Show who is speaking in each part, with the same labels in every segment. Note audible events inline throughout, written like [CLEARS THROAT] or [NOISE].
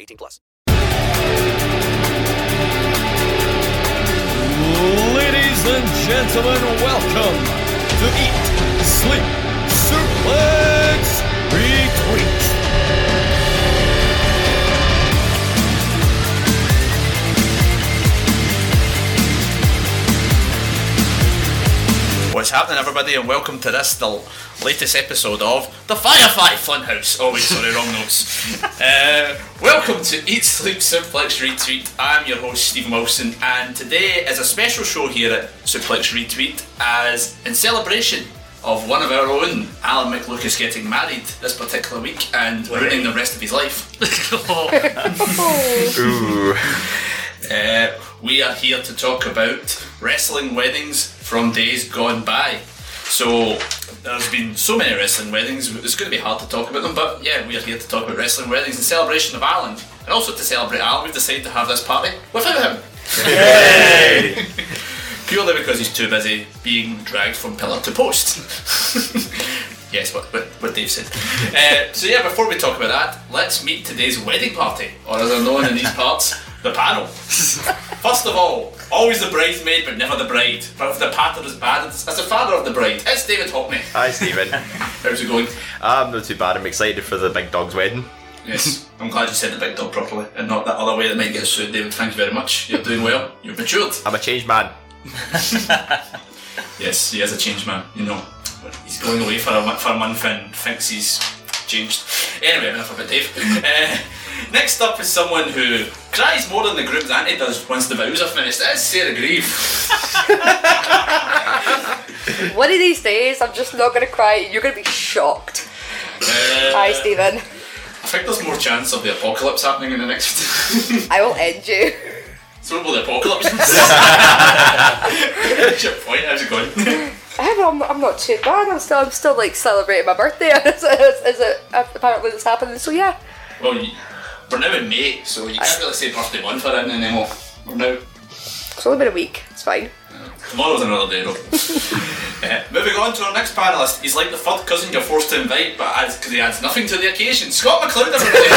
Speaker 1: 18 plus.
Speaker 2: Ladies and gentlemen, welcome to Eat, Sleep, Suplex, Retweet.
Speaker 3: What's happening, everybody, and welcome to this, the l- latest episode of the Firefly Funhouse. Oh, wait, sorry, wrong notes. Uh, welcome to Eat, Sleep, Suplex, Retweet. I'm your host, Stephen Wilson, and today is a special show here at Suplex Retweet as in celebration of one of our own, Alan McLucas, getting married this particular week and ruining the rest of his life. [LAUGHS] Uh, we are here to talk about wrestling weddings from days gone by. So there's been so many wrestling weddings. It's going to be hard to talk about them, but yeah, we are here to talk about wrestling weddings in celebration of Alan, and also to celebrate Alan. We've decided to have this party without him. Purely because he's too busy being dragged from pillar to post. [LAUGHS] yes, what, what, what Dave said. Uh, so, yeah, before we talk about that, let's meet today's wedding party, or as they're known in these parts, the panel. [LAUGHS] First of all, always the bridesmaid, but never the bride. But if the pattern is bad, it's, it's the father of the bride. It's David Hockney.
Speaker 4: [LAUGHS]
Speaker 5: Hi, Stephen.
Speaker 3: How's it going?
Speaker 5: I'm not too bad. I'm excited for the big dog's wedding.
Speaker 3: Yes, I'm glad you said the big dog properly and not that other way that might get sued, David. Thank you very much. You're doing well. You've matured.
Speaker 5: I'm a changed man.
Speaker 3: Yes, he is a changed man, you know. He's going away for a, mo- for a month and thinks he's changed. Anyway, enough about Dave. [LAUGHS] uh, next up is someone who cries more in the group than he does once the vows are finished. That's Sarah Grieve.
Speaker 6: One of these days, I'm just not gonna cry. You're gonna be shocked. Hi, Stephen.
Speaker 3: Uh, I think there's more chance of the apocalypse happening in the next. [LAUGHS]
Speaker 6: I will end you.
Speaker 3: so will the apocalypse. That's your point. How's it going?
Speaker 6: [LAUGHS]
Speaker 3: [LAUGHS]
Speaker 6: I know, I'm, I'm not too bad. I'm still, I'm still like celebrating my birthday. [LAUGHS] As, as, as it, apparently, it's happening. So yeah,
Speaker 3: well, you, we're now in May, so you can't really say birthday month or anything anymore. We're now
Speaker 6: it's only been a week. It's fine.
Speaker 3: Tomorrow's another day, though. Uh, moving on to our next panelist. He's like the third cousin you're forced to invite, but adds, cause he adds nothing to the occasion. Scott McLeod, everybody.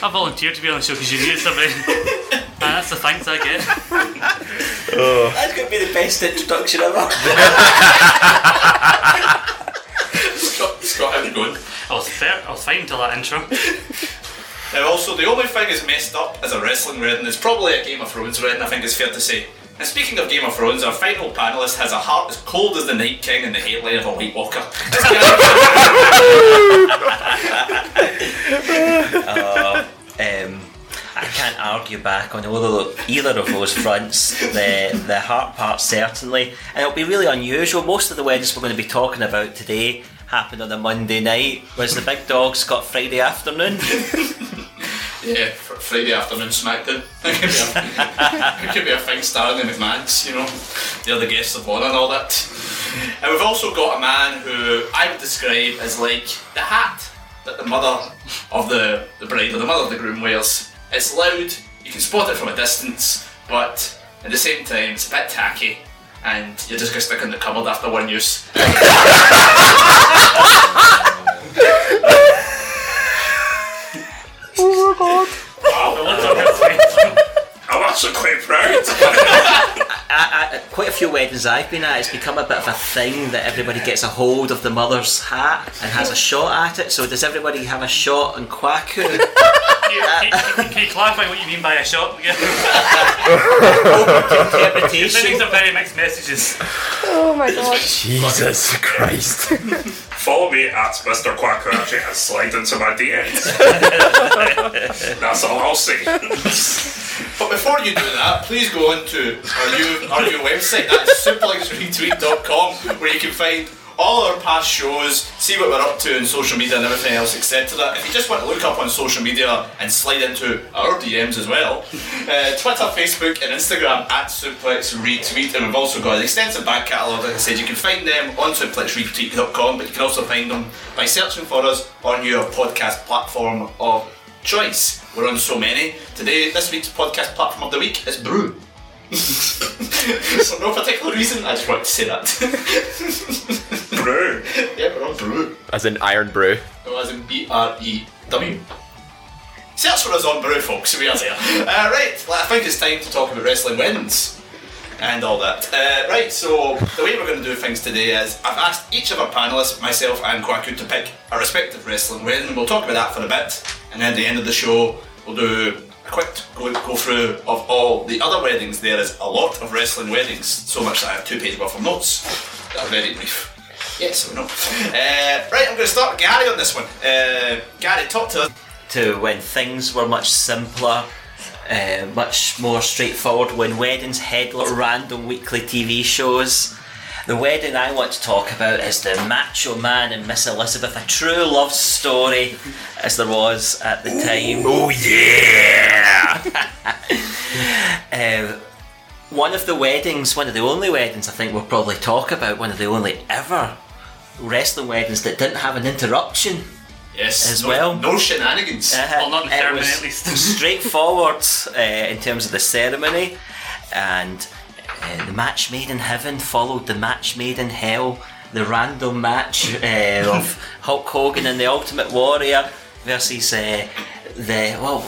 Speaker 7: I volunteered to be on the show because you knew somebody. and that's the thanks I get.
Speaker 4: That's going to be the best introduction ever.
Speaker 3: Scott, Scott, how's it going?
Speaker 7: I was fair. I was fine until that intro.
Speaker 3: Now, also, the only thing is messed up is a wrestling red, and it's probably a Game of Thrones red, I think it's fair to say. And speaking of Game of Thrones, our final panelist has a heart as cold as the Night King and the hairline of a White Walker. It's Gary-
Speaker 4: Um, I can't argue back on either, either of those fronts. The the heart part certainly, and it'll be really unusual. Most of the weddings we're going to be talking about today happened on a Monday night, whereas the big dogs got Friday afternoon.
Speaker 3: yeah, fr- Friday afternoon SmackDown. It [LAUGHS] could be a, it could be a thing starring in McMahon's, you know. They're the guests of honour and all that. And we've also got a man who I would describe as like the hat that the mother of the, the bride or the mother of the groom wears. It's loud, you can spot it from a distance, but at the same time, it's a bit tacky. And you're just gonna stick in the cupboard after one use.
Speaker 6: Oh my god.
Speaker 3: I'm actually Oh, quite proud.
Speaker 4: I, I, quite a
Speaker 5: few weddings I've been at, it's become a bit of a thing that everybody gets a hold of the mother's hat and has a shot at it. So does everybody have a shot
Speaker 8: [LAUGHS]
Speaker 5: on Kwaku?
Speaker 8: Can, can- can you clarify what you mean by a shot? You're sending
Speaker 5: Interpretation.
Speaker 8: some very mixed messages.
Speaker 6: Oh [LAUGHS] my god.
Speaker 9: Jesus
Speaker 5: [LAUGHS]
Speaker 9: Christ.
Speaker 2: Follow me at Mr. Quacker actually and slide into my
Speaker 3: [LAUGHS]
Speaker 2: DMs. That's all I'll say.
Speaker 3: But before you do that, please go on to our new, our new website, that's suplexretweet.com, where you can find all our past shows, see what we're up to in social media and everything else, etc. If you just want to look up on social media and slide into our DMs as well, uh, Twitter, Facebook, and Instagram at Suplex Retweet, and we've also got an extensive back catalogue. Like I said, you can find them on suplexretweet.com, but you can also find them by searching for us on your podcast platform of choice. We're on so many. Today, this week's podcast platform of the week is Brew. [LAUGHS] For no particular reason, I just wanted to say that. brew. [LAUGHS] Yeah, we're on Brew.
Speaker 10: As in Iron Brew.
Speaker 3: No, as in B R E W. Search for us on Brew, folks. We are there. Uh, right, well, I think it's time to talk about wrestling wins and all that. Uh, right, so the way we're going to do things today is I've asked each of our panelists, myself and Kwaku, to pick a respective wrestling win. We'll talk about that for a bit, and then at the end of the show, we'll do a quick go, go through of all the other weddings. There is a lot of wrestling weddings, so much that I have two pages worth of notes that are very brief. Yes, I know. Uh, right, I'm going to start with Gary on this one. Uh, Gary, talk to us.
Speaker 5: to when things were much simpler, uh, much more straightforward, when weddings had little random weekly TV shows. The wedding I want to talk about is the Macho Man and Miss Elizabeth, a true love story as there was at the time. Oh, [LAUGHS] yeah! um, one of the weddings, one of the only weddings I think we'll probably talk about, one of the only ever wrestling weddings that didn't have an interruption.
Speaker 3: Yes,
Speaker 5: as
Speaker 3: no-
Speaker 5: well. Uh,
Speaker 3: no shenanigans. Well, not in
Speaker 5: it
Speaker 3: ceremony,
Speaker 5: was
Speaker 3: at least.
Speaker 5: straightforward uh, in terms of the ceremony, and uh, the match made in heaven followed the match made in hell. The random match uh, of [LAUGHS] Hulk Hogan and the Ultimate Warrior versus uh, the well.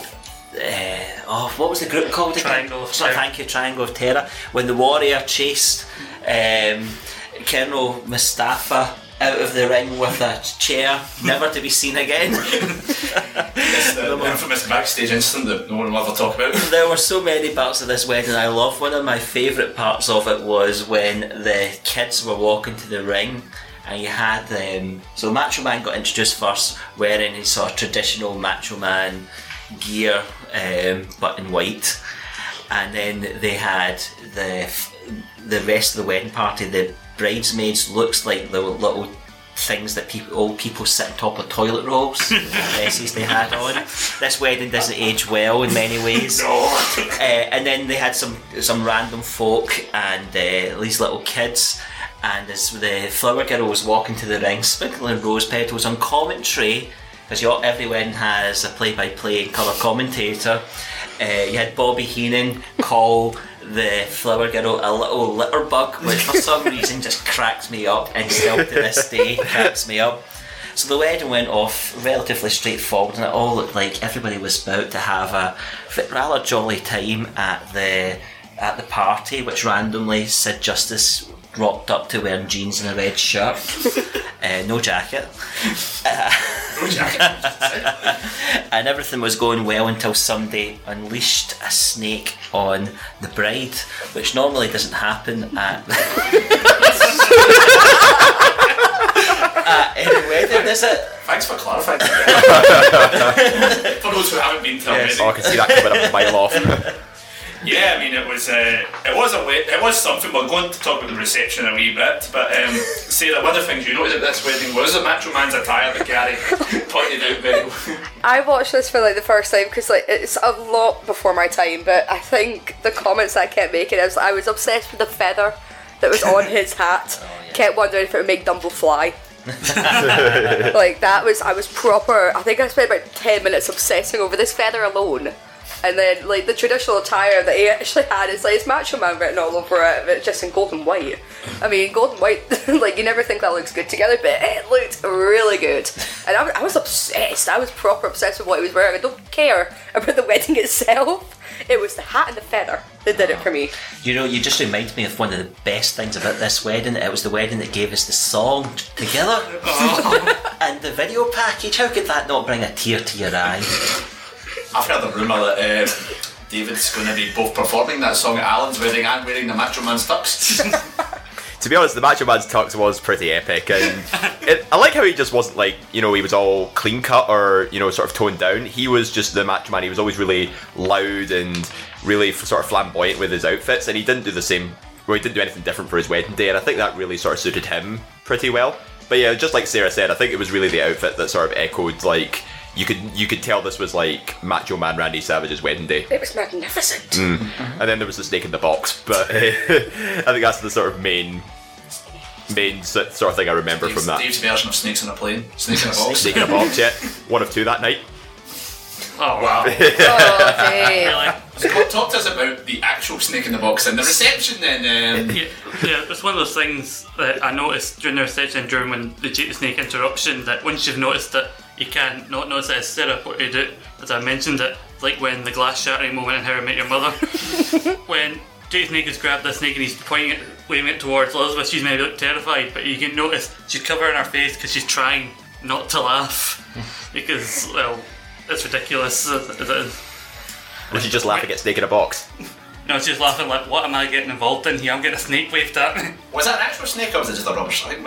Speaker 5: Uh, oh, what was the group called? again?
Speaker 8: Triangle of
Speaker 5: So,
Speaker 8: Terror.
Speaker 5: Thank you, Triangle of Terror. When the Warrior chased um, Colonel
Speaker 3: Ah,
Speaker 5: Mustafa out of the ring with a chair, never to be seen again.
Speaker 3: It's the
Speaker 5: Uh,
Speaker 3: infamous backstage incident that no one will ever talk about.
Speaker 5: There were so many parts of this wedding I love. One of my favourite parts of it was when the kids were walking to the ring and you had them. so Macho Man got introduced first wearing his sort of traditional Macho Man gear um, but in white. And then they had the f- the rest of the wedding party, the bridesmaids looks like the little things that people old people sit on top of
Speaker 3: [LAUGHS]
Speaker 5: toilet rolls, the dresses they had on. This wedding doesn't age well in many
Speaker 3: [LAUGHS]
Speaker 5: ways. Uh, and then they had some some random folk and uh, these little kids. And as the flower girl was walking to the ring, sprinkling rose petals on commentary, because every wedding has a play-by-play and colour commentator. Uh, you had Bobby Heenan call the flower girl a little litter bug, which for some reason just cracks me up and still to this day cracks me up. So the wedding went off relatively straightforward, and it all looked like everybody was about to have a rather jolly time at the at the party, which randomly Sid Justice rocked up to wearing jeans and a red shirt, uh, no jacket. [LAUGHS] and everything was going well until somebody unleashed a snake on the bride, which normally doesn't happen at. [LAUGHS] at any wedding, is it?
Speaker 3: Thanks for clarifying. For those who haven't been to a
Speaker 10: Yes.
Speaker 3: wedding.
Speaker 10: Oh, I can see that coming up a mile off.
Speaker 2: Yeah, I mean it was uh, it was a wed- it was something. We're going to talk about the reception in a wee bit, but um, Sarah, one of the things you noticed at this wedding was the Macho Man's attire that Gary [LAUGHS] pointed out very well.
Speaker 6: I watched this for like the first time because like it's a lot before my time, but I think the comments I kept making is I was obsessed with the feather that was on his hat. Kept wondering if it would make Dumbo fly. like that was I was proper. I think I spent about ten minutes obsessing over this feather alone.
Speaker 11: And then, like, the traditional attire that he actually had is like, it's Macho Man written all over it, but it's just in gold and white. I mean, gold and white, [LAUGHS] like, you never think that looks good together, but it looked really good. And I, I was obsessed. I was proper obsessed with what he was wearing. I don't care about the [LAUGHS] wedding itself. It was the hat and the feather that did it for me.
Speaker 6: You know, you just remind me of one of the best things about this wedding. It was the wedding that gave us the song together [LAUGHS] and the video package. How could that not bring a tear to your eye?
Speaker 3: I've heard a rumour that um, David's going to be both performing that song at Alan's wedding and wearing the Macho Man's
Speaker 5: [LAUGHS]
Speaker 3: tux.
Speaker 5: To be honest, the Macho Man's tux was pretty epic, and it, I like how he just wasn't like you know he was all clean cut or you know sort of toned down. He was just the Macho Man. He was always really loud and really f- sort of flamboyant with his outfits, and he didn't do the same. Well, he didn't do anything different for his wedding day, and I think that really sort of suited him pretty well. But yeah, just like Sarah said, I think it was really the outfit that sort of echoed like you could you could tell this was like Macho Man Randy Savage's wedding day.
Speaker 11: It was magnificent.
Speaker 5: Mm. And then there was the snake in the box, but [LAUGHS] eh, I think that's the sort of main main s- sort of thing I remember from that.
Speaker 3: Dave's version of Snakes in a Plane, Snake in a Box.
Speaker 5: Snake in
Speaker 3: [LAUGHS]
Speaker 5: a box,
Speaker 6: [LAUGHS]
Speaker 5: yeah. One of two that night.
Speaker 2: Oh wow!
Speaker 3: So what- talk to us about the actual Snake in the Box and the reception then. Um,
Speaker 2: yeah, yeah, it's one of those things that I noticed during the reception, during when the Jake the Snake interruption, that once you've noticed it, you can't not notice it as Sarah pointed out, as I mentioned it, it's like when the glass shattering moment in How I Met Your Mother. when Jake the Snake has grabbed the snake and he's pointing it, waving it towards Elizabeth, she's maybe look terrified, but you can notice she's covering her face because she's trying not to laugh, because, well, it's ridiculous. as it is.
Speaker 5: Was she just laughing at Snake in a Box?
Speaker 2: No, she's laughing like, what am I getting involved in here? I'm getting a snake waved at me.
Speaker 3: Was that an actual snake or was it just a rubber snake?
Speaker 5: Uh,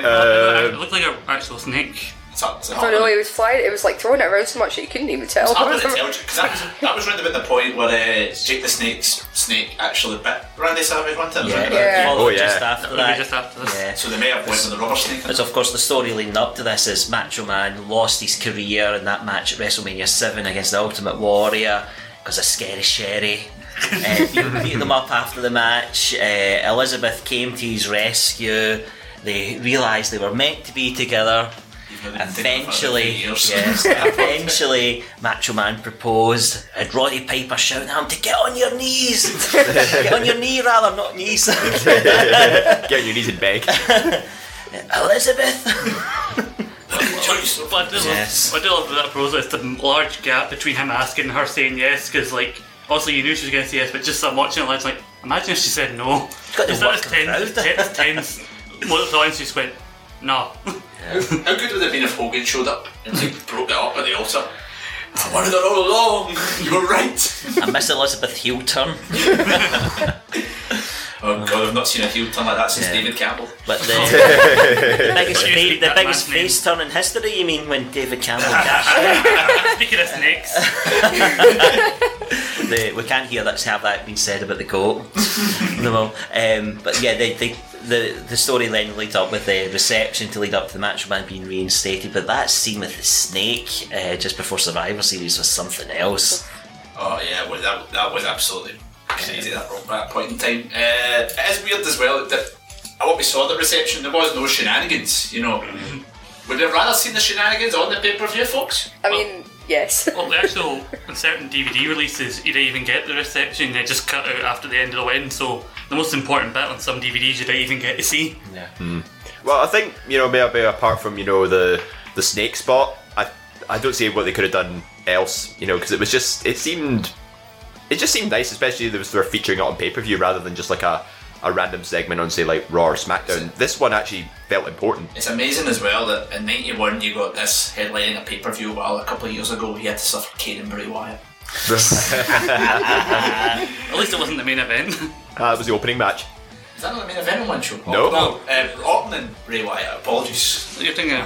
Speaker 6: Um,
Speaker 2: it looked like an actual snake.
Speaker 3: It's a, it's a
Speaker 11: I don't know, it was flying, it was like throwing it around so much that you couldn't even tell.
Speaker 3: It's hard to
Speaker 11: [LAUGHS]
Speaker 3: tell because that was, that was round about the point where uh, Jake the Snake's snake actually bit Randy Savage one time.
Speaker 6: Yeah.
Speaker 3: wasn't it?
Speaker 6: Yeah. Oh, Followed yeah. just after That would be that. just
Speaker 2: after this.
Speaker 3: So they may have went with the rubber snake.
Speaker 6: As of course the story leading up to this is Macho Man lost his career in that match at WrestleMania 7 against the Ultimate Warrior because of Scary Sherry. uh, he beat them up after the match. Uh, Elizabeth came to his rescue. They realised they were meant to be together. Eventually, yes, eventually, Macho Man proposed, and Roddy Piper shouting at him to get on your knees, get on your knee rather, not knees.
Speaker 5: Get on your knees and beg.
Speaker 6: [LAUGHS]
Speaker 3: [LAUGHS]
Speaker 6: Elizabeth.
Speaker 2: [LAUGHS] But I do,
Speaker 6: Yes.
Speaker 2: love, I do love that process, the large gap between him asking and her saying yes, because, like, obviously you knew she was going to say yes, but just I'm watching it, like, it's like, imagine if she said no.
Speaker 6: got the
Speaker 2: Is that
Speaker 6: work
Speaker 2: as tense? That's tense. Look at the audience, just went, no.
Speaker 3: How good would it have been if Hogan showed up and like, broke it up at the altar? I wanted it all along. [LAUGHS] You were right.
Speaker 6: I miss Elizabeth heel turn.
Speaker 3: Oh god, I've not seen a heel turn like that since David Campbell.
Speaker 6: But the,
Speaker 2: [LAUGHS]
Speaker 6: the biggest, fa- the biggest face turn in history, you mean, when David Campbell cashed
Speaker 2: Speaking of snakes,
Speaker 6: in? the, we can't hear that's have that being said about the goat. no, um, but yeah, they, they, the the story then leads up with the reception to lead up to the Macho Man being reinstated. But that scene with the snake uh, just before Survivor Series was something else.
Speaker 3: Oh yeah, well that, that was absolutely crazy that at that point in time. Uh, it is weird as well that at what we saw at the reception there was no shenanigans. You know,
Speaker 6: Mm-hmm.
Speaker 3: would you have rather seen the shenanigans on the pay per view, folks?
Speaker 11: I mean, yes.
Speaker 2: well, the actual, on certain DVD releases, you don't even get the reception, they just cut out after the end of the wedding, so the most important bit on some DVDs you don't even get to see.
Speaker 6: Yeah.
Speaker 5: Well, I think you know maybe apart from you know the the snake spot, I I don't see what they could have done else. You know, because it was just it seemed it just seemed nice, especially there was they're featuring it on pay per view rather than just like a a random segment on say like Raw or SmackDown. This one actually felt
Speaker 6: [LAUGHS]
Speaker 5: important. [LAUGHS]
Speaker 3: It's amazing as well that in '91 you got this headlining a pay per view, while a couple of years ago you had to suffer Kane and Bray Wyatt.
Speaker 5: Uh,
Speaker 2: At least it wasn't the main event. [LAUGHS]
Speaker 5: Uh, it was the opening
Speaker 6: [LAUGHS]
Speaker 5: match.
Speaker 3: Is that not the main event on one show?
Speaker 5: No.
Speaker 3: no um, Orton and Bray Wyatt. Apologies.
Speaker 2: You're thinking of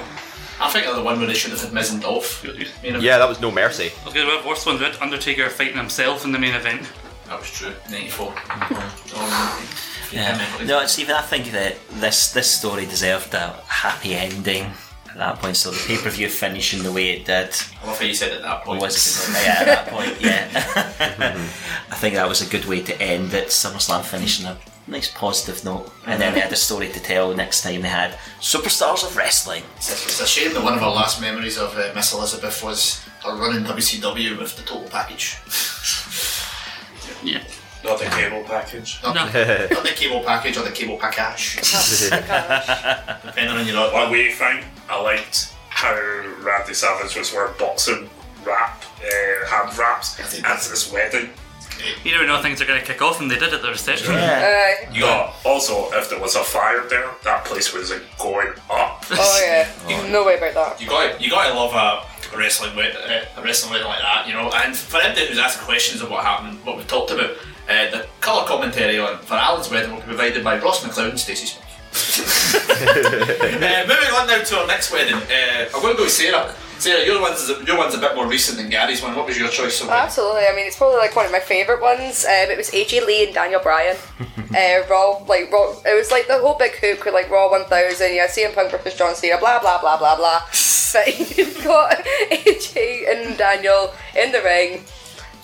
Speaker 3: I think of the one where they should have had Miz and Dolph. Main
Speaker 5: Yeah, that was no mercy.
Speaker 2: Okay, the worst ones, Red Undertaker fighting himself in the main event.
Speaker 3: That was true. 94. Um,
Speaker 6: Yeah. No, Stephen, I think that this this story deserved a happy ending at that point. So the pay per view finishing the way it did
Speaker 3: I love how you said it at that point.
Speaker 6: was [LAUGHS] yeah, at that point, yeah. [LAUGHS] I think that was a good way to end it. SummerSlam finishing on a nice positive note, and then they had a story to tell next time they had superstars of wrestling.
Speaker 3: It's it's a shame that one of our last memories of uh, Miss Elizabeth was her running WCW with the total package.
Speaker 2: Yeah.
Speaker 12: Not the cable package.
Speaker 3: Not, not the cable package or the cable package.
Speaker 12: Depending on your like way thing, I liked how Randy Savage was wearing boxing wrap, uh, hand wraps at his wedding.
Speaker 2: You never know things are going to kick off, and they did at the reception.
Speaker 12: Yeah. Also, if there was a fire there, that place was like, going up.
Speaker 6: Oh yeah, no way about that.
Speaker 3: You got you got to love a wrestling wed- uh, a wrestling wedding like that, you know. And for anybody who's asking questions of what happened, what we talked about, uh, the colour commentary on for Alan's wedding will be provided by Ross McLeod and Stacey [LAUGHS] Smith. uh, moving on now to our next wedding, uh, I'm going to go with Sarah. Sarah, your one's your one's a bit more recent than Gary's one. What was your choice? Of wedding?
Speaker 6: Absolutely. I mean, it's probably like one of my favorite ones. Um, it was AJ Lee and Daniel Bryan. uh, Raw, like Raw, it was like the whole big hook with like Raw 1000. Yeah, CM Punk versus John Cena. Blah blah blah blah blah. But you've got AJ and Daniel in the ring.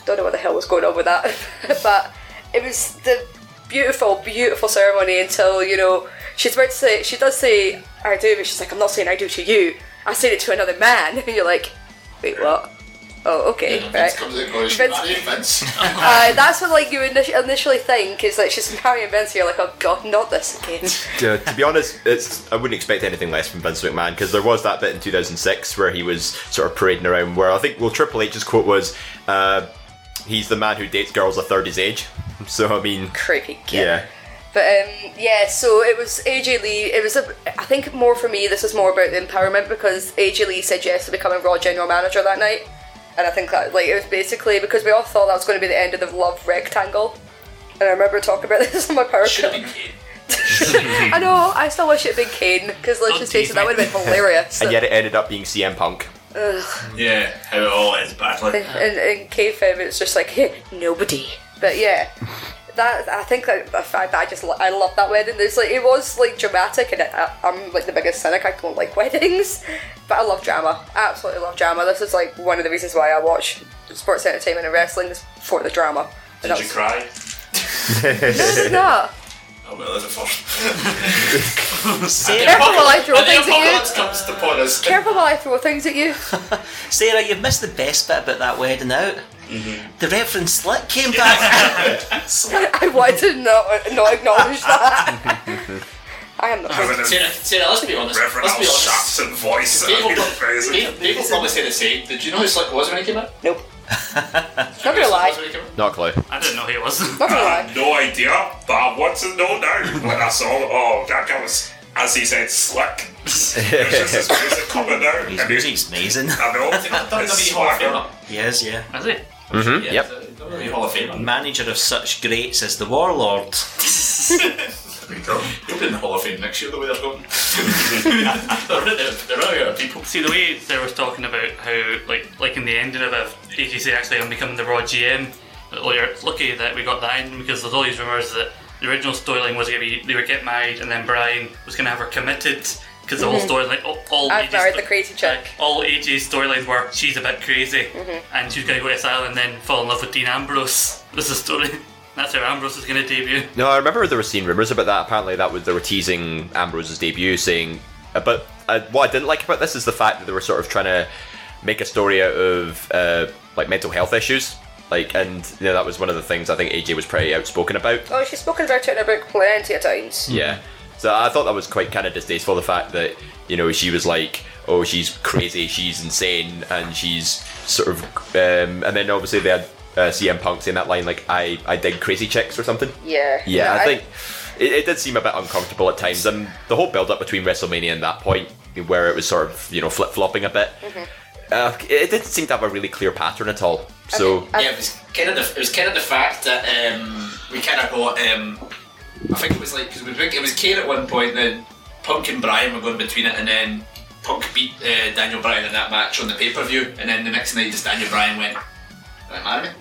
Speaker 6: Don't know what the hell was going on with that, [LAUGHS] but it was the beautiful, beautiful ceremony until you know she's about to say she does say I do, but she's like I'm not saying I do to you. I said it to another man, [LAUGHS] and you're like, wait, what? Oh, okay, right. Vince-
Speaker 3: [LAUGHS]
Speaker 6: uh, that's what like you initi- initially think is like she's marrying Vince. You're like, oh god, not this again. [LAUGHS]
Speaker 5: Yeah, to be honest, it's I wouldn't expect anything less from Vince McMahon because there was that bit in 2006 where he was sort of parading around. Where I think, well, Triple H's quote was, uh, "He's the man who dates girls a third his age." [LAUGHS] So I mean,
Speaker 6: creepy.
Speaker 5: Yeah,
Speaker 6: But um, yeah, so it was AJ Lee. It was a, I think more for me. This is more about the empowerment because AJ Lee said yes to becoming Raw general manager that night, and I think that like it was basically because we all thought that was going to be the end of the love rectangle, and I remember talking about [LAUGHS] this on my power trip. [LAUGHS] I know. I still wish it had been Kane because let's just face it, that would have been hilarious.
Speaker 5: and yet it ended up being CM Punk.
Speaker 6: Ugh.
Speaker 3: Yeah, how it all ends badly.
Speaker 6: In, in, in kayfabe, it's just like "Heh, nobody. But yeah, that I think like, the fact that I just lo- I love that wedding. There's like it was like dramatic, and I, I'm like the biggest cynic. I don't like [LAUGHS] weddings, but I love drama. Absolutely love drama. This is like one of the reasons why I watch sports entertainment and wrestling is for the drama. And
Speaker 12: Did you
Speaker 6: that's- [LAUGHS]
Speaker 12: cry?
Speaker 6: No, I did not.
Speaker 12: Oh well, there's a first.
Speaker 3: [LAUGHS]
Speaker 13: Sarah,
Speaker 6: Careful while I throw
Speaker 3: And the
Speaker 6: things
Speaker 3: apocalypse
Speaker 6: at you.
Speaker 3: comes upon us.
Speaker 6: Careful while I throw things at you.
Speaker 13: [LAUGHS] Sarah, you've missed the best bit about that wedding out. The Reverend Slick came back.
Speaker 6: [LAUGHS] I wanted to not, not acknowledge that. I am not.
Speaker 3: Sarah, Sarah, let's be honest.
Speaker 12: Reverend
Speaker 3: let's be
Speaker 12: Al
Speaker 3: honest.
Speaker 12: Sharp's in voice.
Speaker 3: Dave
Speaker 12: [LAUGHS]
Speaker 3: will,
Speaker 12: That'd be
Speaker 3: prob-
Speaker 12: amazing.
Speaker 3: Dave- Dave will probably say the same. Did you know who Slick was when he came out?
Speaker 6: Nope.
Speaker 3: Not
Speaker 6: gonna lie.
Speaker 5: Not a
Speaker 3: [LAUGHS]
Speaker 5: clue.
Speaker 2: I didn't know he was. [LAUGHS]
Speaker 12: I had no idea, but I want to know now. when I saw, oh, that guy was, as he said, slick. There's just this music coming out.
Speaker 13: His music's amazing.
Speaker 12: I know. It's swagger.
Speaker 13: He is, yeah.
Speaker 2: Is he?
Speaker 13: Mm-hmm.
Speaker 5: Yep.
Speaker 3: Hall of Famer.
Speaker 13: Manager of such greats as the Warlord.
Speaker 3: [LAUGHS] He'll be in the Hall of Fame next year, the way they're going. they're running out- they're running out of people.
Speaker 2: See the way they were talking about how, like, like in the ending of it, AGC actually on becoming the raw GM. Well, you're lucky that we got that ending because there's all these rumors that the original storyline was going to be they would get married and then Brian was going to have her committed because the whole
Speaker 6: Mhm.
Speaker 2: storyline, all, all
Speaker 6: I've
Speaker 2: AJ's
Speaker 6: married the crazy chick.
Speaker 2: all AJ's storylines were she's a bit crazy
Speaker 6: Mhm.
Speaker 2: and she's going to go to asylum and then fall in love with Dean Ambrose. That's the story. [LAUGHS] That's how Ambrose is going to debut.
Speaker 5: No, I remember there were seen rumors about that. Apparently, that was they were teasing Ambrose's debut, saying. uh, But uh, what I didn't like about this is the fact that they were sort of trying to make a story out of uh, like mental health issues. Like, and you know, that was one of the things I think AJ was pretty outspoken about.
Speaker 6: Oh, she's spoken about it in her book plenty of times.
Speaker 5: Yeah. So I thought that was quite kind of distasteful. The fact that you know she was like, oh, she's crazy, she's insane, and she's sort of, um, and then obviously they had uh, CM Punk saying that line like, I I dig crazy chicks or something.
Speaker 6: Yeah.
Speaker 5: Yeah,
Speaker 6: No,
Speaker 5: I think it, it did seem a bit uncomfortable at times, and the whole build up between WrestleMania and that point, where it was sort of you know flip flopping a bit,
Speaker 6: Mhm.
Speaker 5: uh, it, it didn't seem to have a really clear pattern at all. So
Speaker 3: yeah, it was kind of the, it was kind of the fact that um, we kind of got. Um, I think it was like because it was Kane at one point, then Punk and Brian were going between it, and then Punk beat uh, Daniel Bryan in that match on the pay per view, and then the next night just Daniel Bryan went, "Can I marry me?"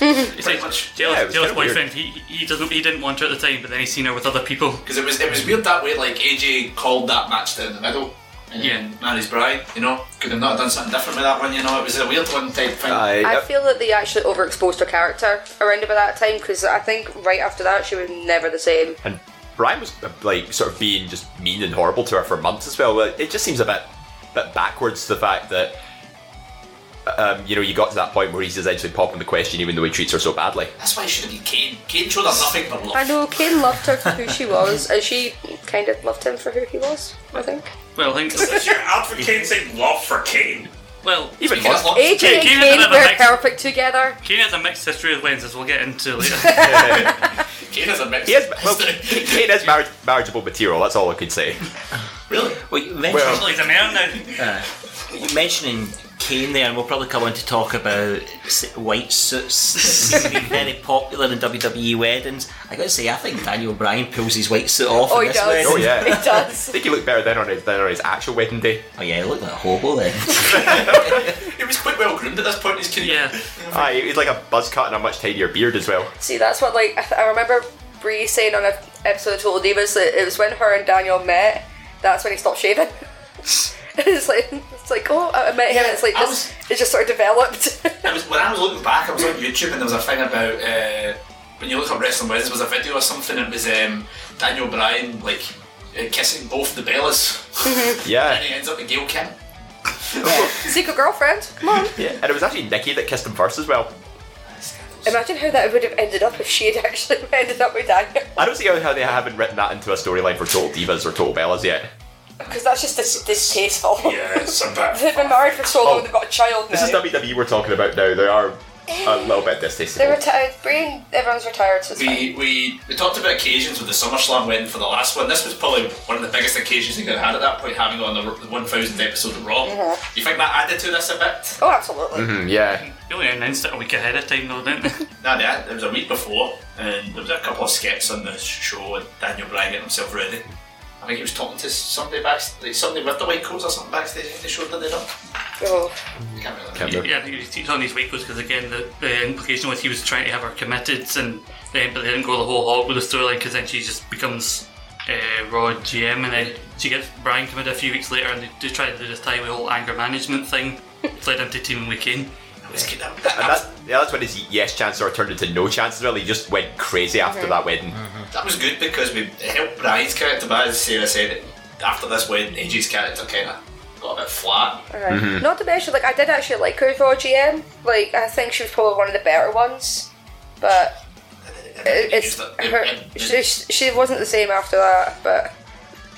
Speaker 2: It's like jealous,
Speaker 3: Yeah, it was
Speaker 2: jealous
Speaker 3: kinda weird.
Speaker 2: boyfriend. He, he doesn't he didn't want her at the time, but then he's seen her with other people.
Speaker 3: Because it was it was weird that way. Like AJ called that match down the middle, and then marries Bryan. You know, could have not done something different with that one. You know, it was a weird one type thing.
Speaker 6: I feel that they actually overexposed her character around about that time because I think right after that she was never the same.
Speaker 5: and Brian was uh, like sort of being just mean and horrible to her for months as well. Like, It just seems a bit bit backwards the fact that um, you know, you got to that point where he's essentially popping the question, even though he treats her so badly.
Speaker 3: That's why he should have been Kane. Kane showed her nothing but love.
Speaker 6: I know Kane loved her for who she was, and she kind of loved him for who he was. I think.
Speaker 2: Well,
Speaker 3: [LAUGHS]
Speaker 2: I think
Speaker 12: Is this your advocating love for Kane?
Speaker 2: Well,
Speaker 12: even
Speaker 6: AJ and Kane were perfect together.
Speaker 2: Kane has a mixed history with lenses. We'll get into later.
Speaker 3: [LAUGHS] Kane has a mixed. [LAUGHS]
Speaker 5: He is,
Speaker 6: [LAUGHS]
Speaker 5: well, Kane is marriage, marriageable material. That's all I could say.
Speaker 14: Well, you mentioned,
Speaker 2: [LAUGHS]
Speaker 5: Well-
Speaker 2: he's a man now.
Speaker 3: [LAUGHS]
Speaker 14: Uh, you mentioning Kane there, and we'll probably come on to talk about s- white suits being very popular in WWE weddings. I got to say, I think Daniel Bryan pulls his white suit off.
Speaker 6: Oh,
Speaker 14: in
Speaker 6: he
Speaker 14: this
Speaker 6: does.
Speaker 14: Wedding.
Speaker 5: Oh yeah,
Speaker 6: [LAUGHS] He
Speaker 5: [LAUGHS]
Speaker 6: does.
Speaker 5: I think he looked better then on his than on his actual wedding day.
Speaker 14: Oh yeah, he looked like a hobo then.
Speaker 3: He was quite well groomed at this point. He's Kane.
Speaker 2: Yeah.
Speaker 5: Aye, he's like a buzz cut and a much tidier beard as well.
Speaker 6: See, that's what like I, th- I remember Bree saying on an episode of Total Divas that it was when her and Daniel met. That's when he stopped shaving. [LAUGHS] it's like it's like oh I I met him. and it's like
Speaker 3: I
Speaker 6: this, it just sort of developed.
Speaker 3: It was, when I was looking back, I was on YouTube and there was a thing about uh, when you look up wrestling weddings. There was a video or something. It was um, Daniel Bryan like uh, kissing both the Bellas. [LAUGHS]
Speaker 5: Yeah.
Speaker 3: and he ends up with Gail Kim.
Speaker 6: Secret girlfriend. Come on.
Speaker 5: Yeah, and it was actually Nikki that kissed him first as well.
Speaker 6: Imagine how that would have ended up if she had actually [LAUGHS] ended up with Daniel.
Speaker 5: I don't see how they haven't written that into a storyline for Total Divas or Total Bellas yet.
Speaker 6: Because that's just dis- distasteful.
Speaker 12: Yeah, it's a bit.
Speaker 6: [LAUGHS] They've been married for so long, they've got a child
Speaker 5: This
Speaker 6: now.
Speaker 5: is WWE we're talking about now. They are a little bit distasteful.
Speaker 6: Eh. They're retired. Bree and everyone's retired, so it's
Speaker 3: We, we we talked about occasions with the SummerSlam wedding for the last one. This was probably one of the biggest occasions they could have had at that point, having on the, the 1000th episode of Raw.
Speaker 6: Mhm.
Speaker 3: You think that added to this a bit?
Speaker 6: Oh, absolutely.
Speaker 5: Mhm, yeah.
Speaker 2: They only announced it a week ahead of time, though, didn't
Speaker 3: [LAUGHS]
Speaker 2: they?
Speaker 3: Nah, they had, it was a week before, and there was a couple of skits on the show, and Daniel Bryan getting himself ready. I think he was talking to somebody back, like somebody with the white coats or something backstage. I think They showed that they done.
Speaker 6: Oh.
Speaker 3: Can't remember.
Speaker 2: Yeah, I think he was teaching on these weekos because again, the, the implication was he was trying to have her committed, and then but they didn't go the whole hog with the storyline because then she just becomes uh, Raw GM, and then she gets Brian committed a few weeks later, and they do try to do this tie with the whole anger management thing, which led him to teaming with Kane.
Speaker 5: And that's, yeah, that's when his yes chancellor turned into no chance as well. He just went crazy after
Speaker 3: Mhm.
Speaker 5: that wedding.
Speaker 3: That was good because we it helped Brian's character, but as Sarah said, it- after this wedding, AJ's character kind of got a bit flat.
Speaker 6: Alright.
Speaker 12: Mm-hmm.
Speaker 6: Not to mention, like I did actually like her as Raw GM. Like I think she was probably one of the better ones, but it, it's her. She, she wasn't the same after that. But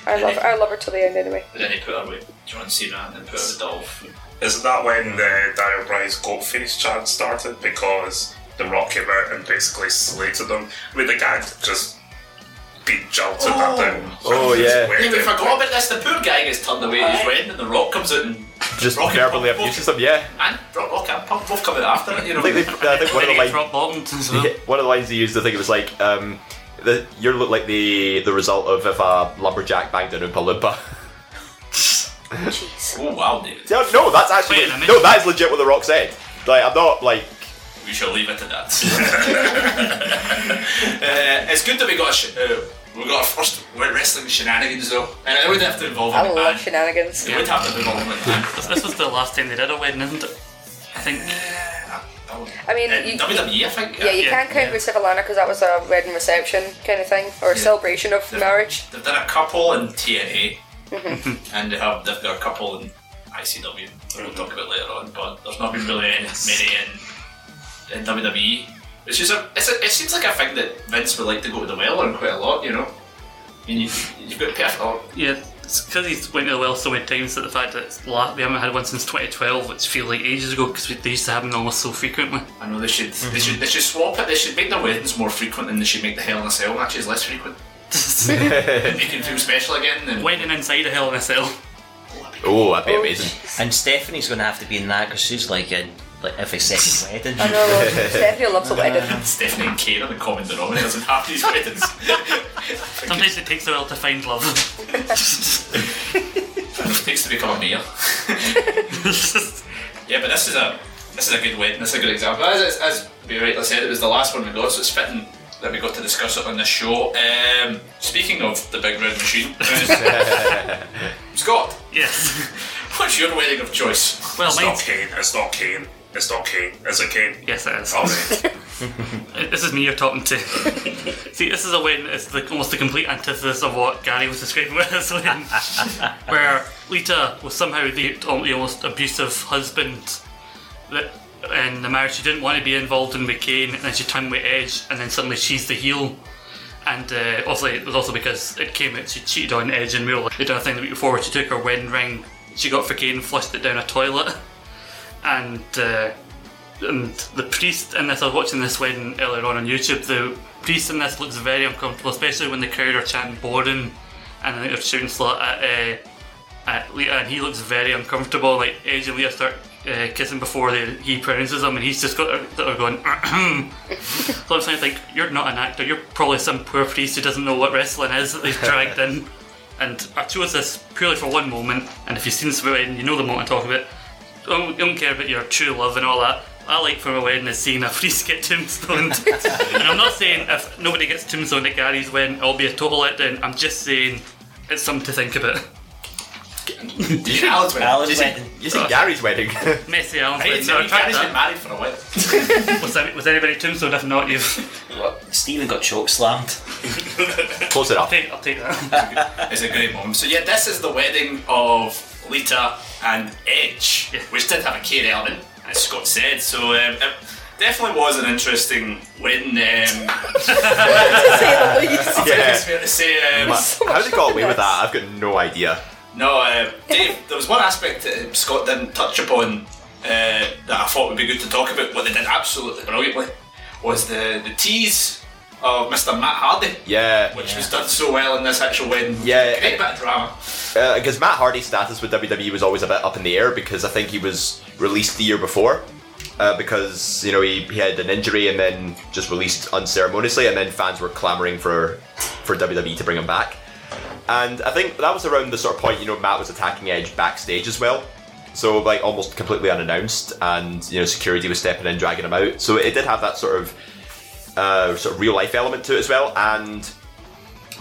Speaker 6: I love I love her till the end anyway.
Speaker 3: But then he put her with John Cena and then put her with Dolph.
Speaker 12: Isn't that when the Daniel Bryan's goldface chant started? Because The Rock came out and basically slated them. I mean, the gang just beat Jolton that
Speaker 3: Oh.
Speaker 12: down.
Speaker 5: Oh, yeah. [LAUGHS]
Speaker 3: Yeah, we forgot about this. The poor guy gets turned away at his wedding, and The Rock comes out and
Speaker 5: Just verbally abuses him, yeah.
Speaker 3: man, Rock, Rock and Punk both come out after it. [LAUGHS] You know,
Speaker 5: I think, they, I think one, of the line,
Speaker 2: Yeah,
Speaker 5: one of the lines he used, I think it was like, um, the, you look like the the result of if a lumberjack banged an Oompa Loompa. [LAUGHS]
Speaker 6: Jeez.
Speaker 3: Oh, wow, David.
Speaker 5: No, no, that's actually. No, that is legit what The Rock said. Like, I'm not, like.
Speaker 3: We shall leave it to
Speaker 5: [LAUGHS]
Speaker 3: that. uh, it's good that we got a sh- uh, we got our first wrestling shenanigans though, and it would have to involve a
Speaker 6: I love
Speaker 3: man.
Speaker 6: shenanigans.
Speaker 3: It would have to involve a man.
Speaker 2: This, this was the last time they did a wedding, isn't it? I think.
Speaker 6: I mean,
Speaker 2: Uh,
Speaker 6: you,
Speaker 12: E,
Speaker 3: E,
Speaker 2: WWE, I think,
Speaker 6: Yeah, you
Speaker 2: yeah.
Speaker 6: can't count with Sivalana because that was a wedding reception kind of thing or celebration of marriage.
Speaker 3: They've done a couple in TNA, [LAUGHS]
Speaker 6: Mhm.
Speaker 3: and they have they've got a couple in ICW. that We'll talk about later on, but there's not been really any, many in, in WWE. It's just a, it's a, it seems like a thing that Vince would like to go to the well on quite a lot, you know. I mean, you've, you've got oh, perfect. or-
Speaker 2: Yeah, it's because he's went to the well so many times that the fact that it's la- we haven't had one since 2012, which feels like ages ago because they used to have them almost so frequently.
Speaker 3: I know they should They should they should swap it. They should make their weddings more frequent, and they should make the Hell in a Cell matches less frequent. make it feel special again. And
Speaker 2: Wedding inside a Hell in a Cell.
Speaker 5: Oh, that'd be amazing.
Speaker 14: And Stephanie's going to have to be in that because she's like in like every second wedding.
Speaker 8: [LAUGHS]
Speaker 6: I know. Stephanie loves a wedding.
Speaker 3: Stephanie and Kane are the common denominators in half these weddings.
Speaker 2: Sometimes it takes a while to find love. [LAUGHS]
Speaker 3: it takes to become a mayor. [LAUGHS] yeah, but this is a this is a good wedding. This is a good example. As, as, as we rightly said, it was the last one we got, so it's fitting that we got to discuss it on this show. Um, speaking of the big red machine, [LAUGHS] Scott.
Speaker 2: Yes.
Speaker 3: What's your wedding of choice?
Speaker 8: [LAUGHS]
Speaker 2: Well,
Speaker 12: it's not
Speaker 2: mine's-
Speaker 12: Kane. It's not Kane. It's not Kane. Is it Kane?
Speaker 2: Yes, it is.
Speaker 12: All right.
Speaker 2: [LAUGHS] this is me you're talking to. See, this is a win. It's the, almost the complete antithesis of what Gary was describing with this win, where Lita was somehow the, the almost abusive husband that in the marriage she didn't want to be involved in with Kane, and then she turned with Edge, and then suddenly she's the heel. And uh, obviously, it was also because it came out she cheated on Edge and Real. They done a thing the week before. She took her wedding ring, she got for Kane, flushed it down a toilet, and uh, and the priest in this. I was watching this wedding earlier on on YouTube. The priest in this looks very uncomfortable, especially when the crowd are chanting Borden, and they're shooting slut at. Uh, at Lita, and he looks very uncomfortable. Like Edge and Lita start uh, kissing before they, he pronounces them, and he's just got her going. [CLEARS THROAT] so I'm saying, like, you're not an actor. You're probably some poor priest who doesn't know what wrestling is that they've dragged in. And I chose this purely for one moment. And if you've seen this wedding, you know the moment I talk about. I don't, I don't care about your true love and all that. What I like from a wedding is seeing a [LAUGHS] priest get tombstoned. and I'm not saying if nobody gets tombstoned at Gary's wedding, it'll be a total letdown. I'm just saying it's something to think about.
Speaker 3: Did you say Alan's wedding?
Speaker 8: Alan's
Speaker 3: Did you say-
Speaker 8: wedding.
Speaker 3: you said Gary's
Speaker 5: wedding. [LAUGHS]
Speaker 2: Messy Alan's
Speaker 3: I didn't
Speaker 2: wedding.
Speaker 3: say
Speaker 2: No,
Speaker 3: you
Speaker 2: track
Speaker 3: guys
Speaker 2: that.
Speaker 3: been married for a while.
Speaker 2: was, that, was anybody tombstone? If not, you've. [LAUGHS]
Speaker 8: Stephen got choke slammed.
Speaker 6: [LAUGHS]
Speaker 5: Close
Speaker 2: [LAUGHS]
Speaker 5: enough.
Speaker 2: I'll take, I'll take that.
Speaker 3: It's a great moment. So yeah, this is the wedding of Lita and Edge, which did have a Kane element, as Scott said. So um, it definitely was an interesting wedding. Um,
Speaker 8: [LAUGHS]
Speaker 5: the least.
Speaker 3: I think it's fair to say. Um,
Speaker 5: How they got away with that? I've got no idea.
Speaker 3: No, uh, Dave, there was one aspect that uh, Scott didn't touch upon uh, that I thought would be good to talk about, what they did absolutely brilliantly, was the, the tease of Mr. Matt Hardy,
Speaker 5: Yeah.
Speaker 3: which was done so well in this actual wedding.
Speaker 5: Yeah.
Speaker 3: Great bit of drama.
Speaker 5: Because Uh, Matt Hardy's status with WWE was always a bit up in the air because I think he was released the year before. Uh, because you know he, he had an injury and then just released unceremoniously, and then fans were clamoring for for WWE to bring him back. And I think that was around the sort of point you know Matt was attacking Edge backstage as well, so like almost completely unannounced, and you know security was stepping in, dragging him out. So it did have that sort of uh, sort of real life element to it as well. And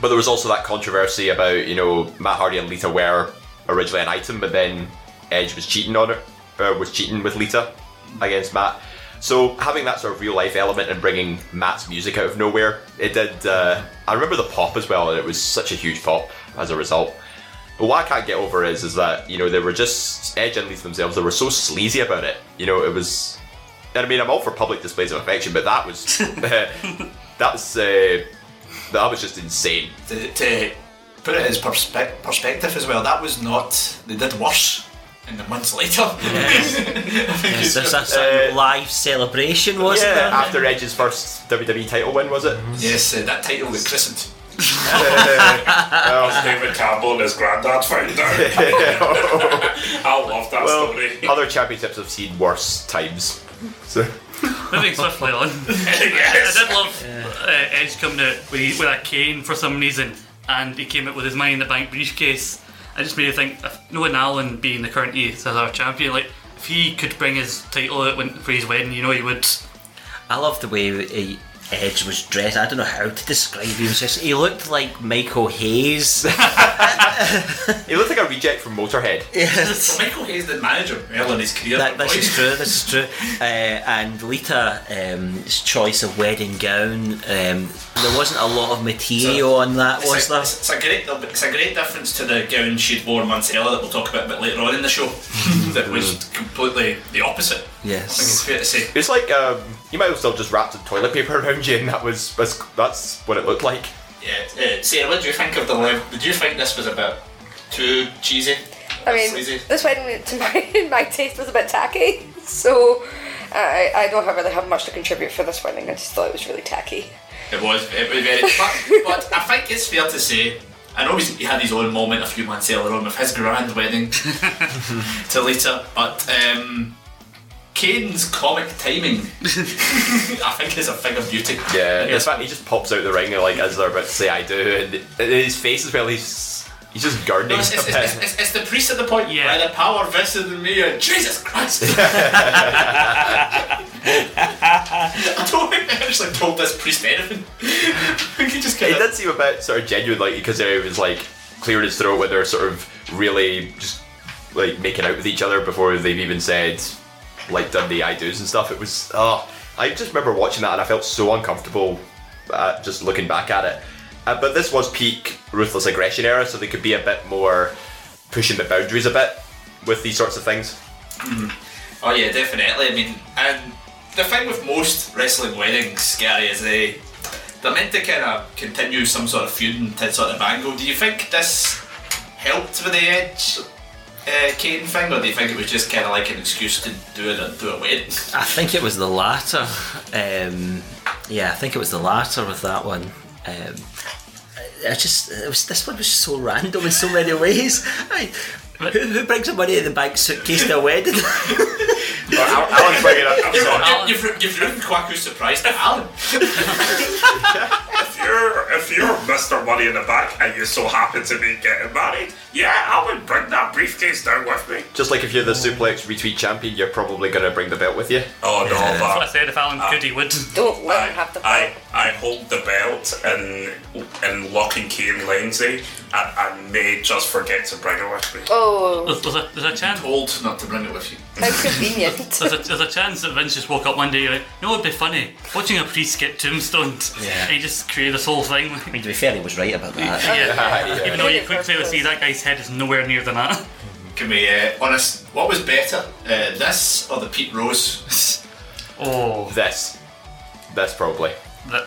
Speaker 5: but there was also that controversy about you know Matt Hardy and Lita were originally an item, but then Edge was cheating on her, uh, was cheating with Lita against Matt. So having that sort of real life element and bringing Matt's music out of nowhere, it did. Uh, I remember the pop as well, and it was such a huge pop as a result. But what I can't get over is is that you know they were just Edge and Lita themselves. They were so sleazy about it. You know it was. And I mean, I'm all for public displays of affection, but that was [LAUGHS] that was uh, that was just insane.
Speaker 3: To, to put it as perspe- perspective as well, that was not, they did worse in the months later.
Speaker 8: Yes, that's, that's a live celebration, wasn't
Speaker 5: yeah,
Speaker 8: it?
Speaker 5: after Edge's first WWE title win, was it?
Speaker 3: [LAUGHS] Yes, uh, that title was christened.
Speaker 15: [LAUGHS]
Speaker 3: [LAUGHS]
Speaker 5: Well,
Speaker 15: David Campbell and his granddad found
Speaker 5: [LAUGHS]
Speaker 15: out. [LAUGHS] I love that
Speaker 5: well,
Speaker 15: story.
Speaker 5: [LAUGHS] other championships have seen worse [LAUGHS] times. So,
Speaker 2: Moving swiftly on. I did love uh, Edge coming out with, with a cane for some reason, and he came out with his Money in the Bank briefcase. I just made me think, if knowing Allen being the current E ESR champion, like if he could bring his title out when, for his wedding, you know he would.
Speaker 8: I love the way he, Edge was dressed. I don't know how to describe him. It's just- He looked like Michael Hayes.
Speaker 5: he looked like a reject from Motorhead.
Speaker 8: Yes.
Speaker 3: Michael Hayes did manage him well in his career.
Speaker 8: That, this is true. This is true. Uh, and Lita, um, his choice of wedding gown. Um, there wasn't a lot of material on that,
Speaker 3: It's
Speaker 8: was
Speaker 3: a,
Speaker 8: there?
Speaker 3: it's a great, it's a great difference to the gown she'd worn months earlier that we'll talk about a bit later on in the
Speaker 5: [LAUGHS]
Speaker 3: show. that was completely the opposite. I think it's fair to say.
Speaker 5: It's like um, you might as well just wrap some toilet paper around you, and that was that's, that's what it looked like.
Speaker 3: Yeah. Uh, Sarah, what do you think of the level? Did you think this was a bit too cheesy?
Speaker 6: I mean,
Speaker 3: Sleazy?
Speaker 6: this wedding to my my taste was a bit tacky, [LAUGHS] so I I don't have- really have much to contribute for this wedding. I just thought it was really tacky.
Speaker 3: It was. It was very. But, but I think it's fair to say. I know he's- he had his own moment a few months earlier on with his grand wedding to later, but um, Kane's comic timing, I think, is a thing of beauty.
Speaker 5: Yeah, in fact, he just pops out the ring like as they're about to say "I do," and his face as well. He's he's just
Speaker 3: No,
Speaker 5: gurning.
Speaker 3: it's, it's, it's, it's, it's the priest at the point yeah. where the power vested in me. And, Jesus Christ! [LAUGHS] I don't think they actually told this priest anything. [LAUGHS] he just
Speaker 5: It did seem a bit sort of genuine, like because he was like clearing his throat when they're sort of really just like making out with each other before they've even said like done the I do's and stuff. It was oh, I just remember watching that and I felt so uncomfortable uh, just looking back at it. Uh, but this was peak ruthless aggression era, so they could be a bit more pushing the boundaries a bit with these sorts of things.
Speaker 3: Oh yeah, definitely. I mean, and the thing with most wrestling weddings, Gary, is they they're meant to kind of continue some sort of feud and t- sort of angle. Do you think this helped with the Edge uh, Kane thing, or do you think it was just kind of like an excuse to do it do a wedding?
Speaker 16: I think it was the latter. Um, yeah, I think it was the latter with that one. Um, I just it was this one was so random in so many ways. I, who, who brings a money in the bank suitcase to a wedding?
Speaker 5: Alan's bringing
Speaker 3: [LAUGHS]
Speaker 5: up.
Speaker 3: You've, you've, you've, you've ruined Kwaku's surprise to Alan.
Speaker 12: if you're if you're Mr. Money in the Bank and you so happen to be getting married, yeah, I would bring that briefcase down with me.
Speaker 5: Just like if you're the suplex retweet champion, you're probably going to bring the belt with you.
Speaker 12: Oh no,
Speaker 5: Yeah.
Speaker 12: but
Speaker 2: I said if Alan could, he would.
Speaker 6: Don't let him have the
Speaker 12: I, I hold the belt in in Lock and Key and Lindsay, and I may just forget to bring it with me.
Speaker 6: Oh,
Speaker 2: There's, there's a, there's a chance.
Speaker 3: Told not to bring it with you.
Speaker 16: [LAUGHS]
Speaker 6: how convenient.
Speaker 2: There's a, there's a chance that Vince just woke up one day like, you know, it'd be funny watching a priest get tombstoned.
Speaker 16: Yeah.
Speaker 2: And [LAUGHS] he just created this whole thing.
Speaker 16: I mean, to be fair, he was right about that.
Speaker 2: yeah.
Speaker 5: Yeah.
Speaker 2: Even though you quickly would see that guy's head is nowhere near than that.
Speaker 3: Can we, uh, honest, what was better, uh, this or the Pete Rose? [LAUGHS]
Speaker 2: Oh,
Speaker 5: This, this probably.
Speaker 2: that,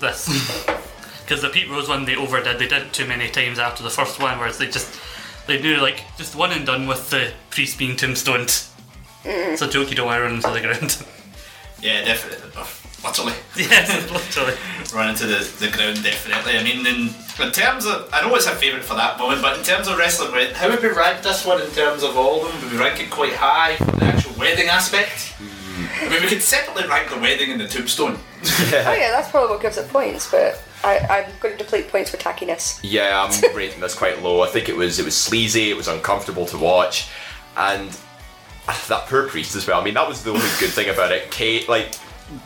Speaker 2: this. [LAUGHS] Because the Pete Rose one they overdid. They did it too many times after the first one, whereas they just they knew like just one and done with the priest being tombstoned. It's a joke you don't want to run into the ground. [LAUGHS]
Speaker 3: yeah, definitely. uh, Utterly.
Speaker 2: yes, literally.
Speaker 3: Run into the, the ground, definitely. I mean, in, in terms of, I know it's a favourite for that moment, but in terms of wrestling, right, how would we rank this one in terms of all of them? Would we rank it quite high for the actual wedding aspect? I mean, we could separately rank the wedding and the tombstone.
Speaker 6: oh yeah, that's probably what gives it points, but I, I'm going to deplete points for tackiness.
Speaker 5: Yeah,
Speaker 16: [LAUGHS]
Speaker 5: I'm rating this quite low. I think it was it was sleazy. It was uncomfortable to watch, and uh, that poor priest as well. I mean, that was the only good thing about it. Kate, like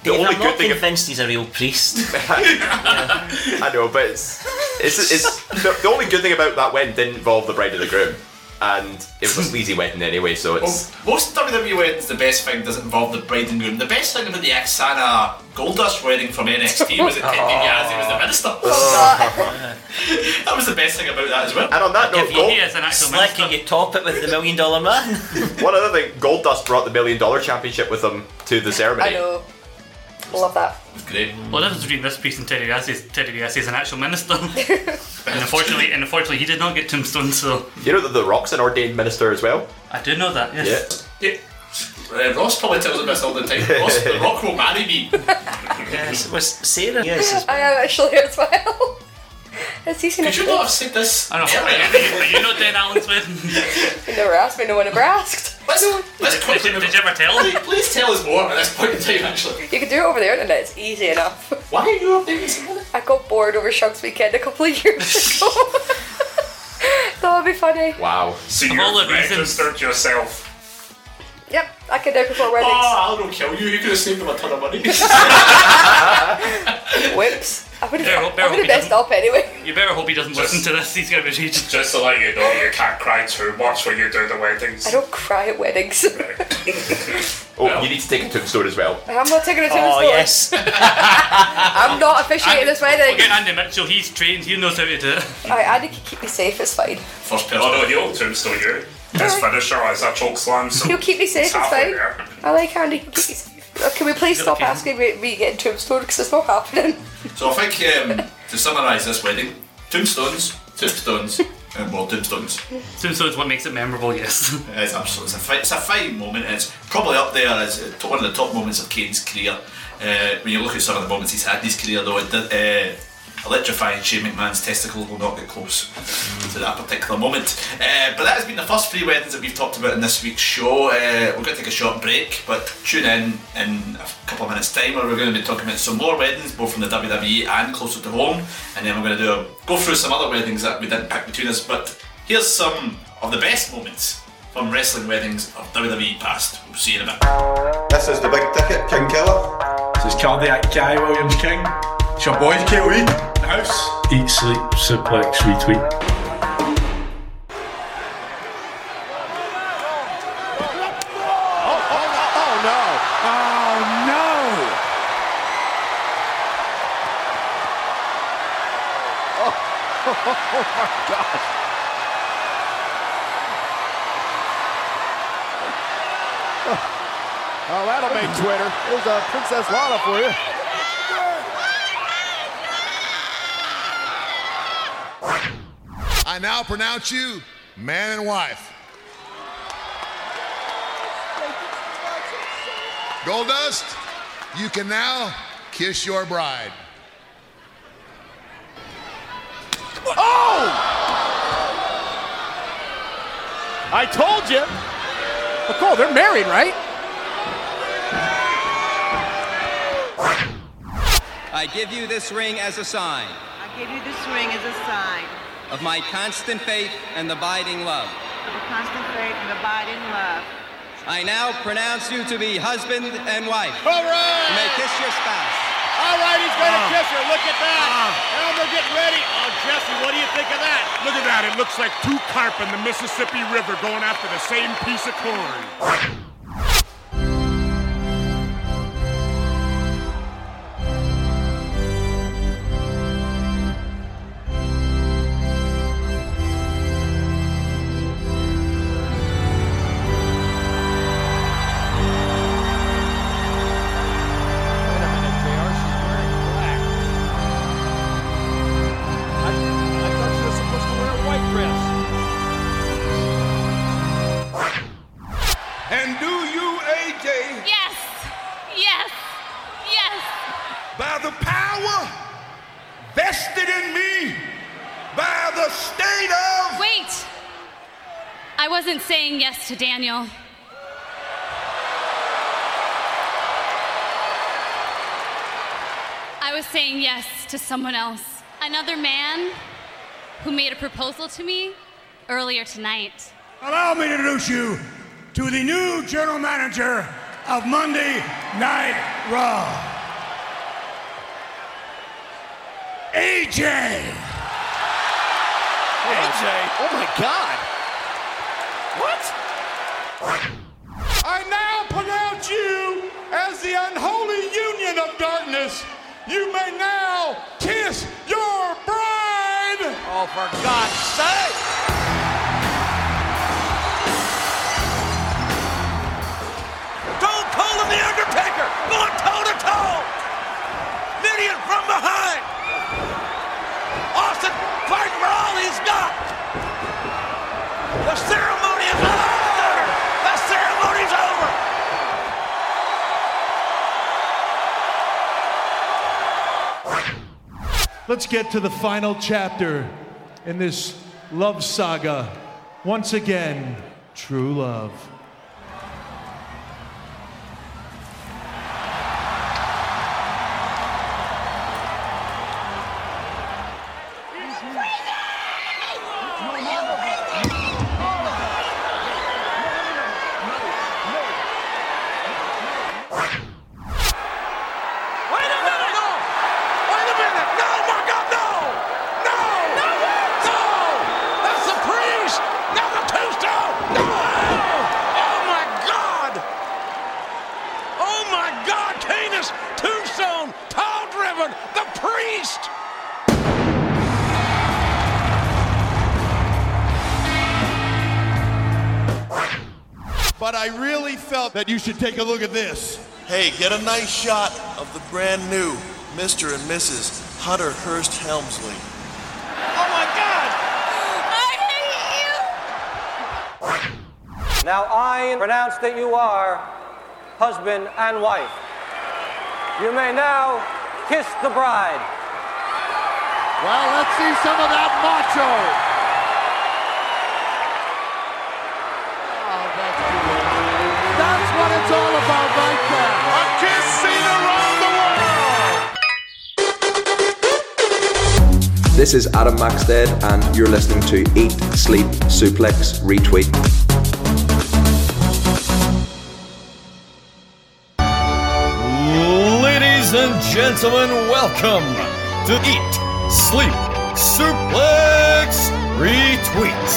Speaker 5: the
Speaker 16: Dave,
Speaker 5: only
Speaker 16: I'm
Speaker 5: good
Speaker 16: not
Speaker 5: thing.
Speaker 16: convinced he's a real priest.
Speaker 5: I know, but it's it's, it's the, the only good thing about that wedding didn't involve the bride and the groom, and it was a sleazy wedding anyway. So it's
Speaker 3: Most WWE weddings, the best thing doesn't involve the bride and groom. The best thing about the Axana Goldust wedding from NXT was that Ted DiBiase was the minister. [LAUGHS] that was the best thing about that as well.
Speaker 5: and on that note,
Speaker 16: If
Speaker 5: Gold,
Speaker 2: He is an actual
Speaker 16: Slick,
Speaker 2: minister.
Speaker 16: can you top Oh, it with the million dollar man?
Speaker 5: one other thing, Goldust brought the million dollar championship with him to the
Speaker 6: [LAUGHS] I
Speaker 5: ceremony.
Speaker 6: know. Love that.
Speaker 3: Great.
Speaker 2: Well, that was between this priest and Teddy Biasi. is Teddy Biasi is an actual minister, [LAUGHS] and unfortunately, and unfortunately, he did not get tombstone. So
Speaker 5: You know that the Rock's an ordained minister as well.
Speaker 2: I do know that.
Speaker 5: Yeah.
Speaker 2: Yes.
Speaker 3: Yeah. Uh, Ross probably tells him this all the time. Ross, the Rock will marry me.
Speaker 16: Yes, was Sarah? Yes.
Speaker 6: I am actually [LAUGHS] as well. Has he seen
Speaker 3: Could you
Speaker 6: a
Speaker 3: not
Speaker 6: [LAUGHS]
Speaker 3: have said this?
Speaker 2: I don't know. [LAUGHS] Are
Speaker 3: earlier?
Speaker 2: you not dead, Alan's
Speaker 12: [LAUGHS]
Speaker 2: wedding?
Speaker 6: You never asked me, no one ever asked.
Speaker 3: Let's, let's
Speaker 2: did,
Speaker 3: quickly.
Speaker 2: you- did you ever tell him?
Speaker 3: Please, please tell us more at this point in time, actually.
Speaker 6: You can do it over the internet, it's easy enough.
Speaker 3: Why are you updating someone?
Speaker 6: I got bored over Shug's weekend a couple of years ago. that would be funny.
Speaker 5: Wow.
Speaker 12: So
Speaker 2: Of
Speaker 12: you
Speaker 2: all the reasons-
Speaker 12: registered yourself.
Speaker 6: Yep, I can do it before weddings.
Speaker 2: Ah.
Speaker 3: Oh, Alan will kill you. You could have saved him a ton of money. [LAUGHS]
Speaker 6: Whoops. I would
Speaker 2: Beryl-
Speaker 6: have
Speaker 2: Beryl, he
Speaker 6: messed
Speaker 2: doesn't-
Speaker 6: up anyway.
Speaker 2: You better hope he doesn't listen to this. He's gonna be [LAUGHS] raging.
Speaker 12: Just to let you know, you can't cry too much when you do the weddings.
Speaker 6: I don't cry at weddings.
Speaker 5: Oh, you need to take a tombstone as well.
Speaker 6: [LAUGHS] I'm not taking a tombstone.
Speaker 16: Oh yes.
Speaker 6: I'm not officiating this
Speaker 2: We'll
Speaker 6: wedding.
Speaker 2: get Ah, Andy Mitchell. He's trained. He knows how to do it.
Speaker 6: Alright, Andy can keep me safe, it's fine.
Speaker 3: First person.
Speaker 12: Oh no, you'll tombstone you. His finisher is a choke slam. So
Speaker 6: [LAUGHS] He'll keep me safe,
Speaker 12: it's
Speaker 6: it's
Speaker 12: halfway
Speaker 6: fine.
Speaker 12: there.
Speaker 6: I like Andy, he'll keep me safe. Uh, Can we please stop
Speaker 2: Okay.
Speaker 6: asking me, me getting tombstone because it's not happening?
Speaker 3: So I think um, to summarise this wedding, tombstones, tombstones, and more tombstones.
Speaker 2: Tombstone's what makes it memorable. Yes. [LAUGHS]
Speaker 3: It's absolutely it's a, fi- it's a fine moment, and it's probably up there as uh, one of the top moments of Kane's career. Uh, when you look at some of the moments he's had in his career, though, it did, uh, electrifying Shane McMahon's testicles will not get close to that particular moment. Uh, but that has been the first three weddings that we've talked about in this week's show. Uh, we're going to take a short break, but tune in in a couple of minutes' time where we're going to be talking about some more weddings, both from the WWE and closer to home, and then we're going to do a, go through some other weddings that we didn't pick between us. But here's some of the best moments from wrestling weddings of WWE past. We'll see you in a bit.
Speaker 17: This is the big ticket, King Killer.
Speaker 18: This is Cardiac Guy Williams King. It's your boy KOE. The house.
Speaker 19: Eat, sleep, suplex, retweet.
Speaker 18: Oh no! Oh no!
Speaker 20: Oh, that'll make Twitter. There's a Princess Lana for you.
Speaker 21: I now pronounce you man and wife. Goldust, you can now kiss your bride.
Speaker 20: Oh! I told you. Nicole, they're married, right?
Speaker 8: I give you this ring as a sign
Speaker 22: I give you this ring as a sign
Speaker 8: of my constant faith and abiding love.
Speaker 22: of the constant faith and abiding love.
Speaker 8: I now pronounce you to be husband and wife.
Speaker 20: All right.
Speaker 8: You may kiss your spouse.
Speaker 20: All right, he's going to
Speaker 8: Ah.
Speaker 20: kiss her. Look at that. Elmer getting ready. Oh, Jesse, what do you think of that?
Speaker 6: Look at that. It looks like two carp in the Mississippi River going after the same piece of corn.
Speaker 20: I thought she was supposed to wear a white dress.
Speaker 5: And do you, AJ?
Speaker 23: Yes. Yes. Yes.
Speaker 5: by the power vested in me by the state of.
Speaker 23: Wait. I wasn't saying yes to Daniel. I was saying yes to someone else. Another man who made a proposal to me earlier tonight.
Speaker 12: Allow me to introduce you to the new general manager of Monday Night Raw, AJ.
Speaker 20: AJ. Oh, my God.
Speaker 6: What? I now pronounce you as the unholy union of darkness. You may now kiss your bride. Oh, for God's sake!
Speaker 2: Stone Cold and The Undertaker going toe to toe. Midian from behind. Austin fighting for all he's got. The ceremony is over. The ceremony's over.
Speaker 24: Let's get to the final chapter in this love saga. Once again, true love.
Speaker 6: Wait a minute! No! Wait a minute! No, my God, no! No! No! No! That's the priest! Not the tombstone! No! Oh my God! Oh my God! Canis, tombstone, tall driven, the priest!
Speaker 25: But I really felt that you should take a look at this. Hey, get a nice shot of the brand new Mr. and Mrs. Hunter Hurst Helmsley.
Speaker 26: Now I pronounce that you are husband and wife. You may now kiss the bride.
Speaker 20: Well, let's see some of that macho. Oh, That's what it's all about right there. A kiss seen around the world.
Speaker 27: This is Adam Maxted, and you're listening to Eat, Sleep, Suplex, Retweet.
Speaker 28: Ladies and gentlemen, welcome to Eat, Sleep, Suplex, Retweet.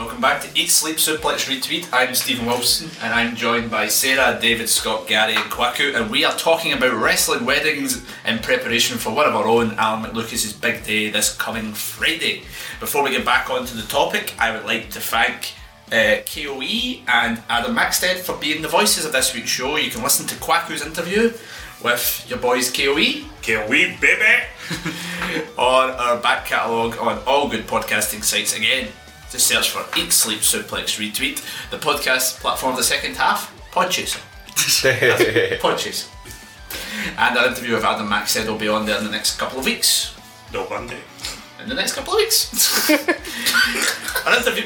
Speaker 3: Welcome back to Eat, Sleep, Suplex, Retweet. I'm Stephen Wilson, and I'm joined by Sarah, David, Scott, Gary, and Kwaku, and we are talking about wrestling weddings in preparation for one of our own, Alan McLucas's big day this coming Friday. Before we get back onto the topic, I would like to thank uh, KOE and Adam Maxted for being the voices of this week's show. You can listen to Kwaku's interview with your boys E. KOE. KOE, baby! on our back catalogue on all good podcasting sites again. Just search for Eat Sleep Suplex Retweet, the podcast platform of the second half, Podchaser. That's Podchaser. And our interview with Adam Max said will be on there in the next couple of weeks. No Monday. In the next couple of weeks. [LAUGHS] our interview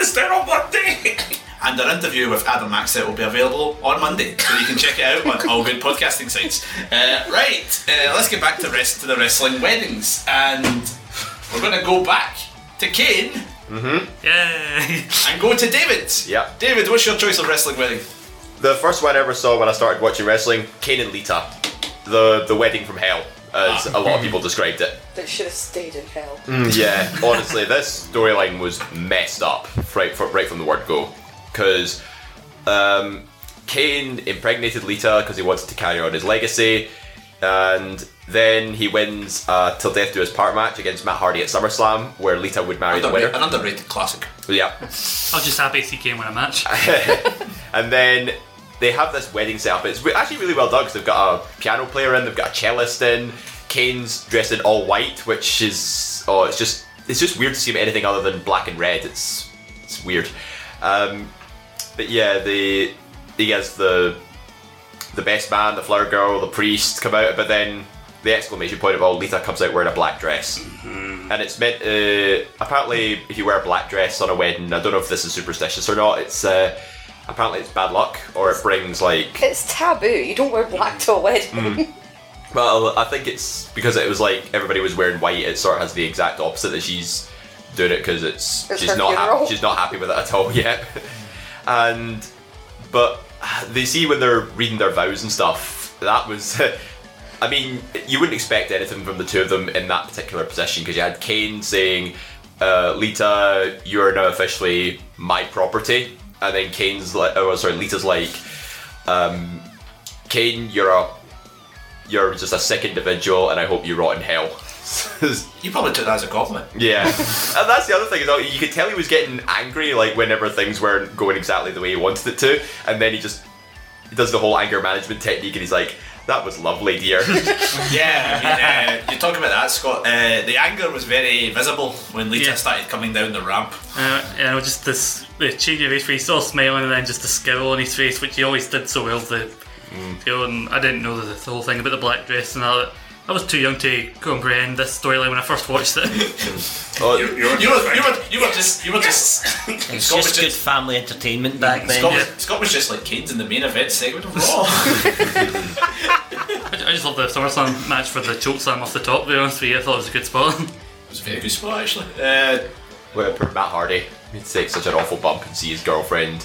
Speaker 3: is there on Monday. And our interview with Adam Maxett will be available on Monday, so you can check it out on all good podcasting sites. Uh, right, uh, let's get back to rest to the wrestling weddings, and we're going to go back to Kane
Speaker 5: Mm-hmm.
Speaker 3: Yay! and go to David.
Speaker 5: Yeah.
Speaker 3: David, what's your choice of wrestling wedding?
Speaker 5: The first one I ever saw when I started watching wrestling, Kane and Lita. The the wedding from hell, as a lot of people described it.
Speaker 6: That should have stayed in hell.
Speaker 5: yeah, honestly, this storyline was messed up right, fr right from the word go. Because um, Kane impregnated Lita because he wanted to carry on his legacy, and then he wins a Till Death Do Us Part match against Matt Hardy at SummerSlam, where Lita would marry the winner.
Speaker 3: Underrated- an underrated classic.
Speaker 5: Yeah.
Speaker 2: I was just happy to see Kane win a match.
Speaker 5: and then they have this wedding set up. It's re- actually really well done because they've got a piano player in, they've got a cellist in. Kane's dressed in all white, which is oh, it's just it's just weird to see him anything other than black and red. It's it's weird. Um, but yeah, the he has the the best man, the flower girl, the priest come out, but then the exclamation point of all Lita comes out wearing a black dress, and it's meant. Uh, apparently, if you wear a black dress on a wedding, I don't know if this is superstitious or not. It's uh, apparently it's bad luck, or it brings like
Speaker 6: It's taboo. You don't wear black to a wedding.
Speaker 5: Mm. Well, I think it's because it was like everybody was wearing white. It sort of has the exact opposite that she's doing it because it's,
Speaker 6: It's
Speaker 5: she's
Speaker 6: her
Speaker 5: not
Speaker 6: funeral.
Speaker 5: happy. She's not happy with it at all [LAUGHS] yet. and but they see when they're reading their vows and stuff. That was, [LAUGHS] I mean, you wouldn't expect anything from the two of them in that particular position because you had Kane saying, uh, "Lita, you are now officially my property," and then Kane's like, oh sorry, Lita's like, um, "Kane, you're a you're just a sick individual and I hope you rot in hell. [LAUGHS]
Speaker 3: you probably took that as a compliment.
Speaker 5: Yeah. and that's the other thing, is that you could tell he was getting angry like whenever things weren't going exactly the way he wanted it to, and then he just he does the whole anger management technique and he's like, that was lovely, [LAUGHS] dear.
Speaker 3: yeah, I mean, uh, you talk about that, Scott. Uh, the anger was very visible when Lita started coming down the ramp.
Speaker 2: Uh, you know, just this the change of his face, all smiling, and then just the scowl on his face, which he always did so well. The, you know, and I didn't know the, the whole thing about the black dress and all that. I was too young to comprehend this storyline when I first watched it.
Speaker 5: Oh,
Speaker 3: you, you, were, you, were, you were just, you were just.
Speaker 29: [LAUGHS] It's
Speaker 3: Scott was
Speaker 29: just good family entertainment back then.
Speaker 3: Scott, was, Scott was just like Kane's in the main event segment of
Speaker 29: [LAUGHS]
Speaker 3: Raw.
Speaker 2: I, I just loved the SummerSlam match for the chokeslam off the top. To be honest with you, I thought it was a good spot. [LAUGHS] It
Speaker 3: was a very good spot actually. Uh,
Speaker 5: Where poor Matt Hardy, he'd take such an awful bump and see his girlfriend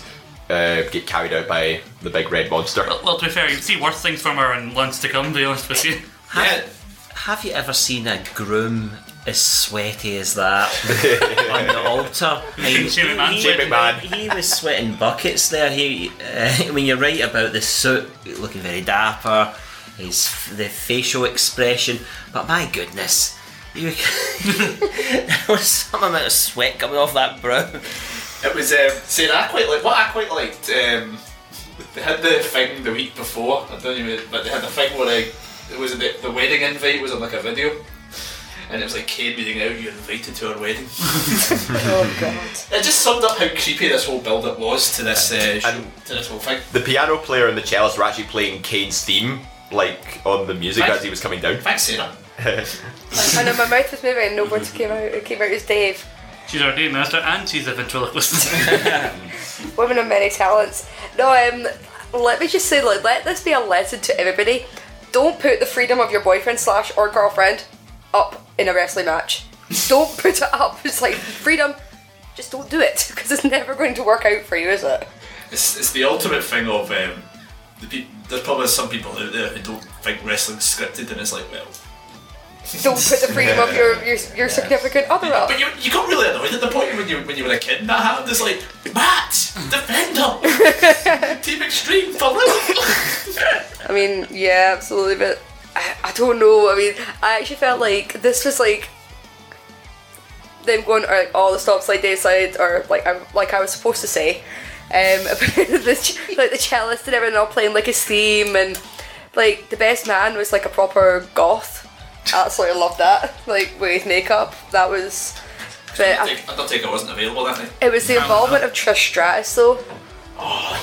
Speaker 5: uh, get carried out by the big red monster.
Speaker 2: Well, to be fair, you can see worse things from her in months to come. To be honest with you.
Speaker 29: Have you ever seen a groom as sweaty as
Speaker 3: [LAUGHS]
Speaker 29: that on the altar?
Speaker 2: Shane McMahon.
Speaker 29: he-
Speaker 2: Shane McMahon.
Speaker 29: He was sweating buckets there. He, uh, [LAUGHS] when you're right about the suit looking very dapper, his the facial expression, but my goodness, you, [LAUGHS] there was some amount of sweat coming off that brow.
Speaker 3: It was um, saying I quite like what I quite liked. Um, they had the thing the week before. I don't even. But they had the thing where like it was the, the wedding invite was on like a video, and it was like Kane being out. You're invited to our wedding. oh god! It just summed up how creepy this whole build up was to this uh, show, to this whole thing.
Speaker 5: The piano player and the cellist were actually playing Kane's theme, like on the music
Speaker 3: Thanks-
Speaker 5: as he was coming down.
Speaker 3: Thanks, Sarah.
Speaker 6: I know my mouth was moving and no words came out. It came out as Dave.
Speaker 2: She's our game master and she's a ventriloquist. [LAUGHS]
Speaker 6: Women of many talents. No, um, let me just say, like, let this be a lesson to everybody. Don't put the freedom of your boyfriend slash or girlfriend up in a wrestling match. don't put it up. It's like freedom. Just don't do it because it's never going to work out for you, is it?
Speaker 3: It's, it's the ultimate thing of um, the peop there's probably some people out there who don't think wrestling's scripted, and it's like well.
Speaker 6: Don't put the freedom of your your, your significant other up.
Speaker 3: But you, you got really annoyed at the point when you when you were a kid and that happened. It's like Matt, Defender, Team Extreme for [LAUGHS] life.
Speaker 6: I mean, yeah, absolutely, but I, I don't know. I mean, I actually felt like this was like them going or, like, all the stop slide day slide or like I like I was supposed to say, um, [LAUGHS] the, ch- like the cellist and everyone all playing like a theme and like the best man was like a proper goth. Absolutely loved that. Like with his makeup, that was. but I-
Speaker 24: Undertaker, Undertaker wasn't available, I think.
Speaker 6: it was the involvement of Trish Stratus though.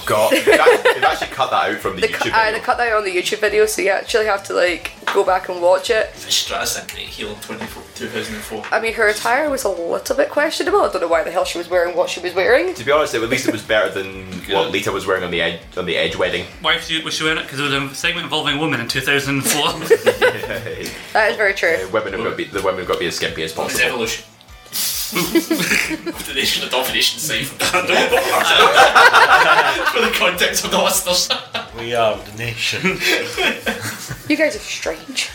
Speaker 5: God, they've actually, they've actually cut that out from the,
Speaker 6: They
Speaker 5: YouTube.
Speaker 6: cut, uh, they cut that out on the YouTube video, so you actually have to like go back and watch it.
Speaker 24: Stratus a great heel in 24 2004.
Speaker 6: I mean, her attire was a little bit questionable. I don't know why the hell she was wearing what she was wearing.
Speaker 5: To be honest, it- at least it was better
Speaker 24: [LAUGHS]
Speaker 5: than what Lita was wearing on the edge on the Edge wedding.
Speaker 2: Why was she, was she wearing it? Because it was a segment involving women in
Speaker 30: [LAUGHS]
Speaker 2: 2004.
Speaker 6: That is very true.
Speaker 5: women have got to be, the women have got to be as skimpy as possible.
Speaker 24: [LAUGHS] evolution. the nation of domination save [LAUGHS] For the context of the listeners.
Speaker 3: We are the nation.
Speaker 6: You guys are strange.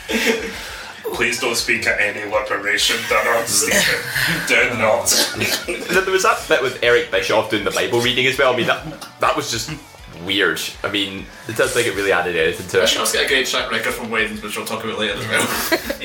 Speaker 30: Please don't speak at any liberation dinner, Stephen.
Speaker 2: [LAUGHS]
Speaker 30: Do not.
Speaker 5: there was that bit with Eric Bischoff doing the Bible reading as well. I mean, that that was just weird. I mean, it does think it really added anything to
Speaker 24: She also got a
Speaker 5: it.
Speaker 24: great track record from weddings, which we'll talk about later as well.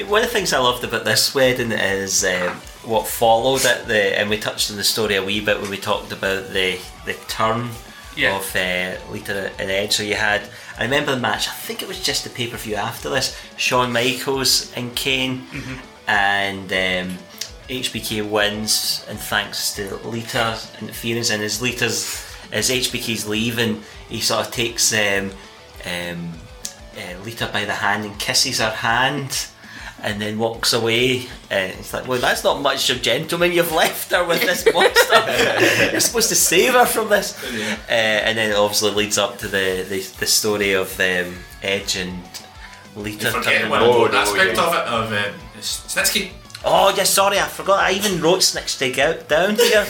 Speaker 3: One of the things I loved about this wedding is um, what followed it. The and we touched on the story a wee bit when we talked about the the turn
Speaker 2: Yeah.
Speaker 3: of uh, Lita and Edge. So you had I remember the match. I think it was just the pay per view after this. Shawn Michaels and Kane and. Um, HBK wins, and thanks to Lita's interference, and as Lita's as HBK's leaving, he sort of takes um, um, uh, Lita by the hand and kisses her hand, and then walks away. And it's like, well, that's not much of gentleman. You've left her with this monster. [LAUGHS] You're supposed to save her from this. Uh, and then it obviously leads up to the the, the story of um, Edge and Lita.
Speaker 24: You forget
Speaker 3: turning
Speaker 24: one
Speaker 5: Oh,
Speaker 3: on-
Speaker 24: important aspect of it, of um, Snitsky.
Speaker 3: Oh yeah, sorry, I forgot. I even wrote Snitchstick out
Speaker 24: [LAUGHS]
Speaker 3: down here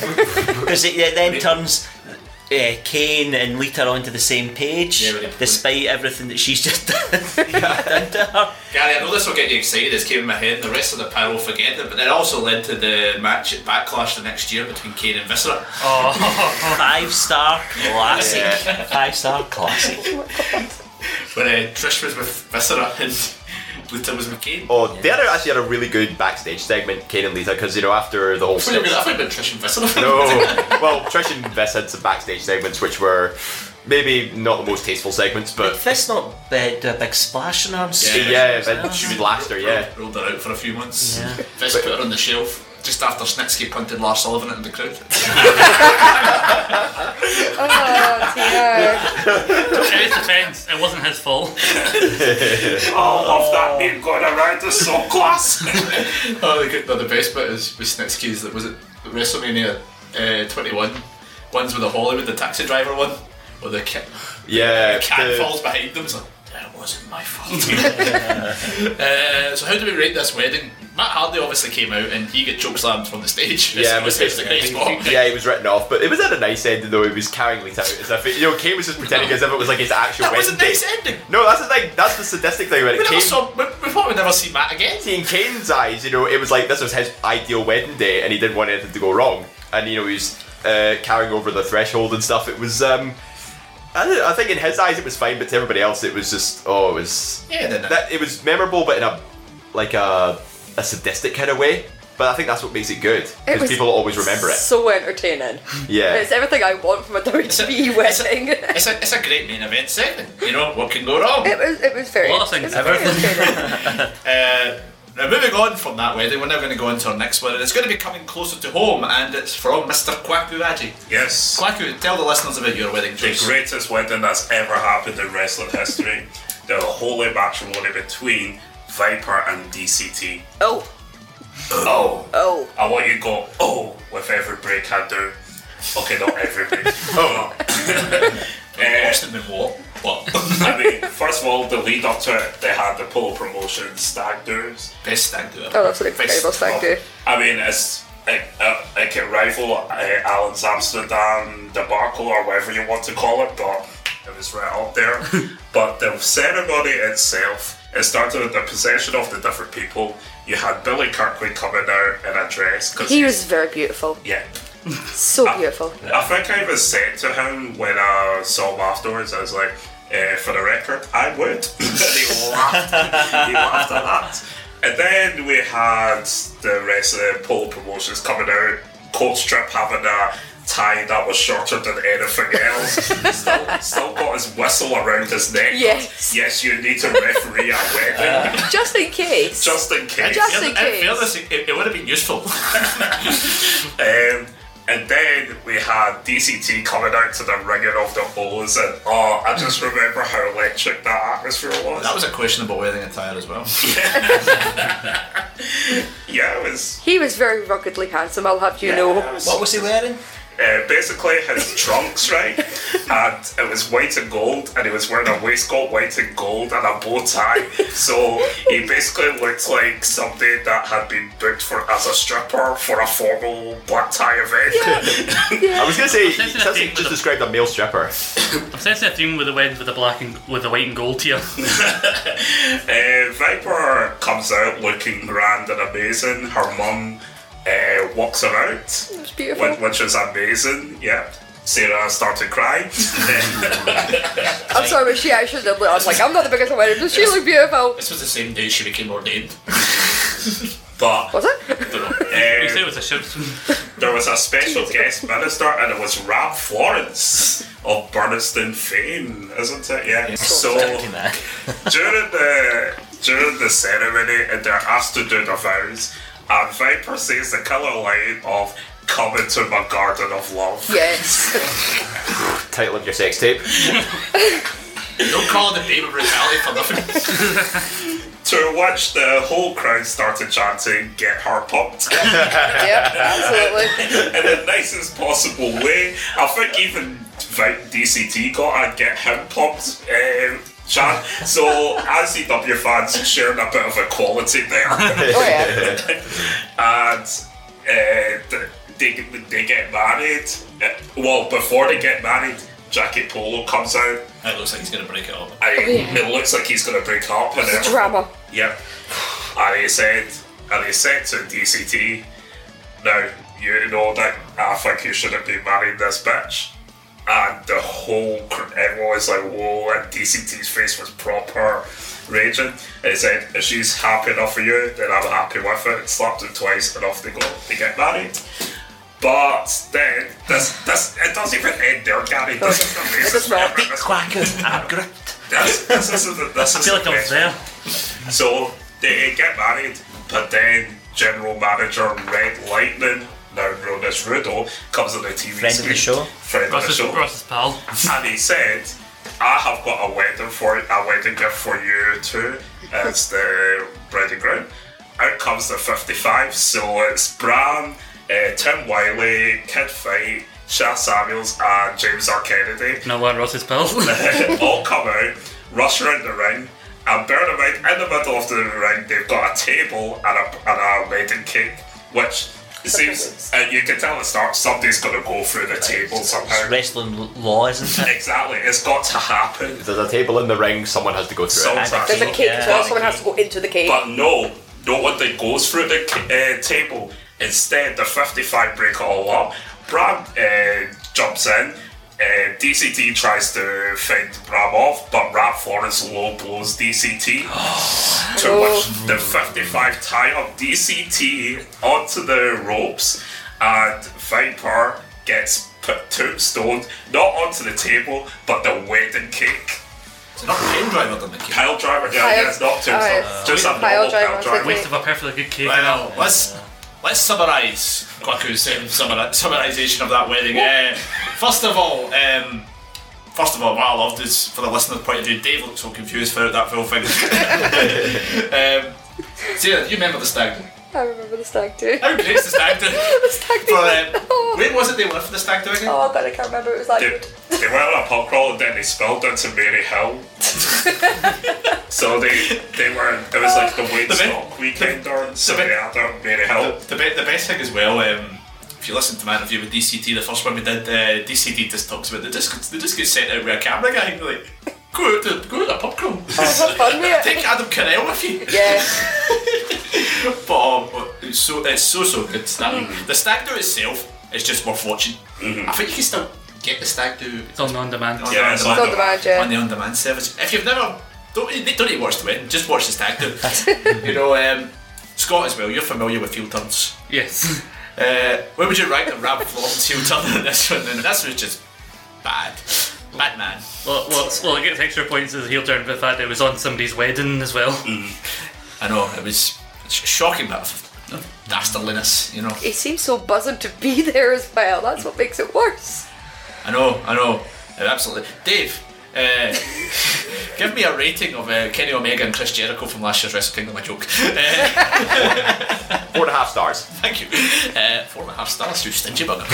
Speaker 3: because it, it then turns uh, Kane and Lita onto the same page, despite everything that she's just [LAUGHS] done.
Speaker 24: Gary, I know this will get you excited, it's came in my head, and the rest of the panel will forget it, but it also led to the match at Backlash the next year between Kane and Viscera.
Speaker 3: Five star classic.
Speaker 24: Yeah.
Speaker 3: Five star classic.
Speaker 24: But uh, Trish was with Viscera and Luther was with Kane.
Speaker 5: Oh, they had a, actually had a really good backstage segment, Kane and Lita, because you
Speaker 24: [LAUGHS]
Speaker 5: know after the whole.
Speaker 24: Wait a minute, I thought you meant Trish and Viscera.
Speaker 5: No, well, Trish and Viss had some backstage segments which were maybe not the most tasteful segments, but
Speaker 3: Fist not uh, do a big splash on her.
Speaker 5: yeah, yeah, but she blast her, yeah.
Speaker 24: Rolled her out for a few months.
Speaker 3: Yeah.
Speaker 24: Fist put her on the shelf just after Snitsky punted Lars Sullivan into the crowd.
Speaker 6: Oh dear.
Speaker 2: In his defence, it wasn't his fault.
Speaker 30: I love that name going around the song class.
Speaker 24: oh, the, good, no, the best bit is with Snitsky's that was it WrestleMania uh, 21. One's with the Hollywood, the taxi driver one, or the cat.
Speaker 5: Yeah,
Speaker 24: the cat
Speaker 5: the-
Speaker 24: [LAUGHS] falls behind them. It's like that wasn't my fault. [LAUGHS] uh, so how do we rate this wedding? Matt Hardy obviously came out and he got chokeslammed from the stage. [LAUGHS]
Speaker 5: Yeah,
Speaker 24: it
Speaker 5: it
Speaker 24: was, it's a great spot.
Speaker 5: [LAUGHS] yeah, he was written off, but it was at a nice ending though. He was carrying Lita out as if it, you know Kane was just pretending as if it was like his actual.
Speaker 24: That was a
Speaker 5: wedding day.
Speaker 24: nice ending.
Speaker 5: No, that's the thing. That's the sadistic thing about
Speaker 24: We
Speaker 5: it.
Speaker 24: never
Speaker 5: Kane,
Speaker 24: saw. We, we thought we'd never see Matt again.
Speaker 5: in Kane's eyes, you know, it was like this was his ideal wedding day, and he didn't want anything to go wrong. And you know, he was uh, carrying over the threshold and stuff. It was. um I, don't- I think in his eyes it was fine, but to everybody else it was just oh, it was
Speaker 24: Yeah, no, no.
Speaker 5: that it was memorable, but in a like a a sadistic kind of way. But I think that's what makes it good
Speaker 6: It
Speaker 5: because
Speaker 6: was
Speaker 5: people always remember it.
Speaker 6: So entertaining.
Speaker 5: Yeah.
Speaker 6: It's everything I want from a WWE [LAUGHS] wedding.
Speaker 24: It's a, it's a great main event segment. You know what can go wrong?
Speaker 6: It was it was very. it was
Speaker 24: [LAUGHS]
Speaker 6: very entertaining.
Speaker 24: uh, now, moving on from that wedding, we're now going to go on to our next one, and it's going to be coming closer to home, and it's from Mr. Kwaku Aji.
Speaker 30: Yes.
Speaker 24: Kwaku, tell the listeners about your wedding,
Speaker 30: The
Speaker 24: James.
Speaker 30: greatest wedding that's ever happened in wrestling history. the holy matrimony between Viper and DCT.
Speaker 6: Oh.
Speaker 30: Oh.
Speaker 6: Oh.
Speaker 30: I want you to go, oh, with every break I do. Okay, not every break. oh. Austin
Speaker 24: and what?
Speaker 3: [LAUGHS]
Speaker 24: What?
Speaker 30: I mean, first of all, the lead up to it, they had the polo promotion stag doers.
Speaker 24: Best stag do.
Speaker 6: Oh, that's an incredible stag do.
Speaker 30: I mean, it's it, uh, it can rival uh, Alan's Amsterdam debacle or whatever you want to call it, but it was right up
Speaker 3: [LAUGHS]
Speaker 30: there. but the ceremony itself, it started with the possession of the different people. You had Billy Kirkwood coming out in a dress because
Speaker 6: He was very beautiful.
Speaker 30: yeah. Uh,
Speaker 6: So beautiful.
Speaker 30: I think I even said to him when I saw him afterwards, I was like, eh, for the record, I would. and he laughed. he laughed at that.
Speaker 6: And then we had the rest of the pole promotions coming out. Cold Strip having a tie that was shorter than anything else. still, still got his whistle around his neck.
Speaker 31: Yes.
Speaker 6: Yes, you need to referee a
Speaker 3: [LAUGHS]
Speaker 6: wedding.
Speaker 3: Uh.
Speaker 31: Just in case.
Speaker 6: Just in case.
Speaker 31: Just in
Speaker 5: In
Speaker 31: case.
Speaker 5: fairness, it, it would have been useful.
Speaker 6: Um, and then we had DCT coming out to the ringing of the hose, and oh, I just remember how electric that atmosphere was.
Speaker 5: That was a questionable wedding attire as well.
Speaker 6: yeah, it was.
Speaker 31: He was very ruggedly handsome, I'll have you
Speaker 6: Yeah,
Speaker 31: know.
Speaker 6: it Uh, basically, his trunks, right? and it was white and gold, and he was wearing a waistcoat white and gold and a bow tie. so he basically looked like somebody that had been booked for as a stripper for a formal black tie event.
Speaker 3: I
Speaker 30: [LAUGHS]
Speaker 3: was gonna say,
Speaker 2: Something
Speaker 3: Tessa
Speaker 2: I think
Speaker 3: just described a male stripper.
Speaker 2: I'm sensing a theme with the wedding with the black and with the white and gold here.
Speaker 6: Uh, Viper comes out looking grand and amazing. Her mum uh, walks her out, it's
Speaker 31: beautiful.
Speaker 6: which is amazing. Yeah, Sarah started crying.
Speaker 31: I'm sorry, but she actually did look. I was like, I'm not the biggest of weddings, but she looked beautiful.
Speaker 3: [LAUGHS]
Speaker 5: this was the same day she became ordained.
Speaker 6: but
Speaker 31: Was it?
Speaker 6: you say
Speaker 2: it was a ship.
Speaker 6: there was a special guest minister, and it was Rap Florence of Burniston fame, isn't it? Yeah. So during the during the ceremony, and they're asked to do their vows, and Viper says the killer line of "Come into my garden of love."
Speaker 3: [LAUGHS]
Speaker 31: Yes.
Speaker 3: Title of your sex tape.
Speaker 5: Don't call it the baby brutality for nothing.
Speaker 6: To watch the whole crowd started chanting, get her pumped.
Speaker 31: yep, absolutely.
Speaker 6: In the nicest possible way. I think even like DCT got a get him pumped um, chant. So ICW fans sharing a bit of equality there.
Speaker 5: [LAUGHS]
Speaker 31: Oh,
Speaker 6: and uh, th- they, they get married. Uh, Well, before they get married, Jacket Polo comes out.
Speaker 5: It looks like he's going to break it up.
Speaker 6: I,
Speaker 31: Oh, yeah.
Speaker 6: It looks like he's going to break up. And
Speaker 31: It's
Speaker 6: everything.
Speaker 31: drama.
Speaker 6: Yep. And he said, and he said to DCT, now, you know that I think you shouldn't be marrying this bitch. And the whole, cr- everyone was like, whoa, and DCT's face was proper raging. And he said, if she's happy enough for you, then I'm happy with it. Slapped him twice, and off they go. They get married. But then, this, this, it doesn't even end there, Gary. This is the
Speaker 32: It
Speaker 6: basis.
Speaker 32: does not. Big quackers and gripped.
Speaker 6: This, this is the, this
Speaker 32: I
Speaker 6: is
Speaker 32: feel
Speaker 6: the
Speaker 32: like I was
Speaker 6: best
Speaker 32: there.
Speaker 6: so they get married, but then general manager Red Lightning, now known as Rudo, comes on the TV
Speaker 32: Friend of
Speaker 6: screen.
Speaker 32: the show.
Speaker 6: Friend of the
Speaker 2: Ross's-
Speaker 6: show.
Speaker 2: Ross's pal.
Speaker 6: And he said, I have got a wedding for a wedding gift for you too. It's the bride and groom. Out comes the 55, so it's Bran, uh, Tim Wiley, Kid Fight, Shah Samuels, and James R. Kennedy [LAUGHS]
Speaker 2: No one Ross's pal.
Speaker 6: all come out, rush around the ring, and bear in mind, in the middle of the ring, they've got a table and a, and a wedding cake, which it seems, uh, and you can tell at the start, somebody's going to go through the table somehow.
Speaker 32: Wrestling l- law, isn't it?
Speaker 6: Exactly, it's got to happen.
Speaker 3: If there's a table in the ring, someone has to go through
Speaker 6: Someone
Speaker 3: it.
Speaker 6: has
Speaker 31: There's a cake as well,
Speaker 6: Yeah.
Speaker 31: someone has to go into the cake.
Speaker 6: But no, no one that goes through the ca- uh, table. Instead, the 55 break it all up. Bram uh, jumps in. Uh, DCT tries to fend Bram off, but Rap Forrest low blows DCT. to which the 55 tie up DCT onto the ropes, and Viper gets put tombstone, not onto the table, but the wedding cake.
Speaker 5: It's not pin driver than the cake.
Speaker 6: Pile driver, yeah,
Speaker 31: Pile-
Speaker 6: yeah, it's not tombstone.
Speaker 31: alright.
Speaker 6: just a
Speaker 31: Pile
Speaker 6: normal
Speaker 31: driver,
Speaker 6: pile
Speaker 31: it's
Speaker 6: driver.
Speaker 31: okay.
Speaker 2: Waste of a perfectly good cake.
Speaker 5: Well, let's let's summarise Kwaku's um, summari- summarisation of that wedding. Uh, first of all, um, first of all, what I loved is for the listener's point of view, Dave looked so confused throughout that whole
Speaker 3: [LAUGHS]
Speaker 5: thing. um, Sarah, do you remember the stag do?
Speaker 31: I remember the stag do.
Speaker 5: How great's the stag
Speaker 31: [LAUGHS]
Speaker 5: do?
Speaker 31: the stag do. [LAUGHS]
Speaker 5: For, um, when was it they went for the stag do again?
Speaker 31: Oh god, I can't remember. It was like
Speaker 6: They, they went on a pub crawl and then they spilled into Mary Hill. so they they were it was like the Woodstock weekend or so they had a Mary Hill.
Speaker 5: The, be- the best thing as well, um, if you listen to my interview with DCT, the first one we did, uh, DCT just talks about they just they just get sent out with a camera guy and they're like go out to go out to a pub crawl. [LAUGHS]
Speaker 31: have fun with it.
Speaker 5: Take Adam Carell with you.
Speaker 31: Yeah.
Speaker 6: uh,
Speaker 5: but um, it's so it's so so good. That,
Speaker 31: Mm-hmm.
Speaker 5: The stag do itself is just worth watching. I think you can still get the stag do
Speaker 2: It's on on demand.
Speaker 5: on the on-demand.
Speaker 31: on demand, yeah.
Speaker 5: on the on-demand service. If you've never Don't they don't need to watch the win. Just watch the tag [LAUGHS] team. you know, um, Scott as well. You're familiar with heel turns.
Speaker 2: Yes. [LAUGHS]
Speaker 5: Uh, where would you rank the Rab Florence heel turn in this one? Then this was just bad. Bad man.
Speaker 2: Well, well, well, it gets extra points as a heel turn for the fact that it was on somebody's wedding as well.
Speaker 5: I know it was a sh- shocking bit of, of dastardliness. You know.
Speaker 6: He seems so buzzing to be [LAUGHS] there as well. That's what makes it worse.
Speaker 5: I know. I know. Uh, absolutely, Dave. Uh, give me a rating of uh, Kenny Omega and Chris Jericho from last year's Wrestle Kingdom. A joke.
Speaker 33: Four and a half stars.
Speaker 5: Thank you. Uh, four and a half stars. You stingy
Speaker 12: [LAUGHS]
Speaker 5: bugger.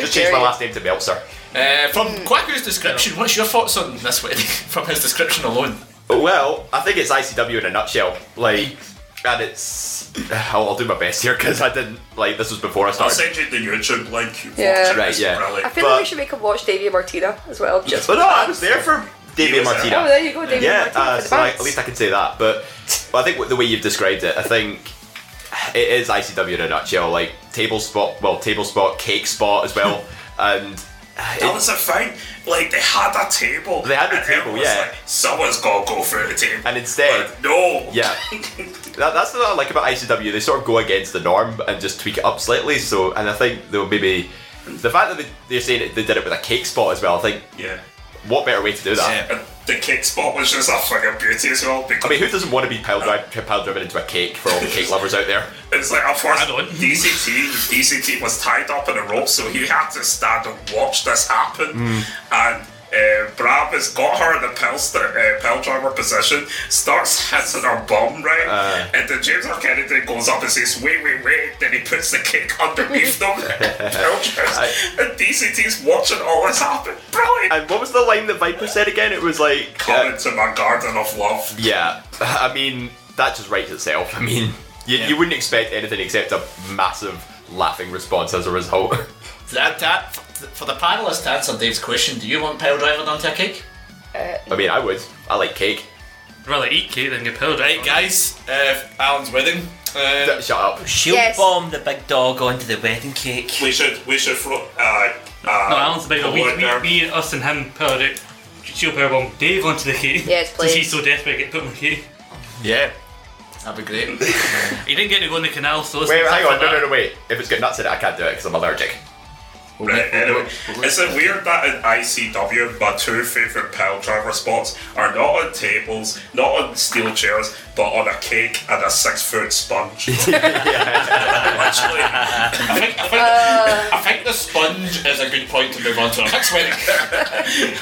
Speaker 33: Just change my last name to Meltzer.
Speaker 5: Uh, from
Speaker 6: Hmm.
Speaker 5: Quacko's description, what's your thoughts on this wedding? [LAUGHS] from his description alone,
Speaker 33: Well, I think it's ICW in a nutshell. Like, and it's. I'll, I'll do my best here because I didn't. Like, this was before I
Speaker 12: I'll
Speaker 33: started.
Speaker 12: send you the YouTube link. You
Speaker 6: Yeah.
Speaker 12: watch it.
Speaker 33: Right,
Speaker 12: It's
Speaker 33: yeah.
Speaker 12: brilliant.
Speaker 6: I feel like we should make him watch Davey and Martina as well. Just
Speaker 33: But no, I was there for Davey and
Speaker 6: was
Speaker 33: Martina.
Speaker 6: there. Oh, there you go, Davey
Speaker 33: yeah,
Speaker 6: and Martina
Speaker 33: uh,
Speaker 6: for the
Speaker 33: so I- at
Speaker 6: bands.
Speaker 33: least I can say that. But well, I think the way you've described it, I think it is ICW in a nutshell. Like table spot, well, table spot, cake spot as
Speaker 6: [LAUGHS]
Speaker 33: well, and.
Speaker 12: That was a thing. Like they had a table. They had a table.
Speaker 33: yeah.
Speaker 12: Like, Someone's got to go through the table.
Speaker 33: And instead,
Speaker 12: no.
Speaker 33: Yeah,
Speaker 12: [LAUGHS]
Speaker 33: that, that's what I like about ICW. They sort of go against the norm and just tweak it up slightly. So, and I think they'll maybe the fact that they, they're saying it, they did it with a cake spot as well. I think,
Speaker 12: yeah,
Speaker 33: what better way to do
Speaker 5: Uh,
Speaker 33: that?
Speaker 12: And the kick spot was just a fucking beauty as well. Because
Speaker 33: I mean, who doesn't want to be pile, dri- pile driven into a cake for all the
Speaker 5: [LAUGHS]
Speaker 33: cake lovers out there?
Speaker 12: It's like, of course, [LAUGHS] DCT, DCT was tied up in a rope, so he had to stand and watch this happen.
Speaker 33: Hmm.
Speaker 12: And uh, Brab has got her in the pill, st-
Speaker 5: Um,
Speaker 12: uh, pill driver position, starts hitting her bum, right? and then James R. Kennedy goes up and says, wait, wait, wait. Then he puts the kick underneath them. Pill drivers. and DCT's watching all this happen. Brilliant.
Speaker 33: And what was the line that Viper said again? It was like.
Speaker 12: Come into my garden of love.
Speaker 33: Yeah, [LAUGHS] I mean, that just writes itself. [LAUGHS] I mean, you, you wouldn't expect anything except a massive laughing response as a result. [LAUGHS]
Speaker 5: That, that, for the panelist to answer Dave's question, do you want pile driver onto a cake?
Speaker 33: I mean, I would. I like cake.
Speaker 2: I'd rather eat cake than get pilled.
Speaker 5: Right, guys, uh, Alan's wedding. Uh,
Speaker 33: Shut up.
Speaker 3: She'll bomb the big dog onto the wedding cake.
Speaker 33: [LAUGHS]
Speaker 12: We should, we should throw. Uh, uh,
Speaker 2: no, Alan's about it.
Speaker 12: Paul
Speaker 2: We,
Speaker 12: Wagner.
Speaker 2: we, me, us, and him pilled it. She'll powerbomb Dave onto the cake. [LAUGHS]
Speaker 6: Yes, please.
Speaker 2: He's so desperate to get put on the cake.
Speaker 5: Yeah. That'd be great.
Speaker 2: He didn't get to go in the canal, so let's
Speaker 33: Wait,
Speaker 2: not
Speaker 33: hang
Speaker 5: [LAUGHS]
Speaker 2: talk
Speaker 33: on. No,
Speaker 2: about
Speaker 33: no, no, wait. If it's got nuts in it, I can't do it because I'm allergic.
Speaker 12: Right, anyway, it's a weird that in ICW, my two favourite pile driver spots are not on tables, not on steel chairs, but on a cake and a six foot sponge.
Speaker 5: I think, I, think, I think the sponge is a good point to move on to our
Speaker 12: [LAUGHS]
Speaker 5: next wedding.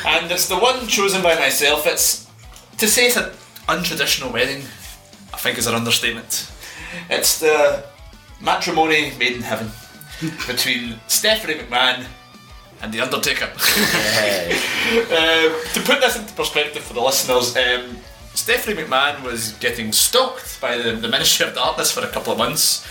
Speaker 5: and it's the one chosen by myself. It's to say it's an untraditional wedding, I think is an understatement. It's the matrimony made in heaven between Stephanie McMahon and The Undertaker. [LAUGHS] Um, to put this into perspective for the listeners, um, Stephanie McMahon was getting stalked by the, the Ministry of Darkness for a couple of months.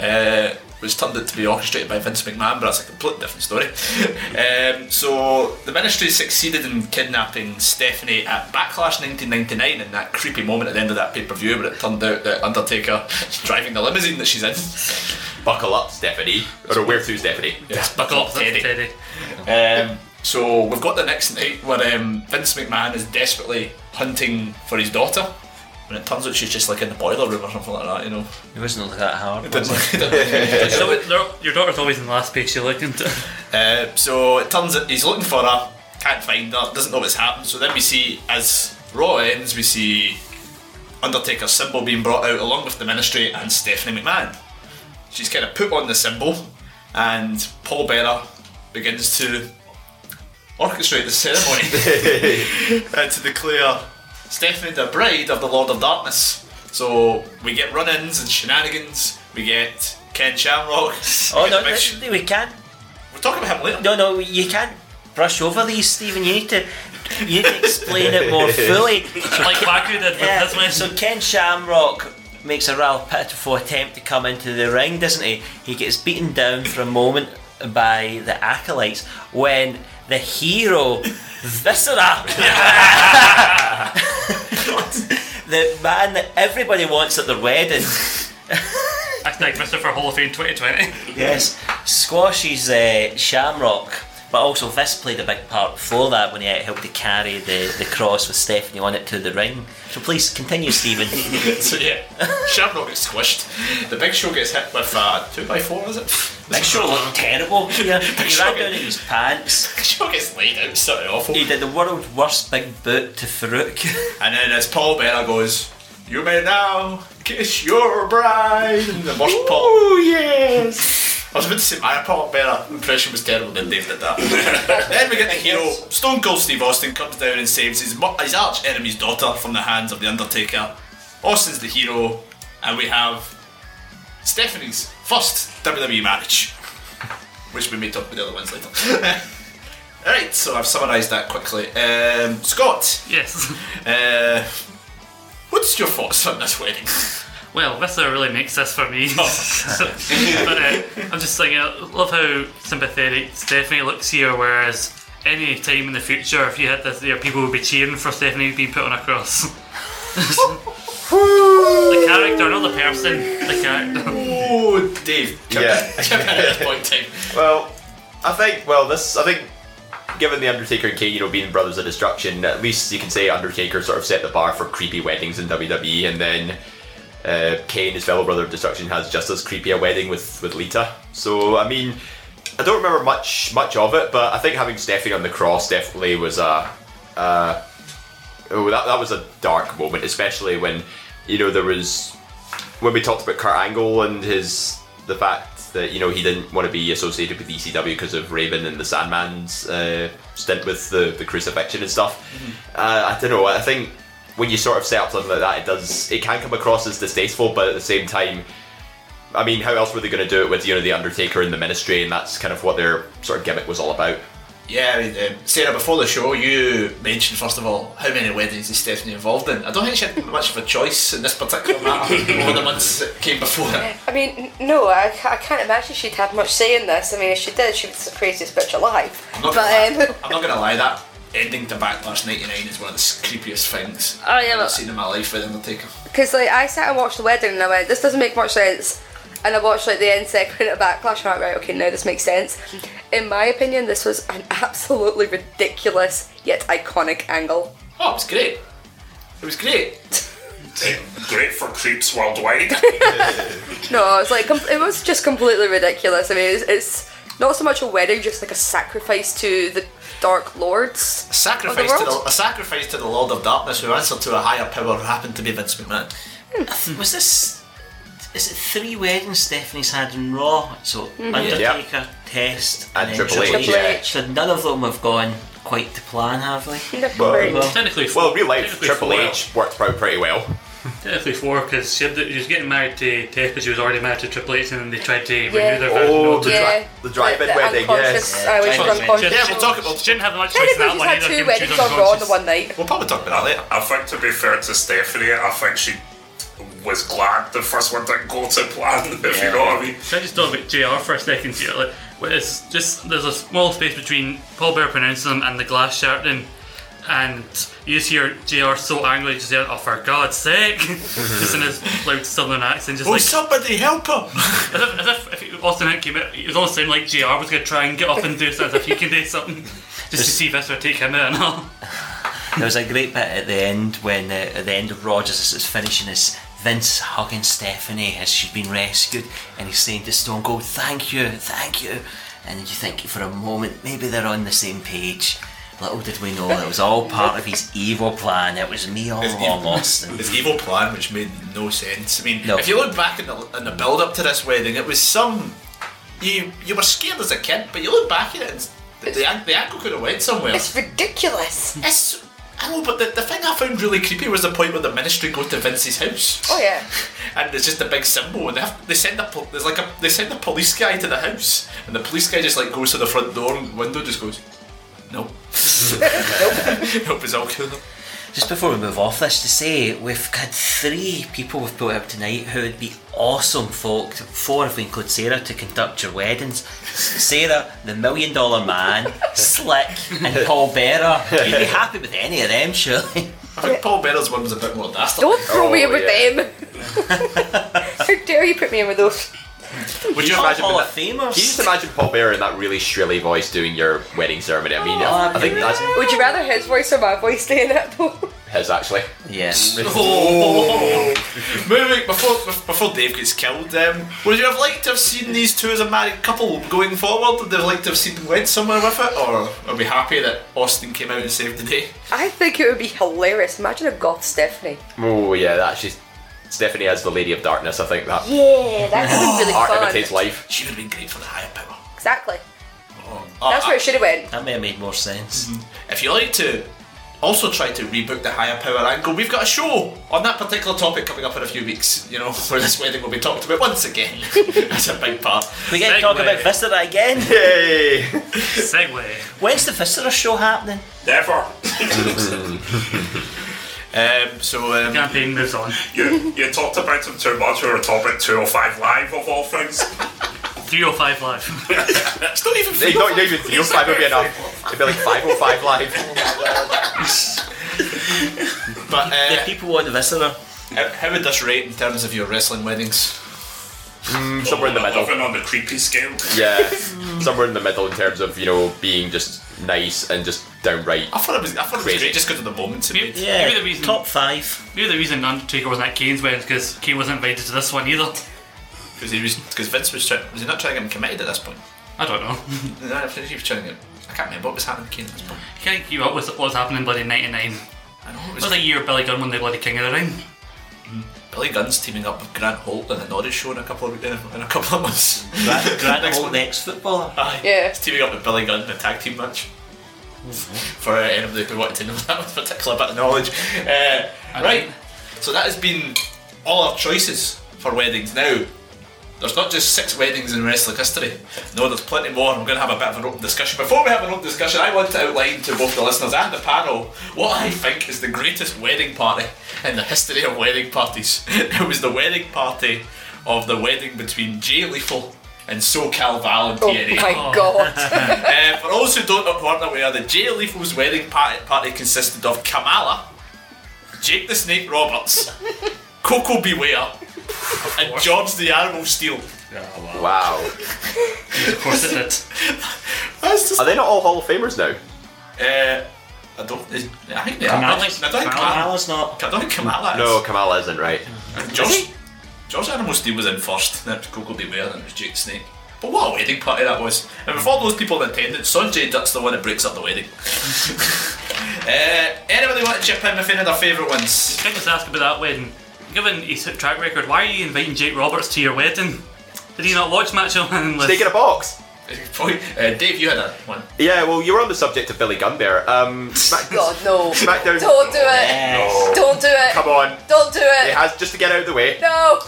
Speaker 5: Uh, was turned out to be orchestrated by Vince McMahon, but that's a completely different story. [LAUGHS] Um, so the Ministry succeeded in kidnapping Stephanie at Backlash 1999 in that creepy moment at the end of that pay per view, but it turned out that Undertaker [LAUGHS] is driving the limousine that she's in.
Speaker 33: Buckle up, Stephanie. Or where to, Stephanie?
Speaker 5: Yes, buckle up, Teddy. Um, so we've got the next night where um, Vince McMahon is desperately hunting for his daughter. And it turns out she's just like in the boiler room or something like that, you know.
Speaker 3: It wasn't all that hard.
Speaker 5: It didn't look- it [LAUGHS]
Speaker 2: that.
Speaker 5: didn't
Speaker 2: So
Speaker 5: look-
Speaker 2: it- they're- your daughter's always in the last page she looked [LAUGHS] into.
Speaker 5: Uh, so it turns out he's looking for her, can't find her, doesn't know what's happened. So then we see, as Raw ends, we see Undertaker's symbol being brought out along with the ministry and Stephanie McMahon. She's kind of put on the symbol, and Paul Bearer begins to orchestrate the ceremony and to declare Stephanie the bride of the Lord of Darkness. So we get run ins and shenanigans, we get Ken Shamrock.
Speaker 3: Oh
Speaker 5: we
Speaker 3: no,
Speaker 33: [LAUGHS]
Speaker 5: get the big sh-
Speaker 3: no, we can't.
Speaker 5: We're talking about him later.
Speaker 3: No, no, you can't brush over these, Stephen. You need to, you need to explain it more fully.
Speaker 2: Like Wagyu did with
Speaker 3: yeah,
Speaker 2: his win.
Speaker 3: So Ken Shamrock makes a Ralph pitiful attempt to come into the ring, doesn't he? He gets beaten down for a moment by the acolytes when the hero
Speaker 2: [LAUGHS]
Speaker 3: Viscera [LAUGHS] the man that everybody wants at their wedding.
Speaker 2: Hashtag Mr. for Hall of Fame 2020.
Speaker 3: Yes, squashes uh, Shamrock But also, Vince played a big part before that when he uh, helped to carry the, the cross with Stephanie on it to the ring. So please continue, Stephen.
Speaker 5: [LAUGHS] so yeah, Shamrock gets squished. The Big Show gets hit with a two by four, is it? [LAUGHS]
Speaker 3: Big Show looked terrible. Yeah,
Speaker 5: Big
Speaker 3: he
Speaker 5: Show
Speaker 3: ran
Speaker 5: get-
Speaker 3: down in his pants.
Speaker 5: Big Show gets laid out, something awful.
Speaker 3: He did the world's worst big boot to Farouk.
Speaker 5: And then as Paul Bearer goes, "You may now kiss your bride." And the worst Paul. Oh yes. I was about to say my Paul Bearer impression was terrible. Then Dave did that. then we get the hero Stone Cold Steve Austin comes down and saves his mu- his arch enemy's daughter from the hands of the Undertaker. Austin's the hero, and we have Stephanie's first WWE marriage, which we may talk about the other ones later. [LAUGHS] Alright, so I've summarised that quickly. Um, Scott.
Speaker 2: Yes.
Speaker 5: Uh, what's your thoughts on this wedding?
Speaker 2: Well, this uh, really makes this for me. So- [LAUGHS]
Speaker 6: Oh.
Speaker 2: but uh, I'm just thinking, I love how sympathetic Stephanie looks here, whereas any time in the future, if you had this here, people would be cheering for Stephanie being put on a cross. [LAUGHS] the character, not the person, the character.
Speaker 5: Oh, Dave.
Speaker 6: Yeah.
Speaker 5: at this point in time.
Speaker 6: Well, I think. Well, this. I think. Given the Undertaker and Kane, you know, being brothers of destruction, at least you can say Undertaker sort of set the bar for creepy weddings in WWE, and then uh, Kane, his fellow brother of destruction, has just as creepy a wedding with with Lita. So, I mean, I don't remember much much of it, but I think having Stephanie on the cross definitely was a. Uh, oh, that, that was a dark moment, especially when, you know, there was when we talked about Kurt Angle and his the fact that you know he didn't want to be associated with E ECW because of Raven and the Sandman's uh, stint with the the crucifixion and stuff. Uh, I don't know. I think when you sort of set up something like that, it does it can come across as distasteful, but at the same time. I mean, how else were they going to do it with you know the Undertaker and the Ministry, and that's kind of what their sort of gimmick was all about.
Speaker 5: Yeah, I mean, um, Sarah, before the show, you mentioned, first of all, how many weddings is Stephanie involved in. I don't think she had much of a choice in this particular matter over the months that came before it.
Speaker 34: [LAUGHS] I mean, n- no, I, ca- I can't imagine she'd have much say in this. I mean, if she did, she was the craziest bitch alive.
Speaker 5: not
Speaker 34: But um,
Speaker 5: I'm not going to lie, that ending to Backlash 99 is one of the creepiest things
Speaker 34: Oh, yeah,
Speaker 5: I've ever
Speaker 34: but-
Speaker 5: seen in my life with Undertaker.
Speaker 34: because like I sat and watched the wedding and I went, this doesn't make much sense. And I watched like the end segment of Backlash and I went, right, okay, now this makes sense. In my opinion, this was an [LAUGHS] absolutely ridiculous yet iconic angle.
Speaker 5: Oh, it was great. It was great.
Speaker 35: Great for creeps worldwide.
Speaker 34: [LAUGHS] No, it's like com- it was just completely ridiculous. I mean, it's, it's not so much a wedding, just like a sacrifice to the Dark Lords.
Speaker 5: A sacrifice
Speaker 34: of
Speaker 5: to
Speaker 34: the
Speaker 5: the,
Speaker 34: world.
Speaker 5: a sacrifice to the Lord of Darkness who answered to a higher power who happened to be Vince McMahon.
Speaker 3: Was this? Is it three weddings Stephanie's had in Raw? So
Speaker 5: Mhm.
Speaker 3: Undertaker, Test,
Speaker 6: And
Speaker 3: then
Speaker 6: Triple H. Triple H.
Speaker 3: So none of them have gone quite to plan, have they?
Speaker 2: technically,
Speaker 6: well, in real life,
Speaker 2: technically
Speaker 6: Triple
Speaker 2: four.
Speaker 6: H worked out pretty well.
Speaker 2: Technically four, because she, had the- she was getting married to Tess, but she was already married to Triple H, and then they tried to renew their vows.
Speaker 6: Oh,
Speaker 2: and
Speaker 6: the,
Speaker 2: all that.
Speaker 6: dri- the uh, drive-in wedding, yes.
Speaker 34: I was unconscious.
Speaker 5: Yeah, we'll talk about
Speaker 2: She didn't have much
Speaker 34: Technically, she's had two weddings on Raw in the one night.
Speaker 5: We'll probably talk about that later.
Speaker 35: I think to be fair to Stephanie, I think she was glad the first one didn't go to plan, [LAUGHS] if you know what I mean.
Speaker 2: Can I just talk about JR for a second here? Like, well, it's just there's a small space between Paul Bear pronouncing them and the glass shouting, and you just hear JR so angry, just yelling, "Oh, for God's sake!" [LAUGHS] just in his loud Southern accent, just
Speaker 5: Will
Speaker 2: like
Speaker 5: somebody help him?
Speaker 2: as if, as if, if it- Austin Hick came out, it was almost sounding like JR was going to try and get up and do something, as if he could do something, [LAUGHS] just to see if this would take him out [LAUGHS] and all.
Speaker 3: There was a great bit at the end when uh, at the end of Rogers is, is finishing is Vince hugging Stephanie as she's been rescued and he's saying to Stone Cold, Thank you, thank you and you think for a moment maybe they're on the same page. Little did we know it was all part of his evil plan. It was me all
Speaker 5: His
Speaker 3: along,
Speaker 5: evil-
Speaker 3: Austin.
Speaker 5: His evil plan, which made no sense. I mean,
Speaker 3: No.
Speaker 5: if you look back in the, in the build up to this wedding, it was some. You you were scared as a kid, but you look back at it and the, the, an- the angle could have went somewhere.
Speaker 34: It's ridiculous.
Speaker 5: It's, I know, but the, the thing I found really creepy was the point where the ministry go to Vince's house.
Speaker 34: Oh yeah.
Speaker 5: [LAUGHS] And it's just a big symbol, and they, have, they send a pol- there's like a they send a police guy to the house, and the police guy just like goes to the front door and window just goes,
Speaker 34: [LAUGHS]
Speaker 5: [LAUGHS] no, nope, it's all cool.
Speaker 3: Just before we move off this, to say we've had three people we've put up tonight who would be awesome folk, four if we include Sarah, to conduct your weddings. Sarah, the million dollar man, Slick, and Paul Bearer. You'd be happy with any of them, surely.
Speaker 5: I think Paul Bearer's one was a bit more
Speaker 6: Oh,
Speaker 5: dastardly.
Speaker 34: Don't throw me in with them. How dare you put me in with those?
Speaker 3: Would you
Speaker 6: imagine
Speaker 3: Hall
Speaker 6: that-
Speaker 3: of Famer?
Speaker 6: Can you just imagine Paul Bearer in that really shrilly voice doing your wedding ceremony? I mean,
Speaker 3: Oh,
Speaker 6: I think that's
Speaker 36: Would you rather his voice or my voice stay in it though?
Speaker 6: his actually.
Speaker 3: Yes.
Speaker 6: Mm.
Speaker 5: Oh. [LAUGHS] Moving before before Dave gets killed, um, would you have liked to have seen these two as a married couple going forward? Would you have liked to have seen them went somewhere with it, or are we happy that Austin came out and saved the day?
Speaker 36: I think it would be hilarious. Imagine a goth Stephanie.
Speaker 6: Oh yeah, that she's Stephanie as the Lady of Darkness. I think that.
Speaker 36: Yeah, that would
Speaker 6: [LAUGHS]
Speaker 36: be really
Speaker 6: Art
Speaker 36: fun.
Speaker 6: imitates life.
Speaker 5: She would have been great for the higher power.
Speaker 36: Exactly. That's where it should have went.
Speaker 3: That may have made more sense.
Speaker 5: Oh. Ah,
Speaker 6: Mm.
Speaker 5: If you like to also try to rebook the higher power angle, we've got a show on that particular topic coming up in a few weeks, you know, where this wedding will be talked about once again. [LAUGHS] That's a big part.
Speaker 3: We get to talk about Vistara again.
Speaker 6: [LAUGHS] Yay!
Speaker 3: Segway. When's the Vistara show happening?
Speaker 37: Never.
Speaker 5: Um, so um,
Speaker 2: campaign moves on.
Speaker 37: You, you talked about him too much. We were talking about 205 Live of all things.
Speaker 2: 305 Live. [LAUGHS]
Speaker 5: it's not even.
Speaker 6: They don't even feel five would be enough. It'd be like five [LAUGHS] oh
Speaker 37: [LAUGHS]
Speaker 6: five live.
Speaker 5: But uh,
Speaker 3: people want the Vistara.
Speaker 5: How, how would this rate in terms of your wrestling weddings?
Speaker 6: somewhere in the middle.
Speaker 37: Even on the creepy scale.
Speaker 6: Yeah, somewhere in the middle in terms of you know being just nice and just downright.
Speaker 5: I thought it was. I thought it was great just because of the moment. To me.
Speaker 2: maybe the reason, top
Speaker 3: five.
Speaker 6: [LAUGHS]
Speaker 2: Maybe the reason Undertaker wasn't at Kane's wedding because Kane wasn't invited to this one either.
Speaker 5: Because he was because Vince was trying was he not trying to get him committed at this point?
Speaker 2: I don't know.
Speaker 5: No, I think he was trying to. get- I can't remember what was happening to Kane at this point.
Speaker 2: You can't keep up with what was happening in bloody 99.
Speaker 5: I know it
Speaker 2: It
Speaker 5: was.
Speaker 2: was a year Billy Gunn won the bloody King of the Ring.
Speaker 5: Billy Gunn's teaming up with Grant Holt in the Norwich show in a couple of in a, in a couple of months.
Speaker 3: Grant, Grant
Speaker 5: [LAUGHS] Next
Speaker 3: Hall,
Speaker 5: one.
Speaker 3: the ex-footballer.
Speaker 6: Uh-huh.
Speaker 5: Aye. He's teaming up with Billy Gunn in a tag team match. For uh, anybody who wanted to know [LAUGHS] that with particular bit of knowledge. Uh, right. So that has been all our choices for weddings. Now, there's not just six weddings in wrestling history. No, there's plenty more. and We're going to have a bit of an open discussion. Before we have an open discussion, I want to outline to both the listeners and the panel what I think is the greatest wedding party in the history of wedding parties. [LAUGHS] It was the wedding party of the wedding between Jay Lethal and SoCal Val and TNA.
Speaker 36: my God.
Speaker 5: Uh, for those who don't who aren't aware, the Jay Lethal's wedding party, party consisted of Kamala, Jake the Snake Roberts, Coco Beware, and George the Animal Steel.
Speaker 6: Wow.
Speaker 5: Of course it did.
Speaker 6: Are they not all Hall of Famers now?
Speaker 5: Uh, I don't. is- I think they are. I don't think- I don't think
Speaker 3: Kamala's not.
Speaker 5: I don't think Kamala is.
Speaker 6: No, Kamala isn't right.
Speaker 5: George, George Animal Steel was in first, then it was Coco Beware, then it was Jake the Snake. But what a wedding party that was. And with all those people in attendance, Sanjay Dutt's the one that breaks up the
Speaker 6: [LAUGHS]
Speaker 5: wedding. uh, anybody want to chip in with any of their favourite ones?
Speaker 2: [LAUGHS]
Speaker 5: [LAUGHS]
Speaker 2: Can I just ask about that wedding? Given his track record, why are you inviting Jake Roberts to your wedding? Did he not watch Match of Endless?
Speaker 6: Steak in a box.
Speaker 5: Probably, uh, Dave, you had that one.
Speaker 6: Yeah, well, you were on the subject of Billy Gunbear. Um,
Speaker 36: [LAUGHS]
Speaker 6: Smack-
Speaker 36: God no.
Speaker 6: SmackDown.
Speaker 36: Don't do it.
Speaker 6: No.
Speaker 36: Don't do it.
Speaker 6: Come on.
Speaker 36: Don't do it.
Speaker 6: It has just to get out of the way.
Speaker 36: No.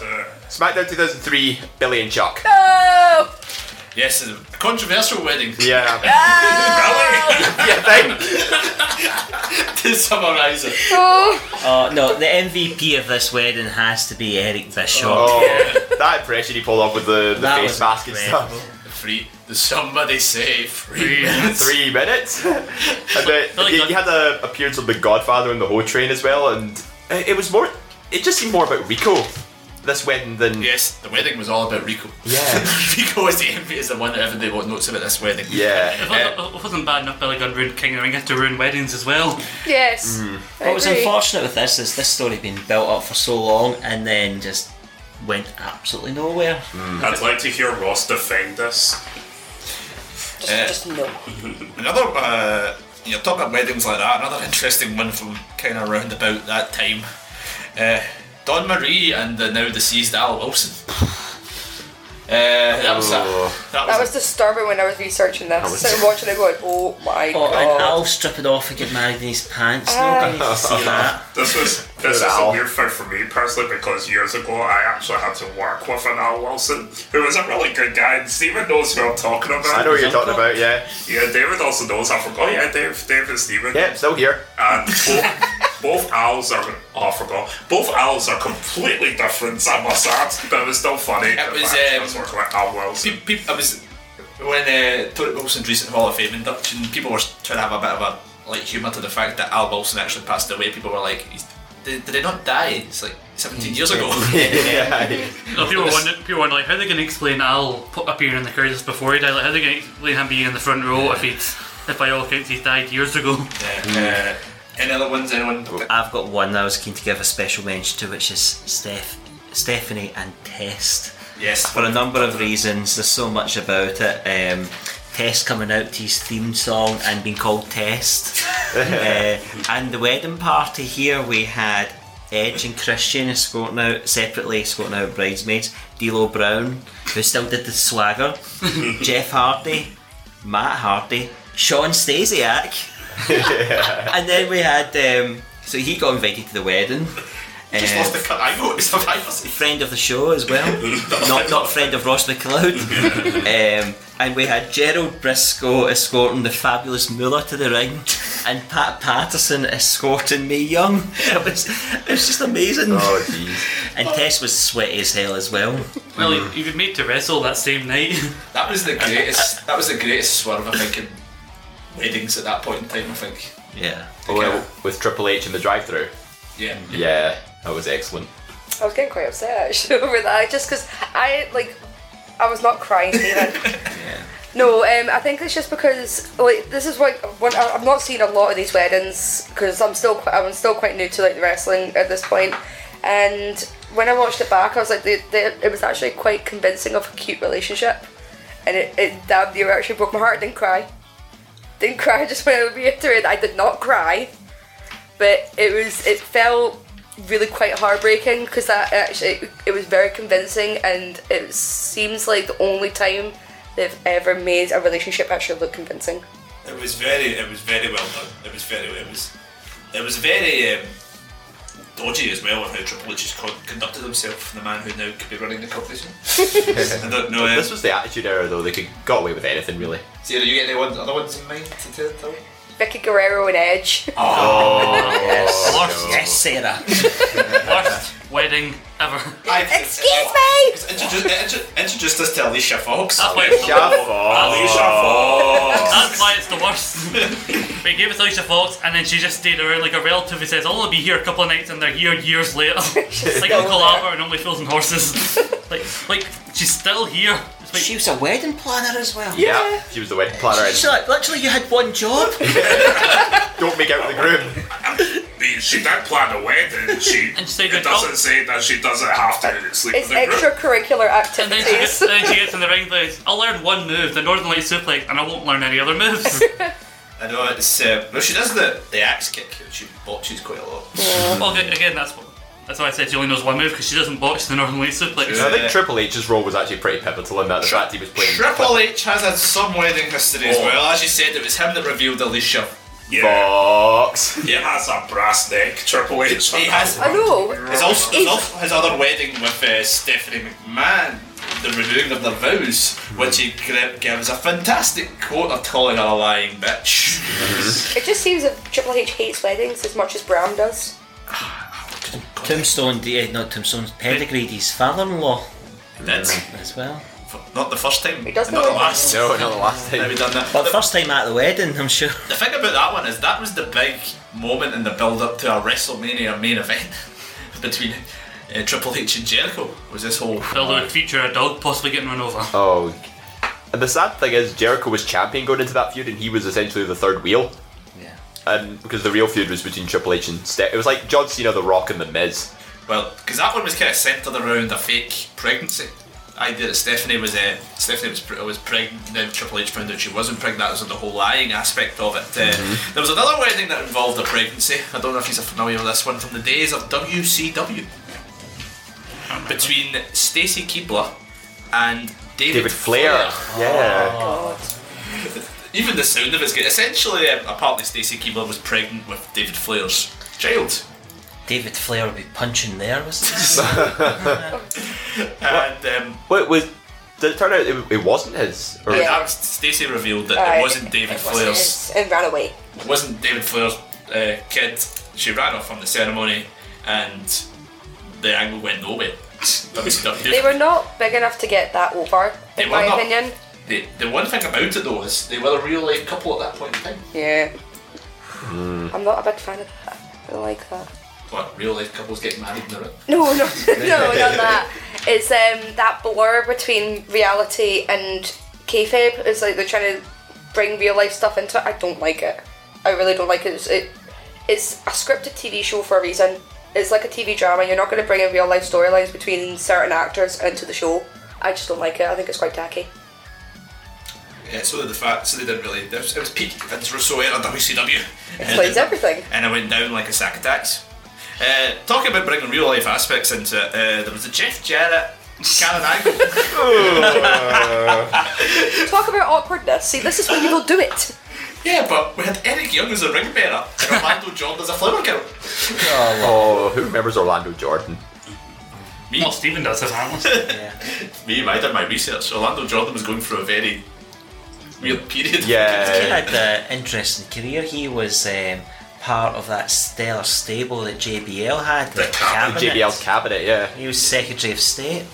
Speaker 6: SmackDown 2003, Billy and Chuck.
Speaker 36: No.
Speaker 5: Yes, a controversial wedding.
Speaker 36: [LAUGHS]
Speaker 5: [LAUGHS]
Speaker 6: Yeah.
Speaker 5: to summarise it.
Speaker 3: Oh no, the MVP of this wedding has to be Eric Bischoff.
Speaker 6: Oh, that impression he pulled off with the, the
Speaker 3: That
Speaker 6: face
Speaker 3: was
Speaker 6: mask and
Speaker 3: incredible.
Speaker 6: stuff.
Speaker 5: Free. Does somebody say free?
Speaker 6: Three minutes. [LAUGHS] and then he, he had an appearance on The Godfather and the whole train as well, and it it was more. It just seemed more about Rico this wedding than.
Speaker 5: Yes, the wedding was all about Rico.
Speaker 6: Yeah.
Speaker 5: [LAUGHS] Rico is the envy is the one that everybody wants notes about this wedding.
Speaker 6: Yeah.
Speaker 2: It wasn't, it wasn't bad enough Billy Gunn ruined King of the Ring, he had to ruin weddings as well.
Speaker 36: Yes. I
Speaker 3: What was
Speaker 36: agree.
Speaker 3: unfortunate with this is this story had been built up for so long and then just went absolutely nowhere.
Speaker 37: I'd like to hear Ross defend this.
Speaker 36: Just no.
Speaker 5: Another, uh, you know, talking about weddings like that, another interesting one from kind of around about that time. Uh, Don Marie and the now deceased Al Wilson. Uh, that was a- that
Speaker 36: That
Speaker 5: was
Speaker 36: was disturbing when I was researching this.
Speaker 3: That was-
Speaker 36: So I'm watching it going, oh my
Speaker 3: Oh, and
Speaker 36: god.
Speaker 3: Al stripping off and get married in his pants.
Speaker 36: Aye.
Speaker 3: Nobody
Speaker 6: [LAUGHS]
Speaker 3: needs to see that.
Speaker 37: This was this is a weird thing for me personally because years ago I actually had to work with an Al Wilson who was a really good guy and Stephen knows who I'm talking about.
Speaker 6: I know what you're talking about, yeah.
Speaker 37: Yeah, David also knows. I forgot. Yeah, Dave, Dave and Stephen.
Speaker 6: Yeah, still here.
Speaker 37: And both, both owls are. Oh, I forgot. Both owls are completely different. I must add, but it was still funny. It
Speaker 5: was,
Speaker 37: I was oh, working with Al Wilson.
Speaker 5: Pe- pe- I was when uh, Tony Wilson's recent Hall of Fame induction. People were trying to have a bit of a like humour to the fact that Al Wilson actually passed away. People were like, he's
Speaker 38: did, did they not die? It's like 17 years
Speaker 6: [LAUGHS]
Speaker 38: ago.
Speaker 2: No, people were wondering, people were like, how are they going to explain Al pu- appearing in the crowd just before he died? Like, how are they going to explain him being in the front row if he'd, if by all accounts he died years ago?
Speaker 38: Yeah. Uh, Any other ones? Anyone?
Speaker 3: I've got one that I was keen to give a special mention to, which is Steph, Stephanie and Test.
Speaker 38: Yes.
Speaker 3: For a number of reasons, there's so much about it. Um, Test coming out to his theme song and being called Test.
Speaker 38: [LAUGHS]
Speaker 3: uh, and the wedding party here, we had Edge and Christian escorting out separately, escorting out bridesmaids. D'Lo Brown, who still did the swagger.
Speaker 38: [LAUGHS]
Speaker 3: Jeff Hardy, Matt Hardy,
Speaker 38: [LAUGHS]
Speaker 3: Sean Stasiak. and then we had um, so he got invited to the wedding.
Speaker 38: Just
Speaker 3: Um,
Speaker 38: lost the cut. I know it's a
Speaker 3: friend of the show as well, not not friend of Ross McLeod. um, and we had Gerald Briscoe escorting the fabulous Muller to the ring, and Pat Patterson escorting me Young. [LAUGHS] It was it was just amazing.
Speaker 39: Oh,
Speaker 3: And Tess was sweaty as hell as well.
Speaker 2: Well, he, he was made to wrestle that same night.
Speaker 38: That was the greatest. that was the greatest swerve I think in weddings at that point in time. I think.
Speaker 3: Yeah.
Speaker 39: Oh, yeah, with Triple H in the drive-through.
Speaker 38: Yeah.
Speaker 39: Yeah, that was excellent.
Speaker 6: I was getting quite upset actually [LAUGHS] over that, just because I like, I was not crying even. No, um, I think it's just because like this is what when I- I'm not seeing a lot of these weddings because I'm still quite, I'm still quite new to like the wrestling at this point, and when I watched it back, I was like, they, they, it was actually quite convincing of a cute relationship, and it, it damn near actually broke my heart. I didn't cry, didn't cry. [LAUGHS] Just when I reiterated, I did not cry, but it was it felt really quite heartbreaking because that actually it was very convincing and it seems like the only time they've ever made a relationship actually look convincing.
Speaker 5: It was very, it was very well done. It was very, it was, it was very um, dodgy as well on how Triple H has con- conducted himself. The man who now could be running the company.
Speaker 39: [LAUGHS]
Speaker 5: soon. I don't know. Um,
Speaker 39: this was the attitude era, though. They could got away with anything, really.
Speaker 38: See, do you get any one, other ones in mind to tell? tell?
Speaker 6: Vicky Guerrero and Edge.
Speaker 2: [LAUGHS] Worst.
Speaker 3: Yes, Sarah.
Speaker 2: Worst wedding ever.
Speaker 6: Excuse me.
Speaker 5: uh, Introduce, uh, intro- introduce us to Alicia Fox.
Speaker 2: That's why it's the worst. That's why it's the worst. [LAUGHS] we gave it to Alicia Fox, and then she just stayed around like a relative who says, "I'll only be here a couple of nights," and they're here years later. [LAUGHS] It's like
Speaker 3: still
Speaker 2: Uncle
Speaker 3: there.
Speaker 2: Albert and Only Fools and
Speaker 3: [LAUGHS]
Speaker 2: Horses. like, like she's still here. It's like,
Speaker 3: She was a wedding planner as well.
Speaker 39: she was the wedding planner.
Speaker 3: She's like, literally, you had one job.
Speaker 39: Don't make out with the groom.
Speaker 40: She did plan a
Speaker 6: [LAUGHS]
Speaker 40: wedding. She, it doesn't say that she doesn't have to sleep
Speaker 6: It's
Speaker 40: with a group.
Speaker 6: extracurricular
Speaker 2: then she, gets,
Speaker 3: [LAUGHS]
Speaker 6: activities.
Speaker 2: then she gets in the ring. Plays. I'll learn one move, the Northern Light suplex, and I won't learn any other
Speaker 3: [LAUGHS]
Speaker 2: moves.
Speaker 5: I know it's. Uh, no, she does the the axe kick. She botches quite a lot.
Speaker 2: well, aga- again, that's what, that's why I said she only knows one move because she doesn't botch the Northern Light suplex.
Speaker 39: I think Triple H's role was actually pretty pivotal in that. The fact he was playing
Speaker 5: Triple H has had some wedding history as
Speaker 39: Oh.
Speaker 5: well. As you said, it was him that revealed Alicia.
Speaker 39: Fox.
Speaker 5: He has a brass neck, Triple H. He has.
Speaker 6: I know.
Speaker 5: His, also, his, also, his other wedding with uh, Stephanie McMahon, the renewing of their vows,
Speaker 39: Hmm.
Speaker 5: which he gri- gives a fantastic quote of calling her a lying bitch.
Speaker 39: Mm-hmm.
Speaker 6: It just seems that Triple H hates weddings as much as Bram does.
Speaker 3: Tombstone, eh, not Tombstone, Pedigreed, his father-in-law.
Speaker 5: Did.
Speaker 3: As well.
Speaker 5: Not the first time. He
Speaker 6: does
Speaker 5: not the last.
Speaker 39: last
Speaker 5: Have you done that?
Speaker 3: But first time at the wedding, I'm sure. [LAUGHS]
Speaker 5: The thing about that one is that was the big moment in the build up to a WrestleMania main event [LAUGHS] between uh, Triple H and Jericho. Was this whole.
Speaker 2: Although it featured a dog possibly getting run
Speaker 3: [LAUGHS]
Speaker 2: over.
Speaker 39: Oh. And the sad thing is, Jericho was champion going into that feud, and he was essentially the third wheel.
Speaker 3: Yeah.
Speaker 39: And because the real feud was between Triple H and Ste- it was like John Cena, The Rock, and The Miz.
Speaker 5: Well, because that one was kind of centered around a fake pregnancy. Idea that Stephanie was uh, Stephanie was pre- was pregnant. Then Triple H found out she wasn't pregnant. That was the whole lying aspect of it. Uh,
Speaker 39: Mhm.
Speaker 5: There was another wedding that involved a pregnancy. I don't know if you're familiar with this one from the days of WCW between Stacy Keebler and David, Oh,
Speaker 39: David Flair. Yeah.
Speaker 5: [LAUGHS] Even the sound of it's good. Essentially, um, apparently Stacy Keebler was pregnant with David Flair's child.
Speaker 3: David Flair would be punching there, was
Speaker 5: and um,
Speaker 39: Wait, was did it turn out it, it wasn't his? Or
Speaker 5: Yeah. Stacy revealed that
Speaker 6: Aye.
Speaker 5: it wasn't David Flair's.
Speaker 6: And ran away.
Speaker 5: It wasn't David Flair's uh, kid. She ran off from the ceremony, and the angle went nowhere. [LAUGHS] WCW.
Speaker 6: [LAUGHS] They were not big enough to get that over,
Speaker 5: They
Speaker 6: in
Speaker 5: were
Speaker 6: my
Speaker 5: not.
Speaker 6: opinion.
Speaker 5: The, the one thing about it though is they were a real life couple at that point in time.
Speaker 6: Hmm. Yeah. I'm not a big fan of that. I don't like that.
Speaker 5: what real life couples get married in the ring.
Speaker 6: No, no, [LAUGHS] no, not that. [LAUGHS] It's um, that blur between reality and kayfabe. It's like they're trying to bring real life stuff into it. I don't like it. I really don't like it. It's, it, it's a scripted TV show for a reason. It's like a TV drama. You're not going to bring in real life storylines between certain actors into the show. I just don't like it. I think it's quite tacky.
Speaker 5: Yeah, so the fact, so they didn't really. It was, it was peak Vince Russo era WCW.
Speaker 6: Explains everything.
Speaker 5: and I went down like a sack of tax. Uh, talking about bringing real life aspects into it, uh, there was a Jeff Jarrett Karen
Speaker 6: [LAUGHS]
Speaker 5: Angle.
Speaker 6: Talk about awkwardness. See, this is when you will do it.
Speaker 5: yeah, but we had Eric Young as a ring bearer and Orlando Jordan as a flower girl.
Speaker 33: [LAUGHS] Oh, who remembers Orlando Jordan?
Speaker 5: Me. Well, Stephen does his analysis. Me, I did my research. Orlando Jordan was going through a very weird period.
Speaker 33: Uh,
Speaker 3: He had the interesting career. He was um, part of that stellar stable that JBL had. The, cabinet.
Speaker 33: JBL's cabinet, yeah.
Speaker 3: He was Secretary of State.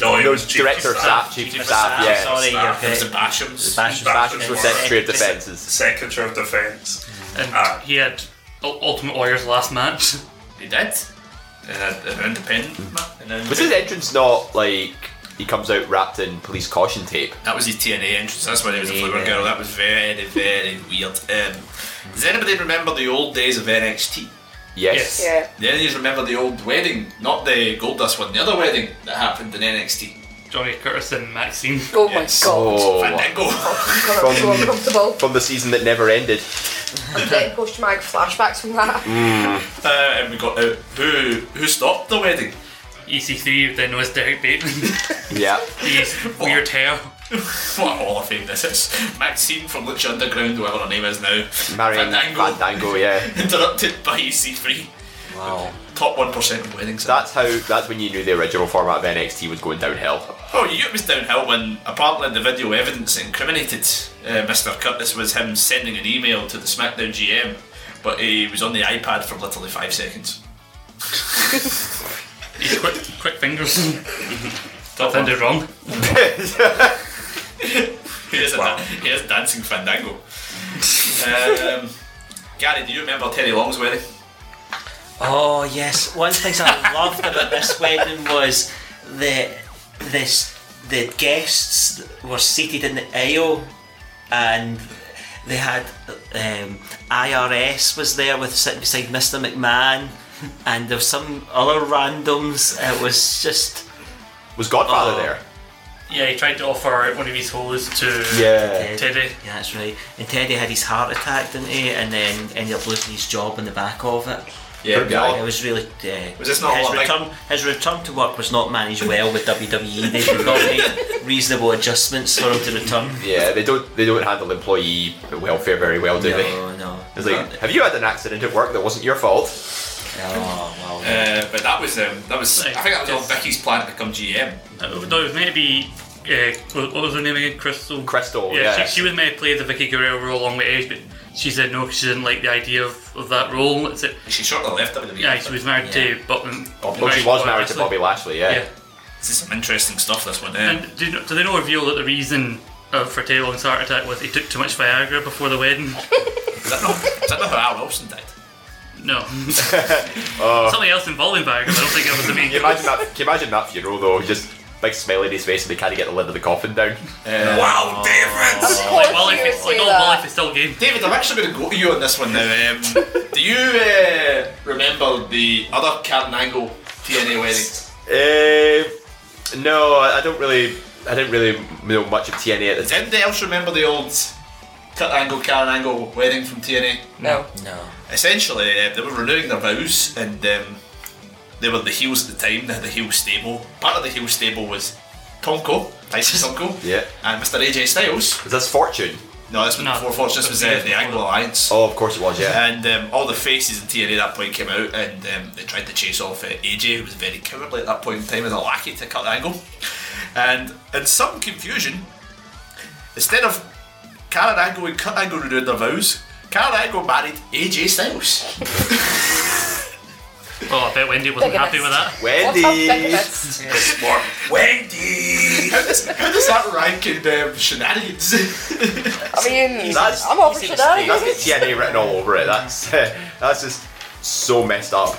Speaker 33: No, he was director of staff, chief of staff, yeah.
Speaker 3: Sorry, you're
Speaker 33: Staff. It was
Speaker 3: correct.
Speaker 33: the Bashams.
Speaker 3: The Bashams.
Speaker 33: Bashams were Secretary of Defence.
Speaker 12: Secretary of Defence.
Speaker 2: And uh, he had U- Ultimate Warrior's last match. [LAUGHS]
Speaker 5: He did. Mm. an independent match.
Speaker 33: Was his entrance not like he comes out wrapped in police caution tape?
Speaker 5: That was his TNA entrance. That's when he was a flower girl. That was very, very weird. Um, does anybody remember the old days of NXT?
Speaker 33: Yes.
Speaker 6: Yeah.
Speaker 5: Do any of you remember the old wedding? Not the Goldust one, the other wedding that happened in NXT.
Speaker 2: Johnny Curtis and Maxine. [LAUGHS]
Speaker 6: Oh my god.
Speaker 33: Oh,
Speaker 5: Fandango. [LAUGHS]
Speaker 6: God, I'm so uncomfortable.
Speaker 33: from the season that never ended. Mm,
Speaker 6: I'm getting post traumatic flashbacks from that.
Speaker 5: Uh, and we got out. Who who stopped the wedding? [LAUGHS]
Speaker 2: EC3 E then was Derek Bateman.
Speaker 33: [LAUGHS] Yeah.
Speaker 2: He's weird hair.
Speaker 5: what a hall of fame this is. Maxine from Lucha Underground, whatever her name is now.
Speaker 33: Marion
Speaker 5: Fandango.
Speaker 33: Fandango, yeah.
Speaker 5: [LAUGHS] Interrupted by EC3.
Speaker 33: Wow.
Speaker 5: Top 1% of weddings.
Speaker 33: That's how. That's when you knew the original format of NXT was going downhill.
Speaker 5: Oh, you it was downhill when apparently the video evidence incriminated uh, Mr. Curtis was him sending an email to the SmackDown GM, but he was on the iPad for literally five seconds.
Speaker 2: He's quick, quick [LAUGHS] fingers. Nothing did wrong.
Speaker 5: He is, a da- he is dancing fandango. um, Gary, do you remember Terry Long's wedding?
Speaker 3: Oh yes, one of the things I loved about this [LAUGHS] wedding was the this the guests were seated in the aisle, and they had um, IRS was there with sitting beside Mr McMahon, and there was some other randoms. It was just
Speaker 33: was Godfather
Speaker 5: Oh.
Speaker 33: there?
Speaker 2: Yeah, he tried to offer one of his holes to
Speaker 33: Yeah.
Speaker 2: Teddy.
Speaker 3: Yeah, that's right. And Teddy had his heart attack, didn't he? And then ended up losing his job in the back of it.
Speaker 5: Yeah, Poor guy.
Speaker 3: it was really. Uh,
Speaker 5: Was this not
Speaker 3: his
Speaker 5: all a big-
Speaker 3: return? His return to work was not managed well with WWE. They did not
Speaker 33: [LAUGHS]
Speaker 3: make reasonable adjustments for him to return.
Speaker 33: Yeah, they don't they don't handle employee welfare very well, do
Speaker 3: no,
Speaker 33: they?
Speaker 3: no.
Speaker 33: It's like, have you had an accident at work that wasn't your fault?
Speaker 3: Oh, well.
Speaker 5: Uh, but that was um, that was. I think that was on Vicky's plan to become GM.
Speaker 2: No, it was meant to be. Uh, what what was her name again? Crystal.
Speaker 33: Crystal.
Speaker 2: Yeah,
Speaker 33: yeah.
Speaker 2: She, she was meant to play the Vicky Guerrero role along with Edge, but she said no because she didn't like the idea of, of that role. It's it.
Speaker 5: She sort of left E. WWE.
Speaker 2: Yeah, she was married to Bobby.
Speaker 33: Bobby- Oh, she was married to Bobby
Speaker 2: Lashley.
Speaker 33: Lashley, yeah.
Speaker 5: This is some interesting stuff. This one. eh?
Speaker 2: And do, you know- do they not reveal that the reason uh, for Taylor Long's heart attack was he took too much Viagra before the
Speaker 5: [LAUGHS]
Speaker 2: wedding?
Speaker 5: Is that not? Is that not how Al Wilson died? [LAUGHS]
Speaker 2: No. [LAUGHS]
Speaker 5: Oh.
Speaker 2: Something else involving Viagra. but I don't think it was the main.
Speaker 5: [LAUGHS]
Speaker 33: Can you imagine that? Can you imagine that funeral though? Just big smile in his face, and they can't get the lid of the coffin down.
Speaker 5: Wow, David!
Speaker 6: Like, well, if it's- like, oh, well,
Speaker 2: if it's still game.
Speaker 5: David, I'm actually going to go to you on this one now. [LAUGHS] Um, do you uh, remember the other Karen Angle TNA wedding?
Speaker 33: Uh, no, I I don't really. I didn't really know much of TNA at the
Speaker 5: Does
Speaker 33: time.
Speaker 5: anybody else remember the old Kurt Angle, Karen Angle wedding from TNA?
Speaker 6: No.
Speaker 3: No.
Speaker 5: Essentially, uh, they were renewing their vows, and um, they were the heels at the time. They had the heel stable. Part of the heel stable was Tonko, Tyson's uncle,
Speaker 33: Yeah.
Speaker 5: and Mr. AJ Styles.
Speaker 33: Was this Fortune?
Speaker 5: No, this was before Fortune. This was uh, the Angle Alliance.
Speaker 33: Oh, of course it was. Yeah.
Speaker 5: And um, all the faces in TNA at that point came out and um, they tried to chase off uh, AJ, who was
Speaker 33: [LAUGHS]
Speaker 5: very cowardly at that point in time as a lackey to Kurt Angle. And in some confusion, instead of Karen Angle and Kurt Angle renewing their vows, Karen Angle married AJ Styles.
Speaker 2: Oh, I bet Wendy wasn't
Speaker 5: Biggest.
Speaker 2: happy with that.
Speaker 33: Wendy.
Speaker 5: It's more Wendy! How does, how does that rank in um, shenanigans? [LAUGHS]
Speaker 6: I mean,
Speaker 33: That's-
Speaker 6: I'm all for
Speaker 33: That's got [LAUGHS]
Speaker 6: shenanigans.
Speaker 33: TNA written all over it. That's that's just so messed up.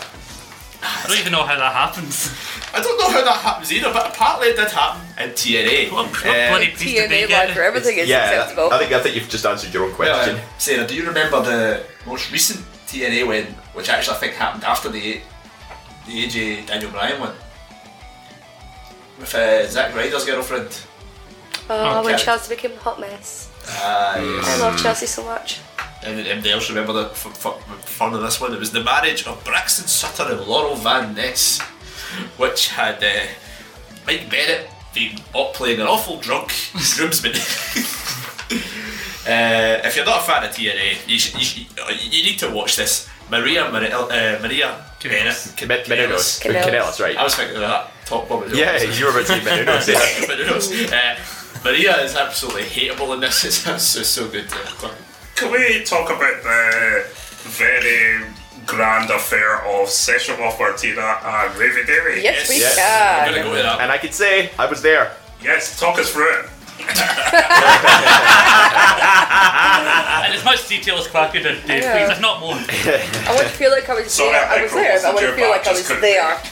Speaker 2: I don't even know how that happens. [LAUGHS]
Speaker 5: I don't know how that happens either, but apparently it did happen in TNA.
Speaker 2: What,
Speaker 5: Uh,
Speaker 6: TNA live for everything is
Speaker 33: yeah,
Speaker 6: acceptable.
Speaker 33: I think I think you've just answered your own question.
Speaker 5: Well, um, Sarah, do you remember the most recent TNA win, which actually I think happened after the the AJ Daniel Bryan one with uh, Zack Ryder's girlfriend?
Speaker 6: Oh, when
Speaker 5: Okay.
Speaker 6: Chelsea became a hot mess.
Speaker 5: Ah, yes.
Speaker 6: I love Chelsea so much.
Speaker 5: And anybody else remember the f- f- fun of this one? It was the marriage of Braxton Sutter and Laurel Van Ness, which had uh, Mike Bennett being up playing an awful
Speaker 33: [LAUGHS]
Speaker 5: drunk groomsman. [LAUGHS] uh, if you're not a fan of TNA, you, sh- you, sh- you need to watch this. Maria Mar- uh, Maria Bennett.
Speaker 33: Menounos. Canellas. Canellas, right.
Speaker 5: I was thinking of that. Top Bob
Speaker 33: Yeah, you were about to say Menounos, yeah.
Speaker 5: [LAUGHS] Menounos. Uh, Maria is absolutely hateable in this. [LAUGHS] It's so, so good. Uh,
Speaker 12: Can we talk about the very grand affair of Session with Martina and Ravy Davy?
Speaker 6: Yes, we Yes.
Speaker 3: Ah,
Speaker 6: can. We're
Speaker 5: gonna go with that.
Speaker 33: And I could say I was there.
Speaker 12: Yes, talk us through it.
Speaker 2: and as much detail as Clark could have, Dave,
Speaker 6: Yeah.
Speaker 2: please, if not more.
Speaker 6: I want to feel like I was
Speaker 2: Sorry,
Speaker 6: there. I was
Speaker 2: Michael, wasn't
Speaker 6: there, but I want to
Speaker 2: your
Speaker 6: feel
Speaker 2: back,
Speaker 6: like I
Speaker 2: just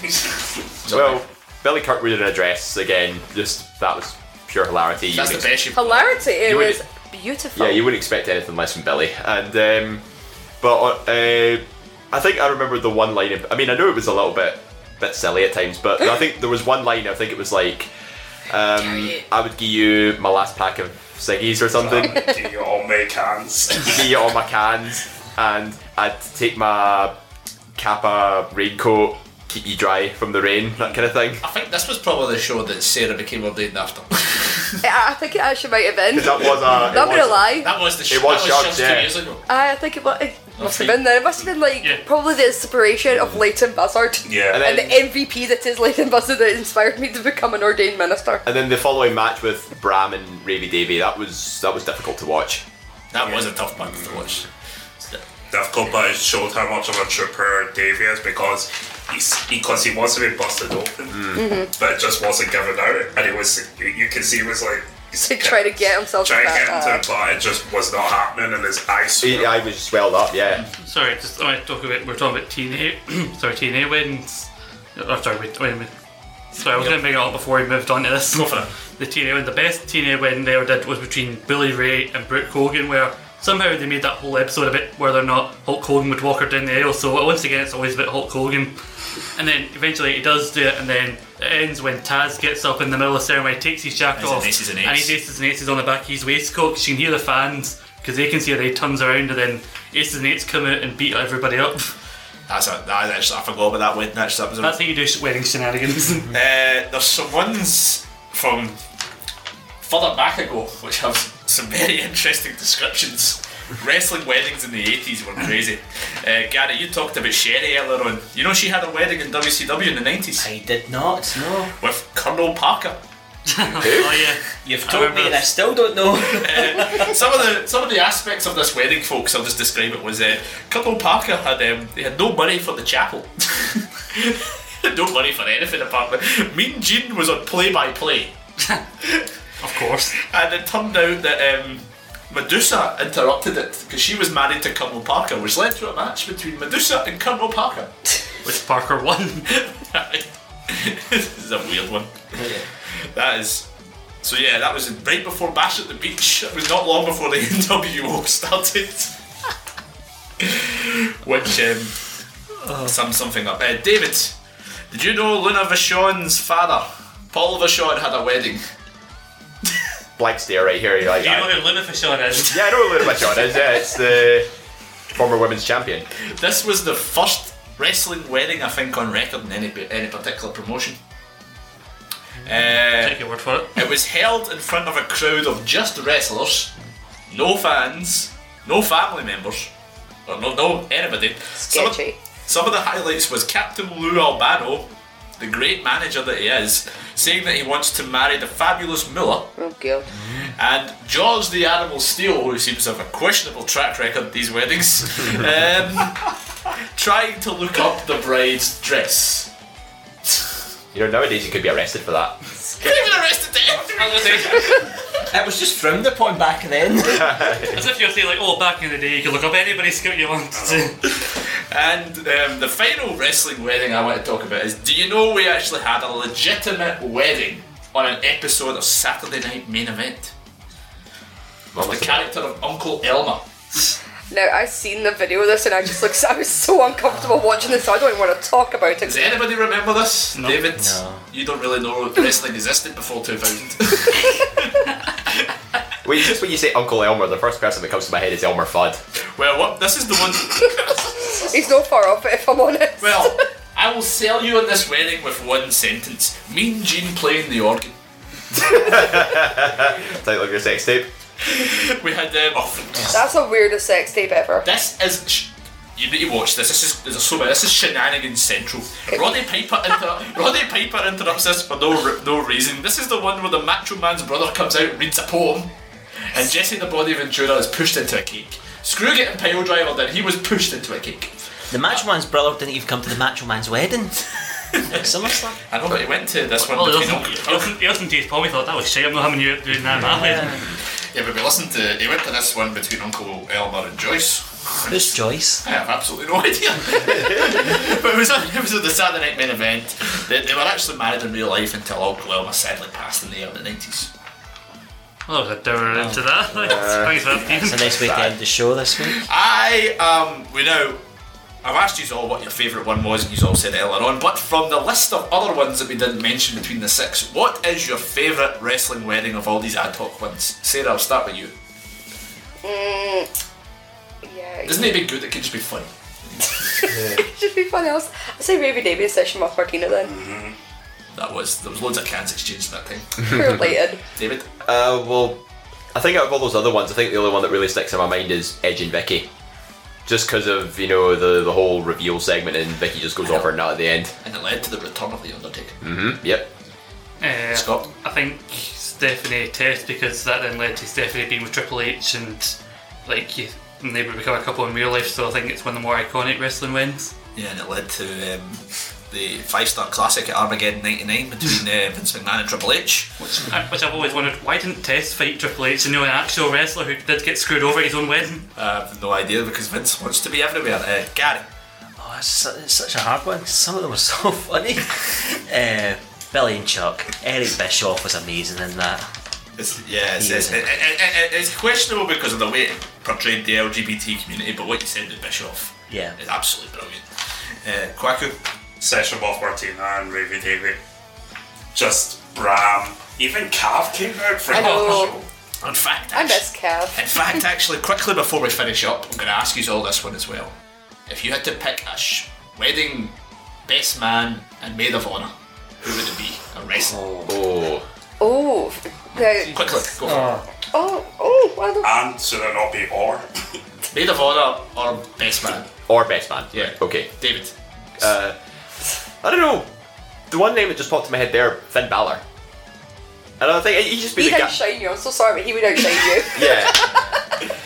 Speaker 6: was
Speaker 2: couldn't
Speaker 6: there.
Speaker 33: Well, Billy Kirkwood in a dress again. Just that was pure hilarity. You
Speaker 5: That's
Speaker 33: would
Speaker 5: the best
Speaker 6: Hilarity. It
Speaker 33: You
Speaker 6: was
Speaker 33: would-
Speaker 6: beautiful.
Speaker 33: Yeah, you wouldn't expect anything less from Billy. And um, but uh, I think I remember the one line. I mean, I know it was a little bit bit silly at times, but I think there was one line. I think it was like, um, "I would give you my last pack of ciggies or something."
Speaker 12: Give you all my cans.
Speaker 33: [LAUGHS] give you all my cans, and I'd take my Kappa raincoat, keep you dry from the rain, that kind of thing.
Speaker 5: I think this was probably the show that Sarah became
Speaker 3: [LAUGHS]
Speaker 5: ordained after.
Speaker 6: I I think it actually might have been.
Speaker 33: 'Cause that was a- it
Speaker 6: Not
Speaker 33: was
Speaker 6: gonna
Speaker 33: a-
Speaker 6: lie.
Speaker 5: That was the show.
Speaker 33: It was
Speaker 5: that
Speaker 33: Sharks,
Speaker 5: was just
Speaker 33: yeah.
Speaker 5: two years ago.
Speaker 6: I, I think it was. It must have been there. It must have been like probably the inspiration of Leighton Buzzard.
Speaker 33: Yeah.
Speaker 6: And,
Speaker 33: And
Speaker 6: the
Speaker 33: then-
Speaker 6: MVP that is Leighton Buzzard that inspired me to become an ordained minister.
Speaker 33: And then the following match with Bram and Ravy Davy, that was that was difficult to watch.
Speaker 5: That was a tough match to watch.
Speaker 12: Difficult, but it showed how much of a trooper Davey is because he's because he wants to be busted open,
Speaker 6: Mhm.
Speaker 12: but it just wasn't given out, and it was you, you can see he was like
Speaker 6: [LAUGHS] To try to get himself
Speaker 12: trying to
Speaker 6: back
Speaker 12: get into
Speaker 6: up.
Speaker 12: it, but it just was not happening, and his eyes.
Speaker 33: His eye was swelled up, yeah.
Speaker 2: Sorry, just I want to talk about. We're talking about TNA. [CLEARS THROAT] sorry, TNA wins. Oh, sorry, wait, wait a minute. Sorry, I was going to bring it up before we moved on to this. Go for it. The TNA win. The best TNA win they ever did was between Billy Ray and Brooke Hogan, where somehow they made that whole episode about whether or not Hulk Hogan would walk her down the aisle. So once again, it's always about Hulk Hogan. And then eventually he does do it, and then it ends when Taz gets up in the middle of the ceremony, takes his jacket
Speaker 5: As an
Speaker 2: off,
Speaker 5: ace is an
Speaker 2: and
Speaker 5: ace.
Speaker 2: he Aces and Eights is on the back of his waistcoat 'cause you can hear the fans because they can see how he turns around and then Aces and Eights come out and beat everybody [LAUGHS] up.
Speaker 5: That's a, that, that's, I forgot about that wedding. That's, that was a,
Speaker 2: That's how you do sh- wedding shenanigans.
Speaker 5: uh, there's some ones from further back ago which have some very [LAUGHS] interesting descriptions. Wrestling weddings in the 80s were crazy. Uh, Gary, you talked about Sherry earlier on. You know she had a wedding in WCW in the 90s? I
Speaker 3: did not, no.
Speaker 5: With Colonel Parker.
Speaker 3: oh
Speaker 2: yeah,
Speaker 3: you've told me, and I still don't know.
Speaker 5: [LAUGHS] Uh, some of the some of the aspects of this wedding, folks, I'll just describe it was uh, couple Parker had um, they had no money for the chapel, [LAUGHS] no money for anything apart from Mean Gene was on play by play,
Speaker 2: of course,
Speaker 5: and it turned out that. Um, Medusa interrupted it because she was married to Colonel Parker, which led to a match between Medusa and Colonel Parker. [LAUGHS]
Speaker 2: Which Parker won.
Speaker 5: this is a weird one. That is. So yeah, that was right before Bash at the Beach. It was not long before the NWO [LAUGHS] started. Which um, sums something up. Uh, David, did you know Luna Vachon's father, Paul Vachon, had a wedding?
Speaker 33: Blank stare right here. You're like,
Speaker 2: Do you know
Speaker 33: I-
Speaker 2: who Luna Vachon is?
Speaker 33: yeah, I know a little bit about it. Yeah, it's the former women's champion.
Speaker 5: This was the first wrestling wedding I think on record in any any particular promotion. Uh,
Speaker 2: Take your word for it.
Speaker 5: It was held in front of a crowd of just wrestlers, no fans, no family members, or no no anybody. Some of, some of the highlights was Captain Lou Albano, the great manager that he is, saying that he wants to marry the fabulous Miller.
Speaker 6: Oh god.
Speaker 5: And George the Animal Steel, who seems to have a questionable track record at these weddings, um, trying to look up the bride's dress.
Speaker 33: You know, nowadays you could be arrested for that.
Speaker 5: Even arrested
Speaker 3: It was just frowned upon back then.
Speaker 2: As if you're saying like, oh, back in the day, you could look up anybody's scout you wanted to.
Speaker 5: And um, the final wrestling wedding I want to talk about is do you know we actually had a legitimate wedding on an episode of Saturday Night Main Event? Of the character of Uncle Elmer.
Speaker 6: Now I seen the video of this and I just looked. [LAUGHS] I was so uncomfortable watching this. I don't even want to talk about it.
Speaker 5: Does anybody remember this? David, you don't really know wrestling existed before 2000.
Speaker 33: [LAUGHS] Wait, just when you say Uncle Elmer, the first person that comes to my head is Elmer Fudd.
Speaker 5: Well, what? This is the one.
Speaker 33: [LAUGHS]
Speaker 6: He's not far off it, if I'm honest.
Speaker 5: Well, I will sell you on this wedding with one sentence: Mean Gene playing the organ.
Speaker 33: [LAUGHS] Title of your sex tape.
Speaker 5: We had um, oh,
Speaker 6: That's the weirdest sex tape ever.
Speaker 5: This is. sh- You need to watch this. This is this is so bad. This is shenanigans central. Roddy Piper inter- Roddy Piper interrupts this for no r- no reason. This is the one where the Macho Man's brother comes out, reads a poem, and Jesse the Body Ventura is pushed into a cake. Screw getting pile driver then he was pushed into a cake.
Speaker 3: The Macho Man's brother didn't even come to the Macho Man's [LAUGHS] wedding. SummerSlam.
Speaker 5: I know, but he went to this
Speaker 2: [LAUGHS]
Speaker 5: one.
Speaker 2: Well, he
Speaker 5: between
Speaker 2: listened, he listened, he listened to his poem, he thought that was shit, I'm not having you doing that in my wedding.
Speaker 5: Yeah, but we listened to he went to this one between Uncle Elmer and Joyce.
Speaker 3: Who's Joyce?
Speaker 5: I have absolutely no [LAUGHS] idea. but it was on, it was on the Saturday Night Main Event. They, they were actually married in real life until Uncle Elmer sadly passed in the early nineties.
Speaker 2: Well, I don't into that. [LAUGHS] Thanks for that.
Speaker 3: It's a nice way to end the show this week.
Speaker 5: I um we know I've asked you all what your favourite one was, and you all said it earlier on. But from the list of other ones that we didn't mention between the six, what is your favourite wrestling wedding of all these ad hoc ones? Sarah, I'll start with you.
Speaker 6: Mm, yeah.
Speaker 5: Doesn't it be good? It could just be funny.
Speaker 6: Should be funny else. I say Ruby Davies session with Martina then. [LAUGHS]
Speaker 5: That was there was loads of cans exchanged that time.
Speaker 6: Related.
Speaker 5: David.
Speaker 33: Uh, well, I think out of all those other ones, I think the only one that really sticks in my mind is Edge and Vicky. Just because of you know the the whole reveal segment and Vicky just goes off her nut at the end.
Speaker 5: And it led to the return of the Undertaker.
Speaker 33: hmm Yep.
Speaker 2: Uh,
Speaker 5: Scott?
Speaker 2: I think Stephanie Test because that then led to Stephanie being with Triple H and like you, and they would become a couple in real life. So I think it's one of the more iconic wrestling wins.
Speaker 5: Yeah, and it led to um, the five star classic at Armageddon '99 between uh, Vince McMahon and Triple H.
Speaker 2: Which, I- which I've always wondered why didn't Test fight Triple H and know an actual wrestler who did get screwed over at his own wedding?
Speaker 5: I have no idea because Vince wants to be everywhere. Uh, Gary.
Speaker 3: Oh, it's, su- it's such a hard one. Some of them are [LAUGHS] so funny. uh, Billy and Chuck. Eric Bischoff was amazing in that.
Speaker 5: It's, yeah, it's,
Speaker 3: He
Speaker 5: it's,
Speaker 3: was
Speaker 5: it- it- it- it's questionable because of the way it portrayed the LGBT community, but what you said with Bischoff
Speaker 3: Yeah.
Speaker 5: is absolutely brilliant. Uh, Kwaku.
Speaker 12: Session with Martina and Ravy Davy. Just Bram. Even Cav came out for [LAUGHS]
Speaker 6: I know.
Speaker 5: In fact,
Speaker 6: I miss Cav.
Speaker 5: in fact, actually, quickly before we finish up, I'm going to ask you all this one as well. If you had to pick a sh- wedding best man and maid of honour, who would it be? A wrestler.
Speaker 33: Oh.
Speaker 6: Oh. the-
Speaker 5: Quickly, go for it.
Speaker 6: Oh. Oh. Why the
Speaker 33: Ah,
Speaker 12: And should it not be or?
Speaker 5: Maid of honour or best man?
Speaker 33: Or best man.
Speaker 5: Yeah.
Speaker 33: Okay.
Speaker 5: David.
Speaker 33: Uh, I don't know. The one name that just popped in my head there, Finn Balor. And I think he just be
Speaker 6: He'd
Speaker 33: the guy.
Speaker 6: outshine you. I'm so sorry, but he would
Speaker 33: [LAUGHS]
Speaker 6: outshine you.
Speaker 33: Yeah.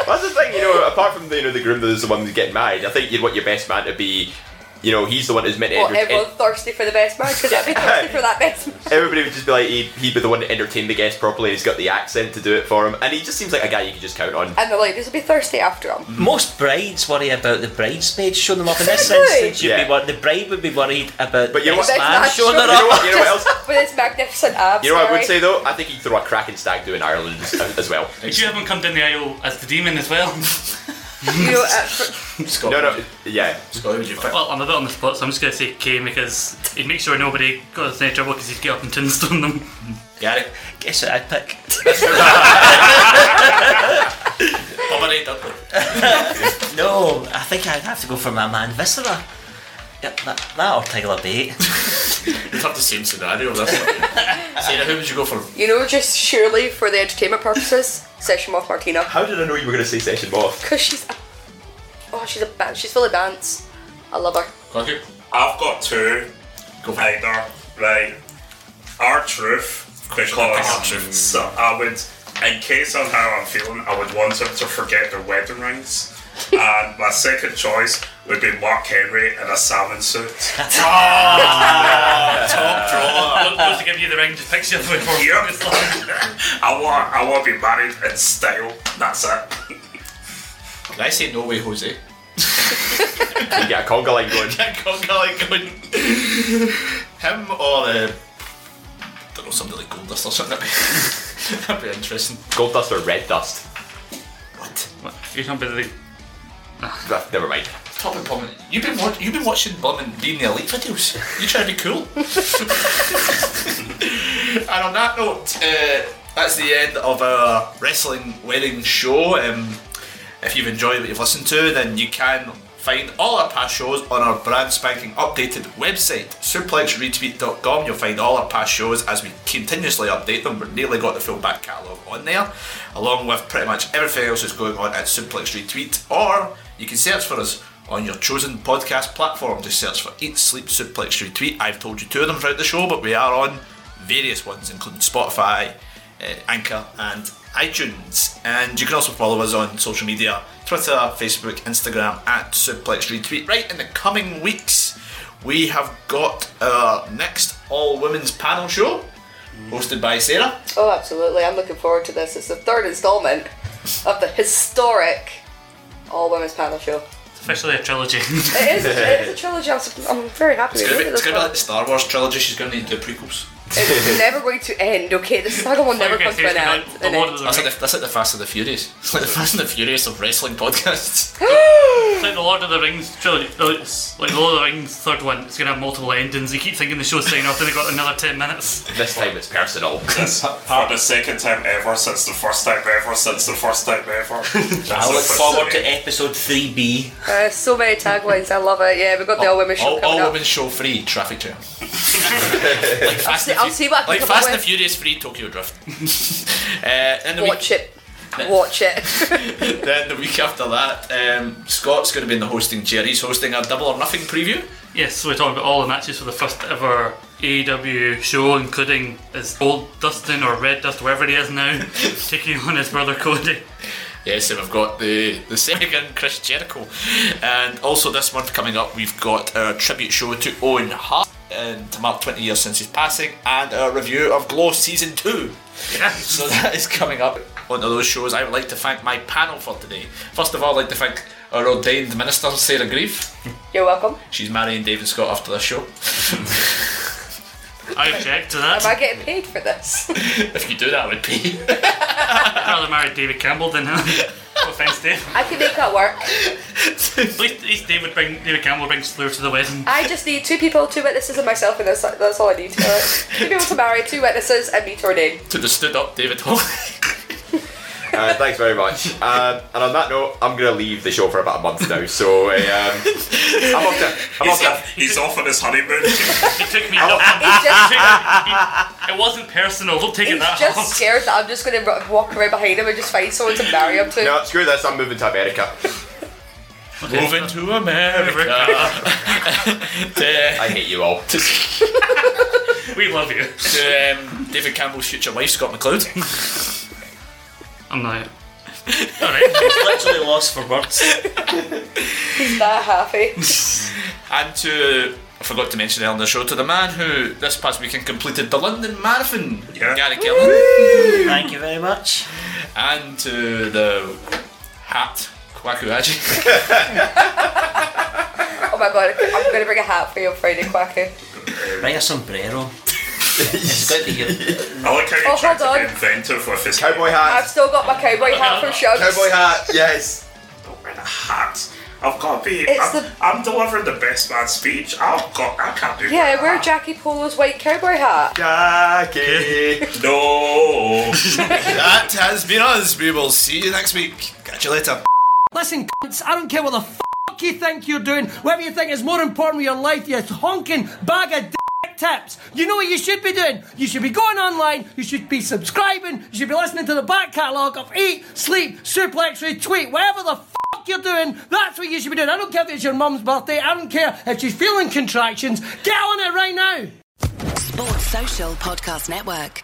Speaker 33: Well, that's the thing, you know. Apart from the you know the groom that's the one who's getting married, I think you'd want your best man to be, you know, he's the one who's meant to.
Speaker 6: What,
Speaker 33: enter-
Speaker 6: everyone thirsty for the best man? Because I'd be thirsty for that best man.
Speaker 33: Everybody would just be like, he, he'd be the one to entertain the guest properly. He's got the accent to do it for him, and he just seems like a guy you could just count on.
Speaker 6: And the ladies would be thirsty after him.
Speaker 3: Most brides worry about the bridesmaids showing them up. In this
Speaker 6: Exactly.
Speaker 3: instance, you'd
Speaker 33: Yeah.
Speaker 3: be wor- the bride would be worried about
Speaker 33: But you know
Speaker 3: the
Speaker 33: what-
Speaker 3: best man
Speaker 6: That's
Speaker 3: showing
Speaker 6: true.
Speaker 3: her
Speaker 33: You know
Speaker 3: up.
Speaker 33: what- you know what
Speaker 6: [LAUGHS]
Speaker 33: else?
Speaker 6: With his magnificent abs.
Speaker 33: You know what I would say
Speaker 6: sorry.
Speaker 33: though? I think he'd throw a cracking stag do in Ireland as,
Speaker 5: [LAUGHS]
Speaker 33: as well.
Speaker 2: But you haven't come down the aisle as the demon as well. [LAUGHS]
Speaker 6: You know,
Speaker 33: [LAUGHS]
Speaker 6: uh, for-
Speaker 5: Scott.
Speaker 33: No, no, yeah.
Speaker 5: Scott, who would you pick?
Speaker 2: well, I'm a bit on the spot, so I'm just going to say Kane because he'd make sure nobody got us any trouble because he'd get up and tombstone them.
Speaker 5: Gary.
Speaker 3: [LAUGHS] Guess what I'd pick?
Speaker 5: Dominate Dudley.
Speaker 3: No, I think I'd have to go for my man Viscera. Yep, that, that or Tyler Bate.
Speaker 5: You'd have the same scenario, that's it.
Speaker 6: [LAUGHS]
Speaker 5: Sarah, who would you go for?
Speaker 6: you know, just surely for the entertainment purposes, session off Martina.
Speaker 33: How did I know you were going to say session off?
Speaker 6: Because she's. a- Oh, she's a ba- she's full of dance. I love her.
Speaker 5: Kwaku.
Speaker 12: I've got two. Go either. Right. Our truth. Because so I would, in case of how I'm feeling, I would want them to forget their wedding rings. and my second choice would be Mark Henry in a salmon suit.
Speaker 2: Top drawer. I'm supposed to give you the ring, just picks you up before it's like-
Speaker 12: I want, I want to be married in style. That's it.
Speaker 5: Can I say no way, Jose? [LAUGHS]
Speaker 33: You get a conga line going.
Speaker 5: That conga line going. Him or uh, I don't know somebody like Goldust or something. That'd be, [LAUGHS] that'd be interesting.
Speaker 33: Gold dust or red dust?
Speaker 2: [LAUGHS] What? You can't be the.
Speaker 33: Ah, Never mind.
Speaker 5: Top and Bum, you've been watch- you've been watching Bum and Dean the Elite videos. You trying to be cool?
Speaker 6: [LAUGHS]
Speaker 5: and on that note, uh, that's the end of our wrestling wedding show. Um, if you've enjoyed what you've listened to, then you can find all our past shows on our brand spanking updated website, suplexretweet.com. You'll find all our past shows as we continuously update them. We've nearly got the full back catalogue on there, along with pretty much everything else that's going on at Suplex Retweet. Or you can search for us on your chosen podcast platform. Just search for Eat Sleep Suplex Retweet. I've told you two of them throughout the show, but we are on various ones, including Spotify, uh, Anchor, and iTunes. And you can also follow us on social media Twitter, Facebook, Instagram at Suplex Retweet. Right in the coming weeks, we have got our next all women's panel show hosted by Sarah.
Speaker 6: Oh, absolutely. I'm looking forward to this. It's the third installment of the historic all women's panel show.
Speaker 2: It's officially a trilogy.
Speaker 6: It is, it is a trilogy. I'm, su- I'm very happy
Speaker 5: It's
Speaker 6: with
Speaker 5: gonna, be,
Speaker 6: it.
Speaker 5: it's gonna be like the Star Wars trilogy, she's gonna need to do prequels.
Speaker 6: It's never going to end, okay? This saga will
Speaker 2: [LAUGHS]
Speaker 6: never come to an end. an end.
Speaker 5: That's like, the, that's like the Fast and the Furious. [LAUGHS] It's like the Fast and the Furious of wrestling podcasts.
Speaker 6: [GASPS]
Speaker 2: It's like the Lord of the Rings trilogy. no, it's Like the Lord of the Rings third one. It's gonna have multiple endings. You keep thinking the show's signing off, then they got another ten minutes.
Speaker 33: This time it's
Speaker 12: [LAUGHS]
Speaker 33: personal.
Speaker 12: For the second time ever, since the first time ever, since the first time ever. Since
Speaker 3: [LAUGHS] I
Speaker 12: the
Speaker 3: look
Speaker 12: first
Speaker 3: forward
Speaker 12: time.
Speaker 3: to episode 3B.
Speaker 6: Uh, so many taglines. I love it. Yeah, we've got the all women show
Speaker 5: Oh, all,
Speaker 6: coming
Speaker 5: all
Speaker 6: up.
Speaker 5: women show free traffic
Speaker 6: [LAUGHS]
Speaker 5: jam. like
Speaker 6: I'll
Speaker 5: Fast,
Speaker 6: see, I'll see what I can
Speaker 5: like
Speaker 6: come
Speaker 5: Fast and
Speaker 6: up with.
Speaker 5: the Furious free Tokyo Drift. [LAUGHS] uh, in the
Speaker 6: Watch it. Watch it. [LAUGHS]
Speaker 5: week, then the week after that, um, Scott's going to be in the hosting chair. He's hosting a double or nothing preview.
Speaker 2: Yes, so we're talking about all the matches for the first ever AEW show, including his old Dustin or Red Dust, wherever he is now, [LAUGHS] taking on his brother Cody.
Speaker 5: Yes, and we've got the the second [LAUGHS] Chris Jericho, and also this month coming up, we've got our tribute show to Owen Hart and to mark 20 years since his passing, and a review of Glow season two. [LAUGHS] So that is coming up on those shows. I would like to thank my panel for today. First of all, I'd like to thank our ordained minister Sarah Grieve.
Speaker 6: You're welcome.
Speaker 5: She's marrying David Scott after this show. [LAUGHS]
Speaker 2: I object to
Speaker 6: Am
Speaker 2: that.
Speaker 6: I getting paid for this?
Speaker 5: if you do that, I would be. [LAUGHS]
Speaker 2: I'd rather marry David Campbell than him. [LAUGHS] No offense, Dave.
Speaker 6: I can make that work.
Speaker 2: At least, at least David, bring, David Campbell brings Flair to the wedding.
Speaker 6: I just need two people, two witnesses, and myself, and that's, that's all I need. Uh, two people to marry, two witnesses, and me to ordain.
Speaker 5: to the stood up David Hall.
Speaker 33: Uh, thanks very much. Um, and on that note, I'm going to leave the show for about a month now. So uh, um, I'm off to. I'm off to.
Speaker 12: He's off on his honeymoon.
Speaker 2: He took me up.
Speaker 33: [LAUGHS]
Speaker 6: He's just-
Speaker 2: It wasn't personal. Don't take it
Speaker 6: He's
Speaker 2: that
Speaker 6: just
Speaker 2: hard.
Speaker 6: scared that I'm just going to walk around behind him and just find someone to marry him to.
Speaker 33: No, screw this. I'm moving to America.
Speaker 5: Moving to America.
Speaker 2: uh,
Speaker 33: [LAUGHS] I hate you all. [LAUGHS]
Speaker 2: we love you.
Speaker 5: To um, David Campbell's future wife, Scott McLeod. [LAUGHS]
Speaker 2: I'm not. [LAUGHS]
Speaker 3: It's literally lost for
Speaker 8: [LAUGHS]
Speaker 3: words.
Speaker 6: He's that happy.
Speaker 5: And to, I forgot to mention earlier on the show, to the man who this past weekend completed the London Marathon, Gary Gilman.
Speaker 3: Thank you very much.
Speaker 5: And to the hat, Kwaku Aji.
Speaker 6: Oh my god, I'm going to bring a hat for you on Friday, Quacker.
Speaker 3: Bring a sombrero. it's good to hear.
Speaker 12: I like how you
Speaker 6: Oh,
Speaker 12: tried
Speaker 6: hold
Speaker 12: to
Speaker 6: on.
Speaker 12: be inventive with his
Speaker 33: cowboy
Speaker 8: [LAUGHS]
Speaker 6: I've still got my [LAUGHS] cowboy hat from Shug's.
Speaker 33: Cowboy hat, yes.
Speaker 12: Don't wear the hat. I've got to be.
Speaker 6: It's
Speaker 12: I'm, I'm delivering the best man speech. I've got. I can't do.
Speaker 6: Yeah, wear Jackie Polo's white cowboy hat.
Speaker 33: Jackie.
Speaker 12: No.
Speaker 5: that has been us. We will see you next week. Catch you later.
Speaker 8: Listen, cunts, I don't care what the fuck you think you're doing, whatever you think is more important with your life, you honking bag of dick tips. You know what you should be doing? You should be going online, you should be subscribing, you should be listening to the back catalogue of Eat, Sleep, Suplex, Retweet, whatever the fuck you're doing, that's what you should be doing. I don't care if it's your mum's birthday, I don't care if she's feeling contractions, get on it right now.
Speaker 1: Sports Social Podcast Network.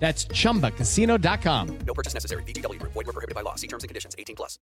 Speaker 8: That's chumbacasino.com.
Speaker 41: No purchase necessary. VGW Group. Void were prohibited by law. See terms and conditions. 18 plus.